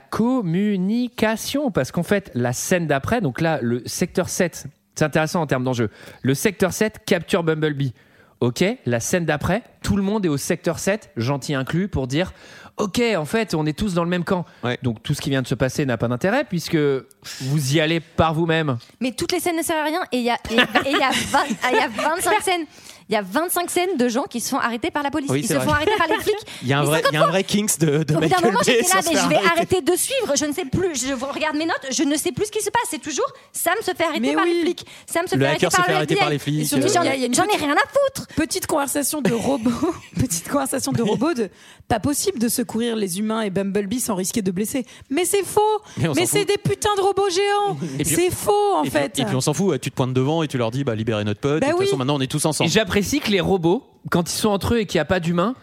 A: communication, parce qu'en fait, la scène d'après, donc là, le secteur 7, c'est intéressant en termes d'enjeu, le secteur 7 capture Bumblebee. Ok, la scène d'après, tout le monde est au secteur 7, gentil inclus, pour dire, ok, en fait, on est tous dans le même camp. Donc tout ce qui vient de se passer n'a pas d'intérêt, puisque vous y allez par vous-même.
F: Mais toutes les scènes ne servent à rien et il y a, et, et il y a, vingt- ah, il y a 25 scènes. Il y a 25 scènes de gens qui se font arrêter par la police.
K: Oui,
F: Ils
K: c'est
F: se
K: vrai.
F: font arrêter par les flics.
K: Il y a un
F: Mais
K: vrai,
F: 50
K: il y a un vrai Kings de, de
F: Au bout d'un
K: Michael
F: moment,
K: Bay
F: j'étais là,
K: sans
F: mais
K: se
F: je vais
K: faire
F: arrêter de suivre. Je ne sais plus. Je regarde mes notes. Je ne sais plus ce qui se passe. C'est toujours Sam se fait arrêter par les flics. Sam se
K: Le
F: fait
K: hacker
F: arrêter
K: se
F: par
K: fait
F: le
K: arrêter
F: FBI.
K: par les flics.
F: Et surtout,
K: Euh,
F: J'en
G: il y a- il y a
F: ai
G: une
F: j'en ai
G: petite-
F: rien à foutre.
G: Petite conversation de robot. *laughs* Petite conversation de robot de pas possible de secourir les humains et Bumblebee sans risquer de blesser. Mais c'est faux.
K: Mais
G: Mais,
K: on s'en
G: c'est
K: fout.
G: des putains de robots géants.
K: Et puis-
G: c'est faux en
K: Et puis-
G: fait.
K: et puis on s'en fout, tu te pointes devant et tu leur dis bah libérez notre pote.
G: Bah
K: et de toute
G: oui.
K: façon maintenant on est tous
A: Et
K: ensemble.
A: j'apprécie que les robots, quand ils sont entre eux et qu'il n'y a pas d'humains,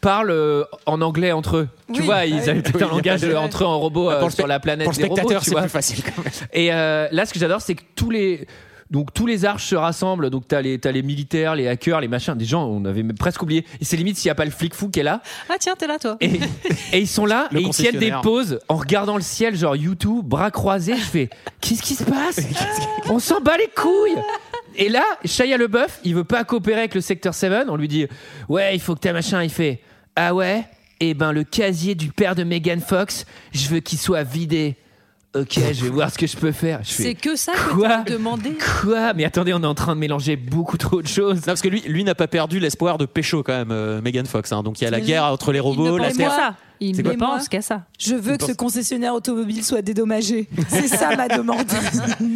A: parlent euh, en anglais entre eux. Tu
K: Oui.
A: vois, ils
K: Ah oui.
A: avaient tout
K: Oui,
A: un
K: il y a
A: langage
K: pas de-
A: entre eux en robot
K: Bah,
A: euh,
K: pour le
A: sur
K: spect-
A: la planète
K: pour le
A: des robots.
K: spectateur,
A: tu
K: c'est
A: vois.
K: plus facile quand même.
A: Et euh, là, ce que j'adore, c'est que tous les donc tous les arches se rassemblent. Donc t'as les t'as les militaires, les hackers, les machins, des gens on avait même presque oublié. Et c'est limite s'il n'y a pas le flic fou qui est là.
L: Ah tiens, t'es là, toi.
A: Et, et ils sont là
K: Le
A: et ils tiennent des
K: concessionnaire.
A: pauses en regardant le ciel, genre YouTube, bras croisés. Je fais qu'est-ce qui se passe On s'en bat les couilles. Et là, Shia LeBeouf, il veut pas coopérer avec le secteur 7. On lui dit ouais, il faut que t'as machin. Il fait ah ouais. Eh ben le casier du père de Megan Fox, je veux qu'il soit vidé. Ok, je vais voir ce que je peux faire. Je fais,
L: C'est que ça que
A: Quoi
L: t'as demandé.
A: Quoi Mais attendez, on est en train de mélanger beaucoup trop de choses. Non,
K: parce que lui, lui n'a pas perdu l'espoir de pécho quand même, euh, Megan Fox. hein. Donc il y a la
G: Mais
K: guerre entre les robots,
G: ne
K: la
G: pense
K: terre.
G: qu'à ça.
L: Il
K: C'est quoi
G: Mais
L: pense
G: moi,
L: qu'à ça.
G: Je veux
K: Il
G: que ce
K: pense-
G: concessionnaire automobile soit dédommagé. C'est ça ma
B: *laughs*
G: demande.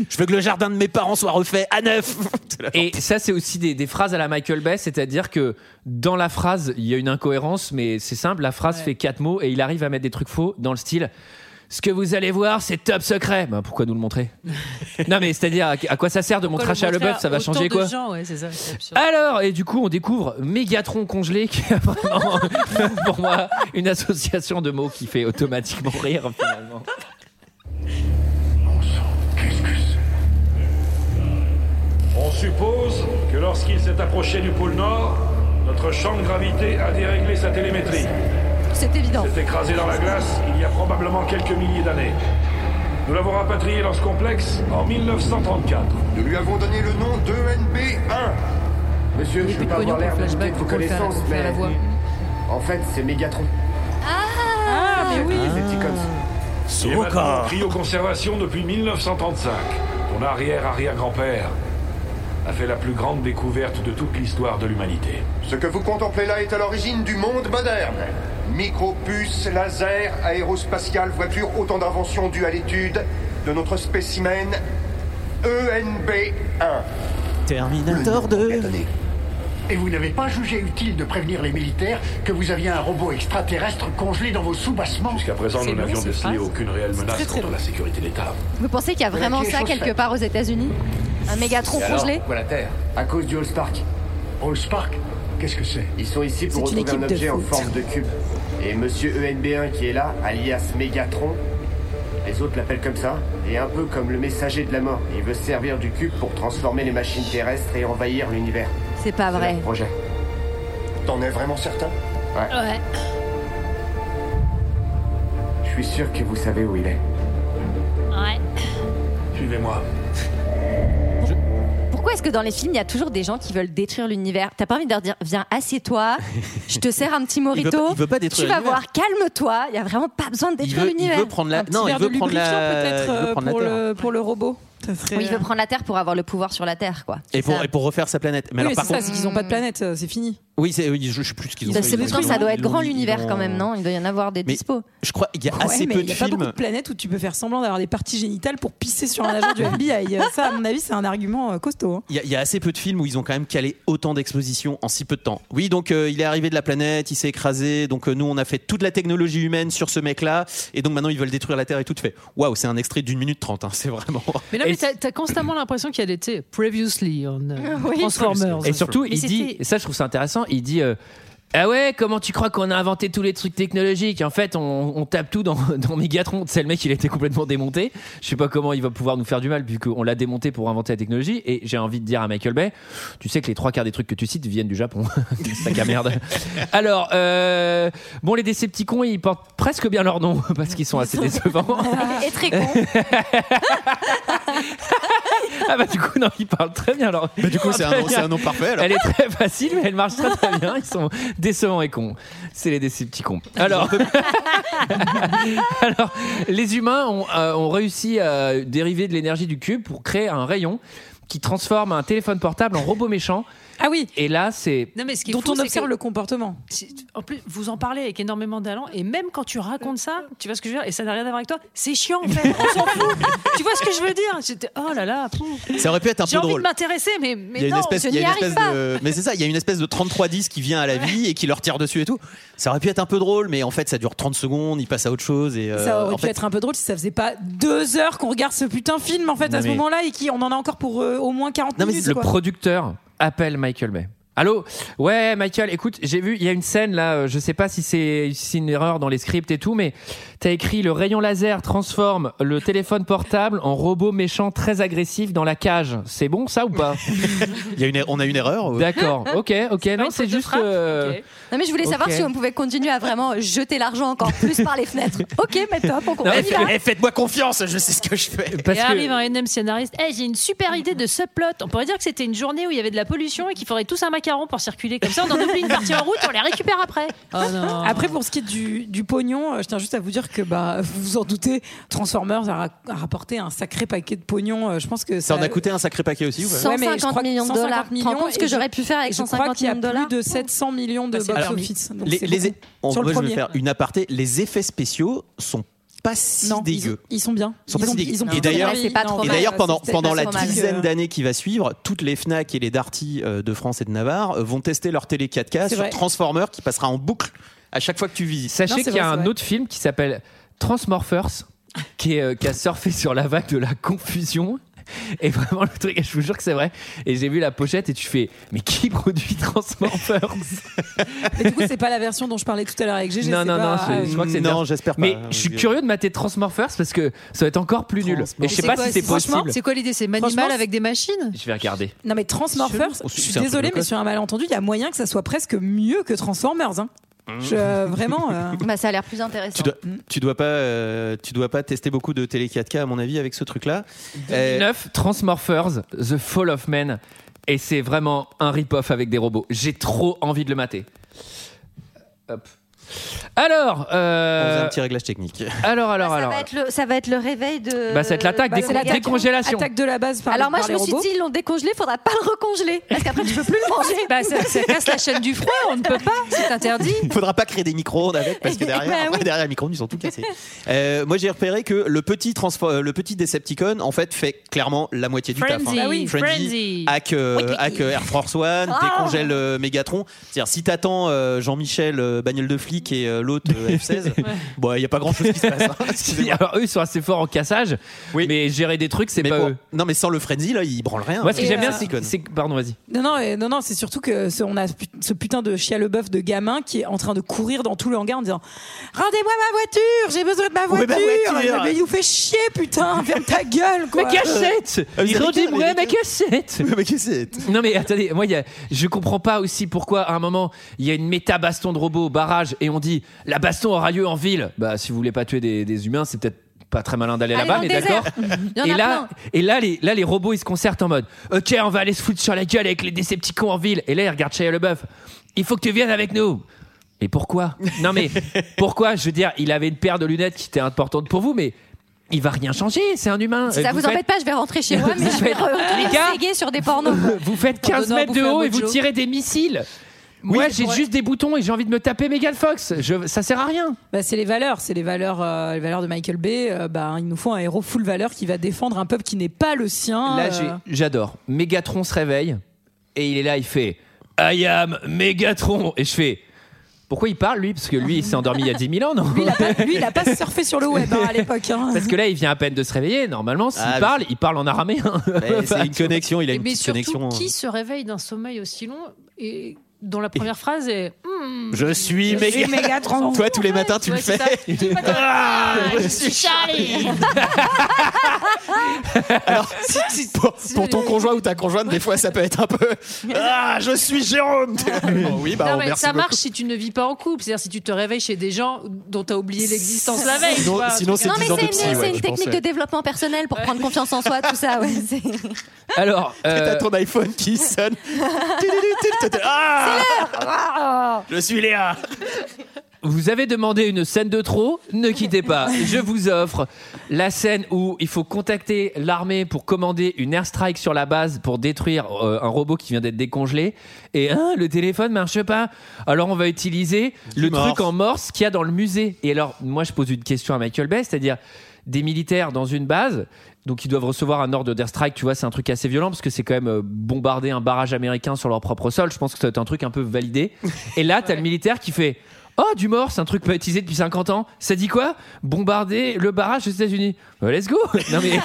K: Je veux que le jardin de mes parents soit refait à neuf. *laughs*
A: Et ça, c'est aussi des, des phrases à la Michael Bay, c'est-à-dire que dans la phrase, il y a une incohérence, mais c'est simple, la phrase fait quatre mots et il arrive à mettre des trucs faux dans le style. Ce que vous allez voir, c'est top secret. Ben, pourquoi nous le montrer Non, mais c'est-à-dire, à, à quoi ça sert de montrer à Shia LeBeouf Ça va
L: Autant
A: changer
L: de
A: quoi
L: gens, ouais, c'est ça, c'est absurde.
A: Alors, et du coup, on découvre Mégatron congelé, qui est vraiment, *laughs* pour moi, une association de mots qui fait automatiquement rire, finalement.
J: On suppose que lorsqu'il s'est approché du pôle Nord, notre champ de gravité a déréglé sa télémétrie.
L: C'est évident.
J: S'est écrasé dans la glace il y a probablement quelques milliers d'années. Nous l'avons rapatrié dans ce complexe en 1934.
B: Nous lui avons donné le nom d'ENB1. Monsieur, je ne veux pas avoir l'air d'ajouter de vos connaissances, mais... En fait, c'est Mégatron.
J: Ah,
B: mais oui
J: Il est maintenant pris aux conservations depuis 1935. Ton arrière-arrière-grand-père a fait la plus grande découverte de toute l'histoire de l'humanité.
B: Ce que vous contemplez là est à l'origine du monde moderne. Micropuces, laser, aérospatial, voiture, autant d'inventions dues à l'étude de notre spécimen E ENB1.
K: Terminator 2.
D: Et vous n'avez pas jugé utile de prévenir les militaires que vous aviez un robot extraterrestre congelé dans vos sous-bassements
J: Jusqu'à présent, nous n'avions décelé aucune réelle menace
F: très, très
J: contre la sécurité d'État.
F: Vous pensez qu'il y a vraiment
D: Voilà qui est
F: ça
D: chose
F: quelque
D: faite.
F: part aux États-Unis Un méga tronc
D: Et alors
F: congelé
B: la Terre. À cause du Halls Park.
D: Halls Park Qu'est-ce que c'est
B: Ils sont ici pour
D: C'est une
B: retrouver un
D: équipe de
B: objet en
D: foot.
B: forme de cube. Et monsieur E ENB1 qui est là, alias Mégatron, les autres l'appellent comme ça, est un peu comme le messager de la mort. Il veut se servir du cube pour transformer les machines terrestres et envahir l'univers.
F: C'est pas vrai.
B: Projet. T'en es vraiment certain Ouais.
F: Ouais.
B: Je suis sûr que vous savez où il est.
F: Ouais.
J: Suivez-moi.
F: Pourquoi est-ce que dans les films, il y a toujours des gens qui veulent détruire l'univers T'as pas envie de leur dire, viens,
K: *laughs*
F: assieds-toi, je te sers un petit morito.
K: Il veut pas- il veut pas détruire
F: Tu vas
K: l'univers.
F: voir, calme-toi. Il y a vraiment pas besoin de
K: Il
F: détruire
K: veut, il
F: l'univers.
K: veut prendre la. Non, il
F: verre
K: veut
F: de
K: prendre la.
F: lubrifiant,
K: Il
F: peut-être,
K: veut prendre la
F: pour
K: Terre.
G: Euh, pour le robot. Ça serait- euh,
F: Oui, il veut prendre la Terre pour avoir le pouvoir sur la Terre, quoi.
K: Et pour,
F: ça.
K: et pour refaire sa planète. Mais
G: Oui,
K: alors,
G: mais
K: par
G: c'est ça,
K: contre.
G: c'est qu'ils n'ont pas de planète, euh, c'est fini.
K: Oui, c'est, oui, je, je sais plus ce qu'ils ont
F: Bah,
K: fait.
F: c'est
K: Ils ont-
F: pourtant
K: ils
F: ça
K: ont-
F: doit être
K: ils
F: grand
K: ont-
F: l'univers
K: ils ont-
F: quand même, non Il doit y en avoir des
K: Mais
F: dispo.
K: Je crois qu'il y a
G: Ah, Ouais,
K: assez
G: mais
K: peu
G: il
K: de
G: n'y a pas beaucoup de
K: films.
G: planètes où tu peux faire semblant d'avoir des parties génitales pour pisser sur un
K: *laughs*
G: agent du FBI. Euh, Ça, à mon avis, c'est un argument euh, costaud. hein.
K: Il y, a- il y a assez peu de films où ils ont quand même calé autant d'expositions en si peu de temps. Oui, donc euh, il est arrivé de la planète, il s'est écrasé, donc euh, nous on a fait toute la technologie humaine sur ce mec-là, et donc maintenant ils veulent détruire la Terre et tout fait. Waouh, c'est un extrait d'une minute trente, hein, c'est vraiment. *laughs*
L: Mais là, mais t'as t'as constamment l'impression qu'il y a des, tu sais, previously on *laughs* euh, Transformers.
A: Et surtout,
L: Mais
A: il dit,
L: c'était-
A: et ça je trouve ça intéressant, il dit. euh, ah ouais, comment tu crois qu'on a inventé tous les trucs technologiques En fait, on, on tape tout dans, *laughs* dans Megatron. C'est le mec, il a été complètement démonté. Je sais pas comment il va pouvoir nous faire du mal, vu qu'on l'a démonté pour inventer la technologie. Et j'ai envie de dire à Michael Bay, tu sais que les trois quarts des trucs que tu cites viennent du Japon. *laughs* Sac à merde. Alors, euh, bon, les Decepticons, ils portent presque bien leur nom, *laughs* parce qu'ils sont assez *laughs* décevants.
F: Et très *laughs* con.
A: Ah bah du coup non, ils parlent très bien alors.
K: du coup, c'est un nom- c'est un nom parfait,
A: *laughs*
K: alors.
A: Elle est très facile mais elle marche très très bien. Ils sont décevants et cons. C'est les Decepticons. Alors, *laughs* alors les humains ont, euh, ont réussi à dériver de l'énergie du cube pour créer un rayon qui transforme un téléphone portable en robot méchant.
G: Ah oui.
A: Et là c'est
L: Non, mais ce qui est
G: Dont
L: fou,
G: on
L: c'est
G: observe
L: que-
G: le comportement.
L: Si- En plus, vous en parlez avec énormément d'allant, et même quand tu racontes ça, tu vois ce que je veux dire, et ça n'a rien à voir avec toi, c'est chiant en fait, on s'en fout. *laughs* tu vois ce que je veux dire J'étais, oh là là, pouf.
K: Ça aurait pu être un peu
L: J'ai envie
K: drôle.
L: de m'intéresser, mais, mais
K: il y a une
L: non,
K: espèce,
L: je
K: il y a
L: n'y
K: une
L: arrive
K: espèce
L: pas.
K: de, *laughs* mais c'est ça, il y a une espèce de 3310 qui vient à la vie et qui leur tire dessus et tout. Ça aurait pu être un peu drôle, mais en fait ça dure 30 secondes, il passe à autre chose et euh,
G: ça aurait
K: en
G: pu
K: fait,
G: être un peu drôle si ça faisait pas deux heures qu'on regarde ce putain de film en fait
A: Non,
G: à ce
A: mais-
G: moment-là et qui on en a encore pour euh, au moins 40 minutes.
A: le
G: quoi.
A: producteur appelle Michael Bay. Allô Ouais, Michael, écoute, j'ai vu, il y a une scène là, euh, je sais pas si c'est si c'est une erreur dans les scripts et tout, mais t'as écrit le rayon laser transforme le téléphone portable en robot méchant très agressif dans la cage. C'est bon ça
L: *laughs*
A: ou pas
K: il y a une er- on a une erreur. ouais.
A: D'accord, ok, ok, non, c'est juste. euh,
F: Non, mais je voulais savoir
A: Ok.
F: si on pouvait continuer à vraiment jeter l'argent encore plus par les fenêtres. *laughs* Ok, mais top, on
K: Non,
F: continue.
K: eh, eh, faites-moi confiance, je sais ce que je fais.
L: et arrive un NM scénariste. Eh, j'ai une super idée de subplot. On pourrait dire que c'était une journée où il y avait de la pollution et qu'il faudrait tous un macaron pour circuler. Comme ça, on en oublie une partie en route, on les récupère après.
G: Après, pour ce qui est du, du pognon, euh, je tiens juste à vous dire que bah, vous vous en doutez, Transformers a, ra- a rapporté un sacré paquet de pognon. euh, Je pense que ça,
K: Ça en a coûté un sacré paquet aussi. ou pas
F: 150 millions de dollars. Tu te rends compte ce que j'aurais pu faire avec 150
G: millions
F: millions
G: Je
F: de
G: crois qu'il
F: dollars
G: y a plus de 700 millions de
F: Bah, c'est
G: box
F: énorme.
G: office. Donc
K: Les,
G: c'est
K: les-
G: beaucoup.
K: en
G: Sur le
K: vrai, je vais
G: premier.
K: faire une aparté. Les effets spéciaux sont pas si
G: Non, ils,
K: dégueux.
G: ils sont bien.
K: Ils sont pas si dégueux.
G: ils ont
K: et d'ailleurs,
G: travaillé.
F: c'est pas trop
K: et
F: mal,
K: d'ailleurs,
F: c'est-
K: pendant,
F: c'est
K: pendant
F: pas
K: la
F: trop mal.
K: dizaine
F: Que-
K: d'années qui va suivre, toutes les Fnac et les Darty euh, de France et de Navarre euh, vont tester leur télé 4K
A: C'est
K: sur
A: vrai.
K: Transformer qui passera en boucle à chaque fois que tu visites.
A: Sachez qu'il y a un autre film qui s'appelle Transmorphers qui, est, euh, qui a surfé sur la vague de la confusion. Et vraiment, le truc, et je vous jure que c'est vrai. Et j'ai vu la pochette et tu fais, mais qui produit
K: *laughs*
A: Transmorphers
G: Mais du coup, c'est pas la version dont je parlais tout à l'heure avec GG.
A: Non,
G: c'est
A: non, non,
G: pas-
A: c'est- je crois que c'est
K: Non,
A: bien.
K: j'espère pas. hein,
A: Mais je suis curieux de mater Transmorphers parce que ça va être encore plus nul. Et je sais pas si c'est possible.
L: C'est quoi l'idée C'est Manimal
G: Franchement,
L: avec des machines
A: Je vais regarder.
K: Oh,
G: Non mais Transmorphers, je suis
A: C'est un truc
G: désolé
A: low
G: mais
A: cost.
G: sur un malentendu, il y a moyen que ça soit presque mieux que Transformers. hein. Je-
K: Mmh.
G: euh, vraiment,
K: *laughs*
G: euh.
F: Bah, ça a l'air plus intéressant.
K: Tu dois, tu dois pas, euh, tu dois pas tester beaucoup de télé 4K à mon avis avec ce truc-là. Euh,
A: 2009, Transmorphers, The Fall of Men. Et c'est vraiment un rip-off avec des robots. J'ai trop envie de le mater. Hop. Alors, euh,
K: on faisait un petit réglage technique.
A: alors, alors,
F: Ah, Ça
A: alors.
F: va, être le, ça va être le réveil de.
A: Bah, ça va être l'attaque, décon-
F: c'est l'attaque.
A: décongélation. *laughs* Attaque
G: de la base par-
F: Alors, moi,
G: par
F: je
G: les
F: me suis
G: robots.
F: dit, ils l'ont décongelé, faudra pas le recongeler. Parce qu'après, tu peux plus le manger.
L: Bah, ça, ça casse la chaîne du froid, on ne peut pas, c'est interdit.
K: Il faudra pas créer des micro-ondes avec parce que
L: *laughs*
K: derrière,
L: Bah
K: après,
L: oui.
K: derrière les micro-ondes ils sont tout cassés. Euh, moi j'ai repéré que le petit transfo- euh, le petit Decepticon en fait fait clairement la moitié du taf. hein.
L: Frenzy. Ah oui, Frenzy.
K: hack, euh,
L: Wiki.
K: hack, euh, Air Force One,
L: Ah.
K: décongèle euh, Megatron. C'est-à-dire si t'attends euh, Jean-Michel euh, bagnole de flic et euh, l'autre euh, F16, bon il y a pas grand-chose qui se
L: *laughs*
K: passe. hein.
A: Alors, eux, ils sont assez forts en cassage, mais gérer des trucs, c'est pas eux.
K: Non, mais sans le frenzy, là, ils branlent rien.
A: Moi, ce que
K: *laughs*
G: Et,
A: j'aime bien,
G: euh,
A: c'est que- c'est que. Pardon, vas-y.
G: Non, non, et- non, non c'est surtout que ce, on a ce put- ce putain de chia bœuf de gamin qui est en train de courir dans tout le hangar en disant Rendez-moi ma voiture, j'ai besoin de ma
I: Ouais,
G: voiture.
I: ma voiture.
G: Mais il nous fait chier, putain, *laughs* ferme ta gueule, quoi.
A: Ma cassette
G: Euh,
A: Il
G: américain,
A: redébrouille ma
G: américain.
A: cassette *laughs*
L: *laughs*
K: Ma cassette
A: Non mais attendez, moi il y a, je comprends pas aussi pourquoi à un moment il y a une méta baston de robot au barrage et on dit la baston aura lieu en ville. Bah si vous voulez pas tuer des, des humains, c'est peut-être pas très malin d'aller
L: Allez
A: là-bas,
L: dans
A: mais
L: le désert.
A: d'accord.
L: Il y
F: *laughs*
L: en
A: Et
L: a plein.
A: là, et là les, là les robots ils se concertent en mode OK, on va aller se foutre sur la gueule avec les Decepticons en ville. Et là ils regardent Shia LeBeouf. Il faut que tu viennes avec nous. Et pourquoi Non mais pourquoi Je veux dire, il avait une paire de lunettes qui était importante pour vous, mais il va rien changer. C'est un humain.
F: Si ça
A: Euh,
F: vous,
A: faites-
F: embête pas, je vais rentrer chez moi, mais
A: Vous
K: *laughs*
F: je vais
A: faites- Les gars,
F: regarder sur des pornos. quoi.
A: *laughs* vous faites
F: En
A: 15
F: donnant à
A: mètres de
F: bouffer à
A: haut et vous
F: Mojo.
A: tirez des missiles. Moi, j'ai
G: ouais.
A: juste des boutons et j'ai envie de me taper Megan Fox. Je, ça sert à rien.
G: Bah, c'est les valeurs, c'est les valeurs, euh, les valeurs de Michael Bay. Euh, bah, il nous faut un héros full valeur qui va défendre un peuple qui n'est pas le sien.
A: Là,
G: euh.
A: j'ai- j'adore. Mégatron se réveille et il est là, il fait I am Megatron. Et je fais Pourquoi il parle, lui Parce que lui, il s'est endormi il y a 10 000 ans, non
G: Lui, il a pas, Ah bah, lui, il a pas surfé sur le web hein, à l'époque. hein.
A: *laughs* Parce que là, il vient à peine de se réveiller. Normalement, s'il
K: Ah, mais-
A: parle, il parle en araméen. *laughs*
K: Mais c'est une connexion, il a une
L: Mais
K: petite
L: surtout,
K: connexion. euh,
L: qui se réveille d'un sommeil aussi long et dont la première phrase est Hmm,
K: Je suis
L: Je suis
K: méga.
L: Mégatron.
K: Toi, tous les matins, tu
L: Ouais,
K: le fais.
L: c'est ça. Tous les matins.
K: *laughs* Ah,
L: je suis Charlie.
K: *laughs* Alors, pour, pour ton conjoint ou ta conjointe, des fois, ça peut être un peu. *laughs* Ah, je suis Jérôme. Bon, *laughs* oui, bah,
L: Non,
K: on
L: mais
K: merci
L: ça marche
K: beaucoup.
L: si tu ne vis pas en couple, c'est-à-dire si tu te réveilles chez des gens dont tu as oublié l'existence la veille. tu
K: Sinon-
L: vois, un
K: sinon,
L: truc
K: c'est
L: comme
F: Non, mais
L: ça.
K: ans de
F: c'est une,
K: psy, ouais,
F: c'est une
K: je
F: technique
K: pensais.
F: de développement personnel pour prendre confiance en soi, tout
K: *laughs*
F: ça. Ouais, c'est- *laughs*
A: Alors, euh,
K: t'as ton iPhone qui *laughs* sonne. Ah, je suis Léa.
A: Vous avez demandé une scène de trop, ne
G: *laughs*
A: quittez pas. Je vous offre la scène où il faut contacter l'armée pour commander une airstrike sur la base pour détruire euh, un robot qui vient d'être décongelé. Et hein, le téléphone marche pas. Alors on va utiliser le
K: morse.
A: truc en morse qu'il y a dans le musée. Et alors, moi je pose une question à Michael Bay, c'est-à-dire des militaires dans une base, donc ils doivent recevoir un ordre d'airstrike, tu vois, c'est un truc assez violent parce que c'est quand même euh, bombarder un barrage américain sur leur propre sol, je pense que c'est un truc un peu validé. Et là, t'as le militaire qui fait Oh, du mort, c'est un truc pas utilisé depuis 50 ans. Ça dit quoi Bombarder le barrage aux États-Unis. Bah, let's go *laughs* Non mais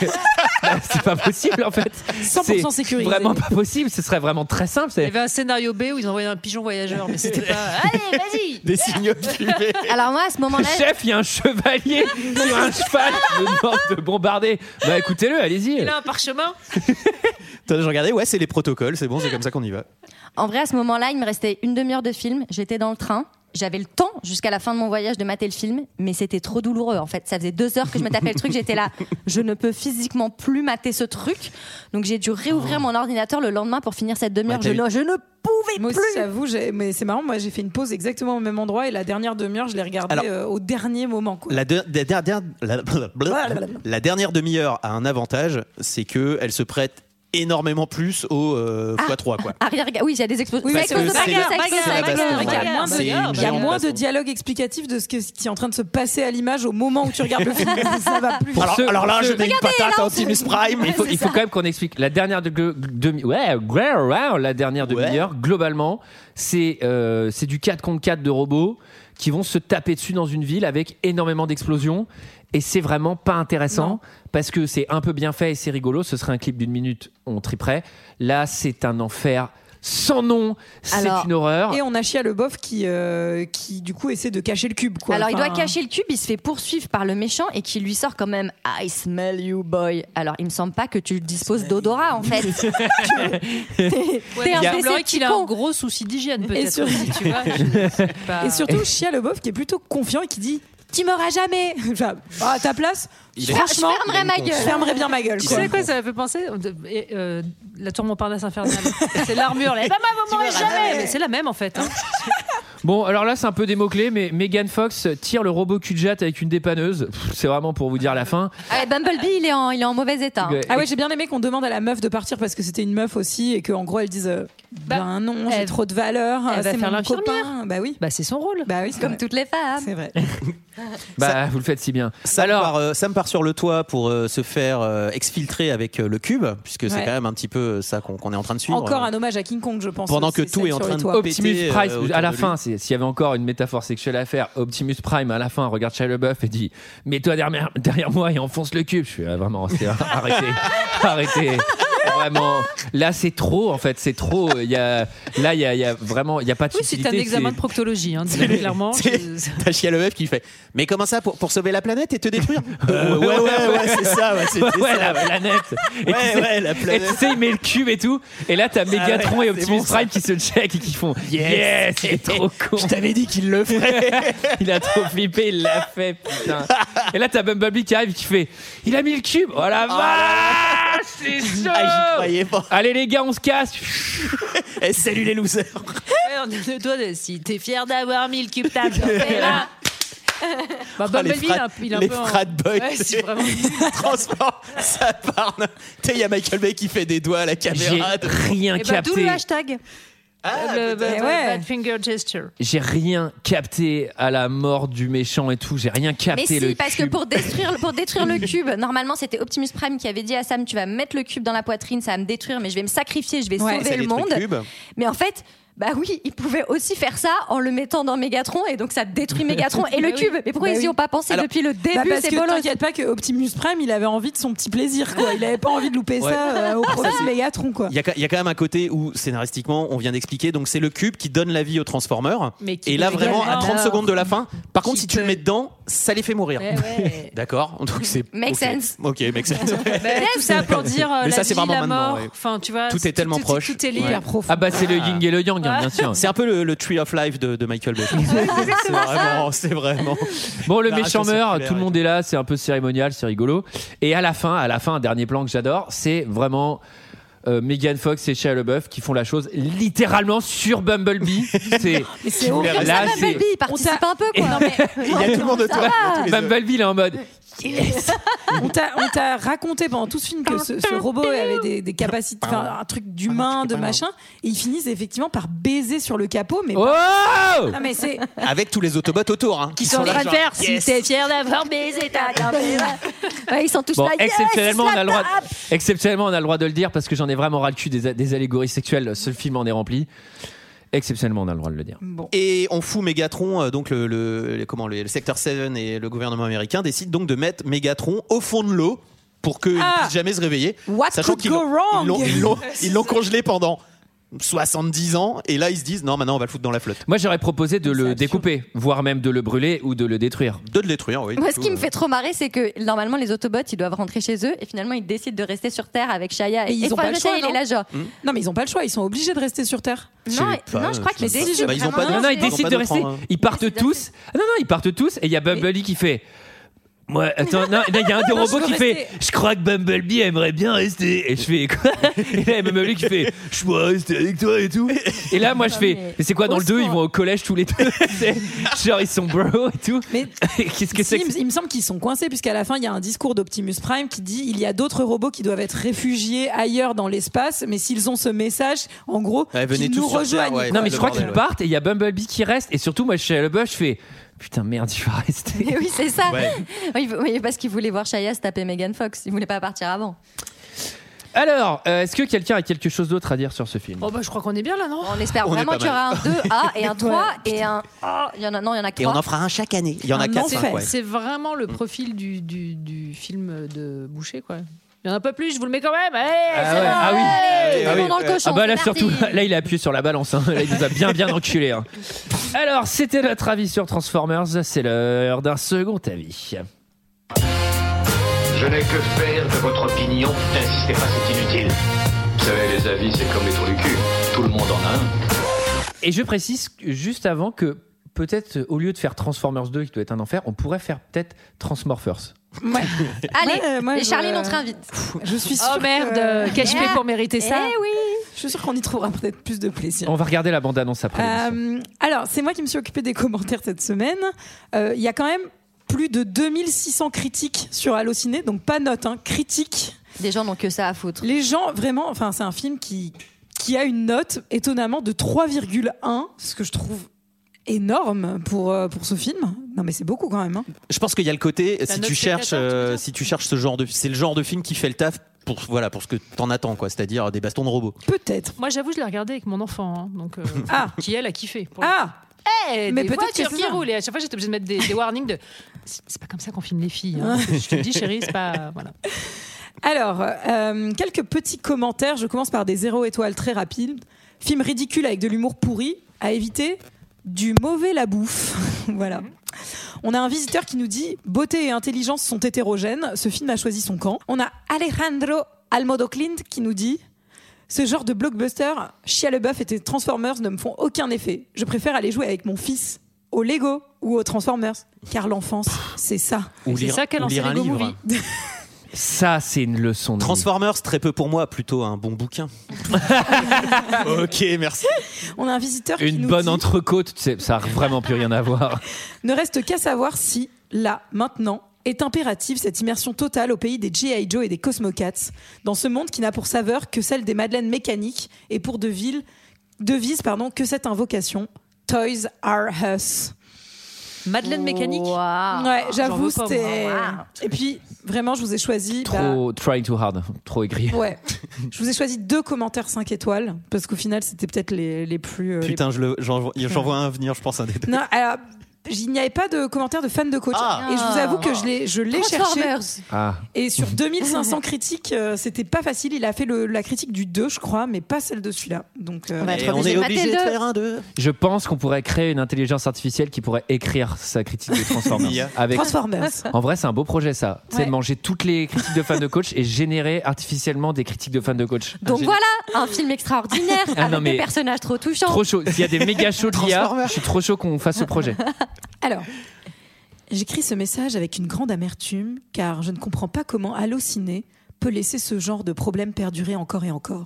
A: c'est pas possible en fait.
L: 100%
A: C'est
L: sécurisé.
A: Vraiment pas possible, ce serait vraiment très simple.
L: Il y
A: c'est-
L: avait un scénario B où ils envoyaient un pigeon voyageur, mais c'était pas. Allez, vas-y
K: Des signaux fumée.
F: Alors, moi, à ce moment-là.
A: Chef, il y a un chevalier sur un cheval qui nous demande de bombarder. Bah écoutez-le, allez-y.
L: Il a un parchemin
K: Attendez, je regardais. Ouais, c'est les protocoles. C'est bon, c'est comme ça qu'on y va.
F: En vrai, à ce moment-là, il me restait une demi-heure de film. J'étais dans le train. J'avais le temps jusqu'à la fin de mon voyage de mater le film, mais c'était trop douloureux en fait. Ça faisait deux heures que je me tapais le truc. J'étais là, je ne peux physiquement plus mater ce truc. Donc j'ai dû
K: Oh.
F: réouvrir mon ordinateur le lendemain pour finir cette demi-heure. je, ne- je ne pouvais
G: Moi aussi,
F: plus.
G: j'avoue, j'ai- mais c'est marrant, moi j'ai fait une pause exactement au même endroit et la dernière demi-heure, je l'ai regardée
K: Alors-
G: euh, au dernier moment. Quoi.
K: La, de- la dernière- la- la dernière demi-heure a un avantage, c'est que elle se prête énormément plus au euh,
F: Ah.
K: x3 quoi.
F: Arrière, oui, il y a des explosions.
G: Oui,
F: Ça
G: parce
F: explose,
K: que
F: ça
K: c'est- c'est
F: explose, ça explose,
K: la
F: ça
K: baston.
F: explose.
G: Il
K: C'est
G: y a moins de,
K: C'est une
G: il Ah, bah, y a
K: géante
G: moins
K: baston.
G: de dialogue explicatif de ce, que- ce qui est en train de se passer à l'image au moment où tu regardes le film. Ça va plus.
K: Alors, alors là, je mets une patate à Optimus Prime.
A: Il faut, il faut quand même qu'on explique. La dernière de, gl- gl- demi, ouais, ouais, ouais, la dernière demi-heure, globalement, c'est euh, c'est du 4 contre 4 de robots qui vont se taper dessus dans une ville avec énormément d'explosions. Et c'est vraiment pas intéressant parce que c'est un peu bien fait et c'est rigolo. Ce serait un clip d'une minute, on triperait. Là, c'est un enfer sans nom. C'est
G: Alors-
A: une horreur.
G: Et on a Chia le bof qui, euh, qui du coup essaie de cacher le cube. Quoi.
F: Alors, il
G: Enfin,
F: doit cacher le cube, il se fait poursuivre par le méchant et qui lui sort quand même I smell you, boy. Alors, il me semble pas que tu disposes d'odorat en
G: *laughs*
F: fait.
L: Il
F: T'es un
L: semblerait
F: PC
L: qu'il
F: petit
L: a un
F: con.
L: gros souci d'hygiène peut-être.
G: surtout-
L: aussi, Ah. tu vois.
G: Et surtout, Chia le bof qui est plutôt confiant et qui dit Tu m'auras jamais. *laughs* Enfin, bah, à ta place,
L: Il est-
G: franchement,
L: Je fermerai ma gueule.
G: Je fermerai bien ma gueule.
L: Tu sais à quoi ça m'a fait penser De- et, euh, La tour Montparnasse infernale. c'est l'armure. là. Eh ben, moi, vous m'aurez
G: Tu
L: jamais.
G: verras jamais.
L: Mais C'est la même en fait. hein.
A: Bon, alors là, c'est un peu des mots-clés, mais Megan Fox tire le robot cul de jatte avec une dépanneuse. Pff, C'est vraiment pour vous dire la fin.
F: Ah, Bumblebee, il est en, il est en mauvais état. hein.
A: Ouais.
G: Ah ouais, j'ai bien aimé qu'on demande à la meuf de partir parce que c'était une meuf aussi et qu'en gros elle dise euh, ben non, j'ai
L: Bah, elle-
G: trop de valeur, euh,
L: elle va
G: c'est
L: faire
G: mon
L: l'infirmière.
G: copain. Bah oui.
L: Bah c'est son rôle.
G: Bah oui,
F: Comme toutes les femmes.
G: C'est vrai.
A: Bah, vous le faites si bien.
K: Sam, part, euh, Sam part sur le toit pour euh, se faire euh, exfiltrer avec euh, le cube, puisque c'est
G: Ouais.
K: quand même un petit peu euh, ça qu'on qu'on est en train de suivre. Euh,
G: Encore un hommage à King Kong, je pense.
K: Pendant
G: c'est
K: que tout
G: celle
K: est en
G: sur
K: train
G: les
K: de
G: toits.
K: péter.
A: Optimus
K: euh,
A: Prime,
K: autour
A: à la
K: de lui.
A: fin,
K: *laughs*
A: c'est- s'il y avait encore une métaphore sexuelle à faire, Optimus Prime, à la fin, regarde Shia LaBeouf et dit Mets-toi derrière, derrière moi et enfonce le cube. Je suis ah, vraiment, c'est- *laughs* arrêtez, arrêtez. Vraiment, là c'est trop en fait, c'est trop. Il Y a, là, il y a, il y a vraiment, il n'y a pas de
L: Oui, c'est
A: subtilité.
L: un examen de proctologie, hein, clairement.
K: C'est- T'as Chia le meuf qui fait Mais comment ça pour, pour sauver la planète et te détruire Euh, Ouais, ouais, ouais, c'est ça. Ouais, c'était
A: *laughs* Ouais, la
K: ça.
A: planète. Et
K: Ouais,
A: tu sais-
K: ouais, la planète.
A: Et tu sais, il met le cube et tout. Et là, t'as Megatron
K: ouais,
A: et
K: c'est
A: Optimus
K: bon, ça.
A: Prime qui se check et qui font Yes, il est trop
K: *laughs*
A: con.
K: Je t'avais dit qu'il le ferait. Ah,
A: il a trop flippé, il l'a fait, putain. Et là, t'as Bumblebee qui arrive et qui fait Il a mis le cube. Oh la vache, c'est chaud. Allez, les gars, on se casse.
K: Et Eh, salut les losers.
L: Ouais, on a le doigt de- si t'es fier d'avoir mis le cube table, fais
K: *laughs*
L: là. Bah,
K: Ah, les
L: Bumblebee, il est
K: frat-
L: un- il est un
K: les
L: peu en-
K: frat boys.
L: Ouais,
K: *laughs*
L: c'est vraiment- Eh
K: Transport, ça parle. Tu sais, il y a Michael Bay qui fait des doigts à la
A: Ah,
K: caméra.
A: J'ai rien
F: Eh ben,
L: Et bah, d'où
A: capté.
L: le hashtag.
K: Ah,
L: le, le-
G: peut-être.
L: le
G: Ouais.
L: bad finger gesture.
A: J'ai rien capté à la mort du méchant et tout. J'ai rien capté.
F: Mais si,
A: le
F: parce que
A: cube.
F: pour détruire, pour détruire le cube, normalement c'était Optimus Prime qui avait dit à Sam Tu vas me mettre le cube dans la poitrine, ça va me détruire, mais je vais me sacrifier, je vais
K: Ouais. Ça
F: sauver le
K: détruit
F: monde.
K: le cube.
F: Mais en fait, bah oui, il pouvait aussi faire ça en le mettant dans Megatron, et donc ça détruit Megatron et le
G: Bah oui.
F: cube. Mais pourquoi
G: Bah
F: ils y
G: oui.
F: ont pas pensé depuis le
G: Bah
F: début
G: parce
F: C'est
G: que
F: bolos.
G: t'inquiète pas que Optimus Prime, il avait envie de son petit plaisir, quoi. Il avait pas envie de louper
K: Ouais.
G: ça euh, au profit
K: c'est-
G: de Megatron, quoi.
K: Il y, a, il y a quand même un côté où scénaristiquement, on vient d'expliquer, donc c'est le cube qui donne la vie aux Transformers.
L: Mais qui
K: Et là,
L: donne
K: vraiment, à
L: également-
K: 30 secondes de la fin, par contre, si tu le mets dedans, ça les fait mourir.
L: Ouais, Eh *laughs* ouais.
K: *laughs* D'accord Donc c'est.
F: Make
K: ok.
F: sense.
K: Ok, make sense.
L: Mais Bah, tout ça pour dire euh,
K: Mais
L: la
K: ça, c'est
L: vie,
K: vraiment
L: la
K: maintenant,
L: mort.
K: ouais.
L: Enfin, tu vois,
K: Tout est tellement proche.
L: Tout est lié.
K: Ouais.
A: Ah bah c'est le yin et le yang, hein, bien sûr.
K: C'est un peu le, le Tree of Life de, de Michael Bay. c'est vraiment, c'est vraiment.
A: Bon, le
K: La
A: méchant
K: ration
A: meurt,
K: circulaire
A: tout le monde est là, c'est un peu cérémonial, c'est rigolo. Et à la fin, à la fin, un dernier plan que j'adore, c'est vraiment euh, Megan Fox et Shia LaBeouf qui font la chose littéralement sur Bumblebee. c'est
G: Mais c'est horrible.
A: Là,
G: Comme ça,
A: c'est-
F: Bumblebee, il participe un peu quoi. *laughs* Non, mais-
K: Il y a tout le monde autour.
A: Bumblebee, il est en mode.
G: On t'a- on t'a raconté pendant tout ce film que ce, ce robot avait des, des capacités, enfin, un truc d'humain, de machin, et ils finissent effectivement par baiser sur le capot, mais.
A: Oh
G: Non, mais c'est.
K: Avec tous les Autobots autour. hein, qui
L: Ils sont en
K: là,
L: train de
K: genre,
L: faire si
K: yes.
L: t'es fier d'avoir baisé ta grand-mère.
F: Ouais, ils sont tous
A: Bon,
F: là. Yes,
A: exceptionnellement, on
F: la
A: a le droit.
F: tape
A: Exceptionnellement, on a le droit de le dire parce que j'en ai vraiment ras le cul des, des allégories sexuelles. Ce film en est rempli. Exceptionnellement, on a le droit de le dire.
K: Et on fout Megatron, euh, donc le, le- le- comment, le, le secteur 7 et le gouvernement américain décident donc de mettre Mégatron au fond de l'eau pour qu'il
G: Ah.
K: ne puisse jamais se réveiller.
G: What could
K: qu'ils
G: go
K: l'ont-
G: wrong
K: ils l'ont- ils *laughs* l'ont- ils l'ont congelé pendant 70 ans et là ils se disent non, maintenant on va le foutre dans la flotte.
A: Moi, j'aurais proposé de le découper, voire même de le brûler ou de le détruire.
K: De le détruire, oui.
F: Moi,
K: du
F: ce
K: coup,
F: qui me
K: euh,
F: fait trop marrer, c'est que normalement, les Autobots, ils doivent rentrer chez eux et finalement, ils décident de rester sur Terre avec Shia.
G: Mais
F: Et,
G: ils
F: et
G: ont pas le
F: Frank
G: choix,
F: Shia, il
G: non
F: est là, genre.
G: Non, mais ils ont pas le choix, ils sont obligés de rester sur Terre.
F: Non, non, je crois que les décident.
K: Bah, ils ont pas
F: vraiment-
A: Ah Non, non, ils
K: Ils ont
A: décident
K: pas
A: de
K: d'autre
A: rester.
K: en-
A: Ils partent tous. Ah, Non, non, ils partent tous. Et il y a Bumblebee qui fait. Moi, attends, non, il y a un des
G: Non, je
A: robots
G: veux
A: qui fait
G: rester.
A: Je crois que Bumblebee aimerait bien rester. Et je fais quoi Et là, il y a Bumblebee qui fait Je pourrais rester avec toi et tout. Et là, moi, je fais Mais c'est quoi dans le 2 Ils vont au collège tous les deux. C'est- Genre, ils sont bro et tout.
G: Mais
A: *laughs* qu'est-ce que
G: Si,
A: c'est
G: il,
A: que
G: me- il me semble qu'ils sont coincés, puisqu'à la fin, il y a un discours d'Optimus Prime qui dit il y a d'autres robots qui doivent être réfugiés ailleurs dans l'espace, mais s'ils ont ce message, en gros,
K: Ouais, venez
G: qu'ils
K: tous
G: nous
K: sur Terre,
G: rejoignent.
K: ouais.
A: Non, mais
K: le
A: je crois
K: bordel,
A: qu'ils
K: ouais.
A: partent et il y a Bumblebee qui reste. Et surtout, moi, je suis à Bush, je fais Putain, merde, je vais rester.
F: Mais *laughs* oui, c'est ça.
A: Ouais.
F: Oui, oui, parce qu'ils voulaient voir Shia se taper Megan Fox. Ils voulaient pas partir avant.
G: Oh.
A: Alors, euh, est-ce que quelqu'un a quelque chose d'autre à dire sur ce film
L: Oh bah je crois qu'on est bien là, non
F: On espère
A: On est
F: vraiment
A: pas
F: qu'il y aura un 2A et un 3 et un. Ah, il y en a, non, il y en a que
K: euh. Et on en
F: trois.
K: fera un chaque année. Il y en a 4
L: C'est vraiment le profil du, du, du film de Boucher, quoi. Il Il y en a un peu plus, je vous le mets quand même. Allez,
A: Ah,
L: c'est
A: ouais.
L: bon,
A: Ah oui.
L: allez, tout le monde dans le
A: Ah
L: cochon,
A: bah
L: c'est
A: là
L: parti.
A: surtout, là il a appuyé sur la balance. hein. Là, il nous a bien bien enculé. hein. Alors c'était notre avis sur Transformers. C'est l'heure d'un second avis.
Q: Je n'ai que faire de votre opinion. N'insistez pas, c'est inutile. Vous savez, les avis, c'est comme les trous du cul. Tout le monde en a un.
A: Et je précise que- juste avant que peut-être euh, au lieu de faire Transformers 2 qui doit être un enfer, on pourrait faire peut-être Transmorphers.
F: Allez,
G: Ouais, euh, moi,
F: et
G: je-
F: Charline, on te réinvite.
G: Je suis
F: Oh
G: sûre.
F: merde,
G: que-
F: qu'ai-je fait pour mériter ça
G: Eh oui *laughs* Je suis sûre qu'on y trouvera peut-être plus de plaisir.
A: On va regarder la bande-annonce après.
G: Euh, alors, c'est moi qui me suis occupée des commentaires cette semaine. Euh, Il y a quand même plus de 2600 critiques sur Allociné, donc pas note, hein, critiques.
F: Des gens n'ont que ça à foutre.
G: Les gens, vraiment, enfin, c'est un film qui, qui a une note étonnamment de 3,1, ce que je trouve énorme pour, euh, pour ce film. Non, mais c'est beaucoup quand même. hein.
K: Je pense qu'il y a le côté,
G: La
K: si
G: note
K: tu,
G: spectateur,
K: cherches, euh, si tu cherches ce genre de. C'est le genre de film qui fait le taf pour, voilà, pour ce que t'en attends, quoi. C'est-à-dire des bastons de robots.
G: Peut-être.
L: Moi, j'avoue, je l'ai regardé avec mon enfant, hein, donc euh,
G: Ah.
L: qui elle a kiffé.
G: Ah.
L: mais
G: Mais
L: des
G: peut-être que
L: voitures
G: c'est
L: qui
G: ça.
L: roulent. Et à chaque fois, j'étais obligée de mettre des, des warnings de. C'est c'est pas comme ça qu'on filme les filles. *laughs* hein. Je te le dis, chérie, c'est pas. Voilà.
G: Alors, euh, quelques petits commentaires. Je commence par des zéro étoiles très rapides. Film ridicule avec de l'humour pourri à éviter. Du mauvais la bouffe. *laughs* voilà. On a un visiteur qui nous dit Beauté et intelligence sont hétérogènes. Ce film a choisi son camp. On a Alejandro Almodoclint qui nous dit Ce genre de blockbuster, Chia LeBeouf et tes Transformers ne me font aucun effet. Je préfère aller jouer avec mon fils au Lego ou aux Transformers. Car l'enfance, c'est ça.
K: Ou C'est lire- ça qu'a ou lancé lire un Lego livre. Movie.
A: Ça, c'est une leçon.
K: Transformers, très peu pour moi, plutôt un bon *laughs* bouquin. ok, merci.
G: On a un visiteur qui
A: Une
G: nous
A: bonne
G: dit
A: entrecôte, tu sais, ça a vraiment plus rien
L: *laughs*
A: à voir.
G: Ne reste qu'à savoir si, là, maintenant, est impérative cette immersion totale au pays des G.I. Joe et des Cosmocats, dans ce monde qui n'a pour saveur que celle des madeleines mécaniques et pour devise, devise pardon, que cette invocation Toys are us.
L: Madeleine mécanique
G: Ouais,
L: Ah, J'en veux
G: j'avoue,
L: pas, moi.
G: c'était.
L: Waouh.
G: Et puis, vraiment, je vous ai choisi. bah,
A: Trop trying too hard, trop aigri.
G: Ouais. Je vous ai choisi deux commentaires 5 étoiles, parce qu'au final, c'était peut-être les, les plus. euh, les
K: Putain, je le- j'en j'en vois un venir, je pense, un des deux.
G: Non, alors, il n'y avait pas de commentaire de fan de coach.
K: Ah.
G: Et je vous avoue que je l'ai, je l'ai cherché.
F: Transformers.
A: Ah.
G: Et sur 2500 critiques, euh, c'était pas facile. Il a fait le- la critique du 2, je crois, mais pas celle de celui-là. Donc, euh,
K: On va être Et on obligé est de mater obligé le de deux. faire un 2.
A: Je pense qu'on pourrait créer une intelligence artificielle qui pourrait écrire sa critique de
K: L'IA.
A: Transformers.
G: Transformers.
A: En vrai, c'est un beau projet ça. C'est
F: Ouais.
A: de manger toutes les critiques de fans de coach et générer artificiellement des critiques de fans de coach.
F: Donc voilà, un film extraordinaire
A: Ah
F: avec
A: non, mais-
F: des personnages trop touchants.
A: Trop chaud. S'il y a des méga shows de l'IA, je suis trop chaud qu'on fasse ce projet.
G: Alors, j'écris ce message avec une grande amertume, car je ne comprends pas comment Allociné peut laisser ce genre de problème perdurer encore et encore.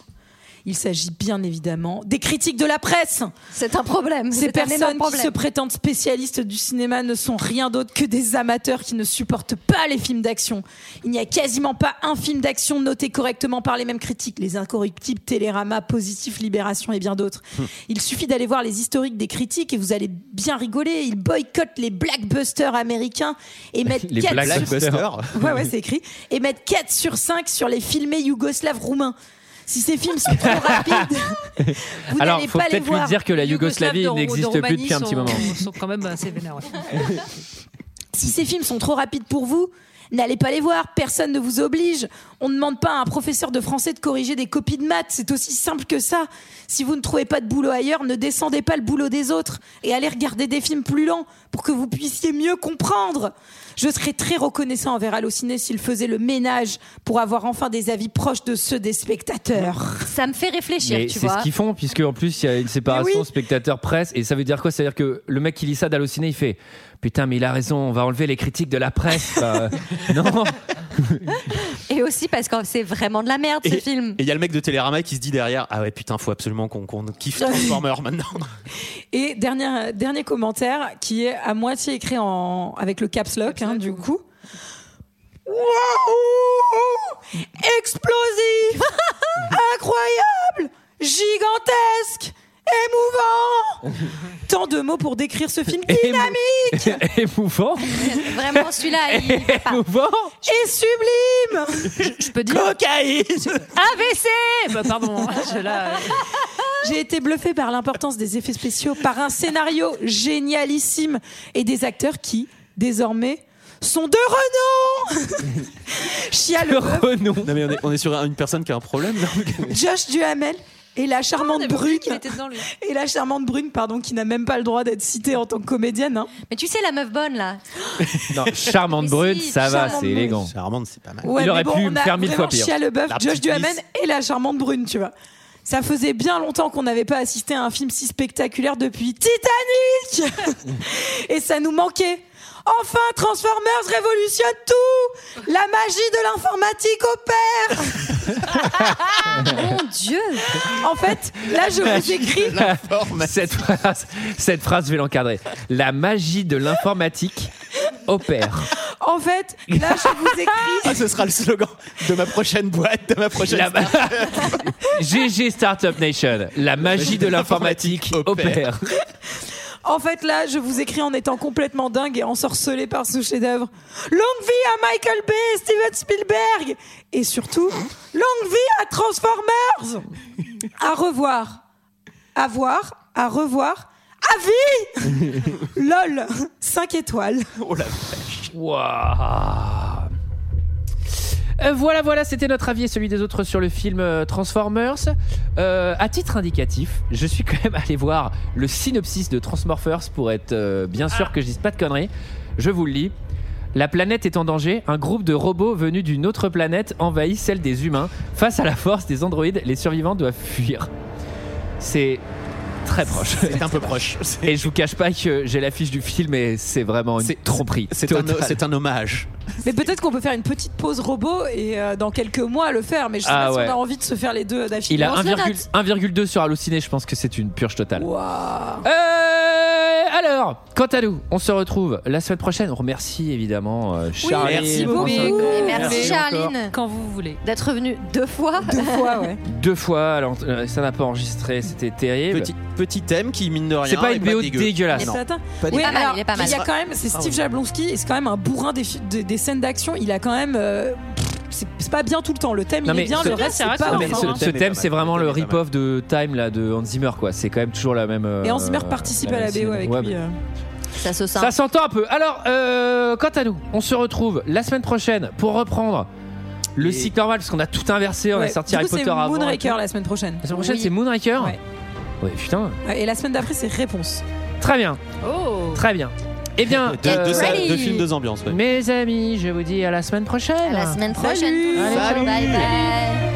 G: Il s'agit bien évidemment des critiques de la presse.
F: C'est un problème.
G: Ces
F: C'est un énorme
G: personnes qui
F: problème.
G: se prétendent spécialistes du cinéma ne sont rien d'autre que des amateurs qui ne supportent pas les films d'action. Il n'y a quasiment pas un film d'action noté correctement par les mêmes critiques, les incorruptibles, Télérama, Positif, Libération et bien d'autres.
A: Hum.
F: Hmm.
G: Il suffit d'aller voir les historiques des critiques et vous allez bien rigoler. Ils boycottent les blackbusters américains et mettent
A: *laughs* Les
G: quatre sur-
A: blackbusters.
G: *laughs* Ouais, ouais, c'est écrit. Et mettre 4 sur 5 sur les filmés yougoslaves roumains. Si ces films
A: *laughs*
G: sont trop rapides, *laughs* vous
A: Alors,
G: n'allez
A: faut
G: pas les
A: peut-être lui
G: voir.
A: dire que la
L: Yougoslaves
A: Yougoslavie
L: de- de
A: n'existe
L: Roumanie
A: plus depuis un petit
L: sont-
A: moment.
L: sont quand même assez vénères. ouais.
G: Si ces films sont trop rapides pour vous, n'allez pas les voir, personne ne vous oblige. On ne demande pas à un professeur de français de corriger des copies de maths, c'est aussi simple que ça. Si vous ne trouvez pas de boulot ailleurs, ne descendez pas le boulot des autres et allez regarder des films plus lents pour que vous puissiez mieux comprendre. Je serais très reconnaissant envers Allociné s'il faisait le ménage pour avoir enfin des avis proches de ceux des spectateurs.
F: Ça me fait réfléchir,
A: Mais
F: tu
A: c'est
F: vois.
A: ce qu'ils font, puisque en plus il y a une séparation spectateur-presse, et ça veut dire quoi C'est-à-dire que le mec qui lit ça d'halluciné, il fait Putain, mais il a raison, on va enlever les critiques de la presse. Bah, euh, *laughs* non
F: Et aussi parce que c'est vraiment de la merde ce
K: Et
F: film.
K: et il y a le mec de Télérama qui se dit derrière Ah ouais, putain, faut absolument qu'on qu'on kiffe Transformers maintenant.
G: Et dernier, dernier commentaire qui est à moitié écrit en, avec le caps lock, hein, du coup. Waouh
L: *laughs*
G: Explosif Incroyable Gigantesque Émouvant Tant de mots pour décrire ce film dynamique
A: *laughs* Émouvant *laughs*
F: Vraiment, celui-là, il.
A: Émouvant
G: Et sublime
L: Je peux dire.
K: Cocaïne
L: AVC Bah, pardon, je *laughs* la.
G: J'ai été bluffée par l'importance des effets spéciaux, par un scénario génialissime et des acteurs qui, désormais, sont de renom Chia
K: Le
G: Leboeuf,
K: renom. Non, mais on est, on est sur une personne qui a un problème. donc.
G: Josh Duhamel et la charmante brune et la charmante brune pardon qui n'a même pas le droit d'être citée en tant que comédienne hein.
F: Mais tu sais, la meuf bonne,
A: *laughs*
F: là.
A: Non, charmante brune, ça va,
G: charmante
A: c'est
G: brune.
A: élégant.
K: Charmante, *laughs* c'est pas mal.
G: Ouais,
A: Il
G: mais
A: aurait
G: bon,
A: pu
G: on
A: me
G: a
A: faire mille
G: vraiment
A: fois pire.
G: Shia LaBeouf,
A: La
G: Josh
A: petite
G: Duhamel
A: lisse.
G: et la charmante brune tu vois ça faisait bien longtemps qu'on n'avait pas assisté à un film si spectaculaire depuis Titanic *laughs* et ça nous manquait Enfin, Transformers révolutionne tout La magie de l'informatique opère
F: Oh,
G: Mon Dieu En fait, là, je vous écris...
A: cette phrase, cette phrase, je vais l'encadrer. La magie de l'informatique opère.
G: En fait, là, je vous écris...
K: Ah, ce sera le slogan de ma prochaine boîte, de ma prochaine.
A: La-
K: start-up.
A: *laughs* GG Startup Nation, la magie de l'informatique opère.
G: En fait, là, je vous écris en étant complètement dingue et ensorcelé par ce chef-d'œuvre. Longue vie à Michael Bay, et Steven Spielberg Et surtout, longue vie à Transformers À revoir, à voir, à revoir, à
A: *laughs*
G: vie LOL 5 étoiles.
A: Waouh. Euh, Voilà, voilà, c'était notre avis et celui des autres sur le film euh, Transformers. Euh, à titre indicatif, je suis quand même *laughs* allé voir le synopsis de Transmorphers pour être euh, bien sûr que je dise pas de conneries. Je vous le lis. La planète est en danger. Un groupe de robots venus d'une autre planète envahit celle des humains. Face à la force des androïdes, les survivants doivent fuir. C'est très proche. C'est un peu proche. *laughs* Et je vous cache pas que j'ai l'affiche du film et c'est vraiment une tromperie.
K: C'est un,
A: totale.
K: c'est un hommage.
G: Mais peut-être qu'on peut faire une petite pause robot et euh, dans quelques mois le faire, mais je sais
A: Ah
G: pas
A: ouais.
G: si on a envie de se faire les deux d'affilée.
A: Il a
G: On se le
A: 1,2
G: note.
A: 1,2 sur Allociné, je pense que c'est une purge totale.
G: Waouh.
A: Euh, alors, quant à nous, on se retrouve la semaine prochaine. On remercie évidemment euh, Charlie.
F: merci
A: Vincent
F: beaucoup.
A: Cohen.
F: Et merci,
A: encore.
F: Charline. Quand vous voulez. D'être revenue deux fois. Deux
G: fois, ouais.
A: Deux fois, alors, euh, ça n'a pas enregistré, c'était terrible.
K: Petit, petit thème qui, mine de rien.
A: C'est pas
K: est
A: une BO
K: dégueu.
A: dégueulasse.
K: Non.
G: Mais attends,
K: Pas
G: oui,
K: dégueu.
F: mal,
G: alors,
F: il est pas mal.
G: y a quand même, c'est
K: Ah
G: Steve
K: oui.
G: Jablonski, et c'est quand même un bourrin des, fi- des- des scènes d'action. Il a quand même. euh, pff, c'est c'est pas bien tout le temps. Le thème,
A: Non,
G: il est
A: mais
G: bien,
A: ce-
G: le reste,
A: Non,
G: c'est pas.
A: mais
G: enfin,
A: ce,
G: hein.
A: ce thème, c'est vraiment le rip-off de Time là, de Hans Zimmer, quoi. C'est quand même toujours la même.
G: Et
A: euh,
G: Hans Zimmer participe
A: la
G: à la
A: même
G: BO avec
A: scène. Ouais,
G: lui.
A: mais-
G: euh.
F: Ça se sent.
A: Ça s'entend un peu. Alors, euh, quant à nous, on se retrouve la semaine prochaine pour reprendre le cycle normal, parce qu'on a tout inversé. On
G: Ouais.
A: a sorti
G: Du
A: Harry
G: coup,
A: Potter
G: c'est
A: avant. et
G: Moonraker
A: tout.
G: la semaine prochaine.
A: La semaine prochaine, c'est Moonraker
G: Ouais.
A: Ouais, putain.
G: Et la semaine d'après, c'est Réponse.
A: Très bien.
L: Oh.
A: Très bien. Eh bien,
K: De, de ça- de films, deux ambiances. ouais.
A: mes amis, je vous dis à la semaine prochaine.
F: À la semaine prochaine.
A: Salut.
F: tout le monde.
A: Salut.
F: Bye bye.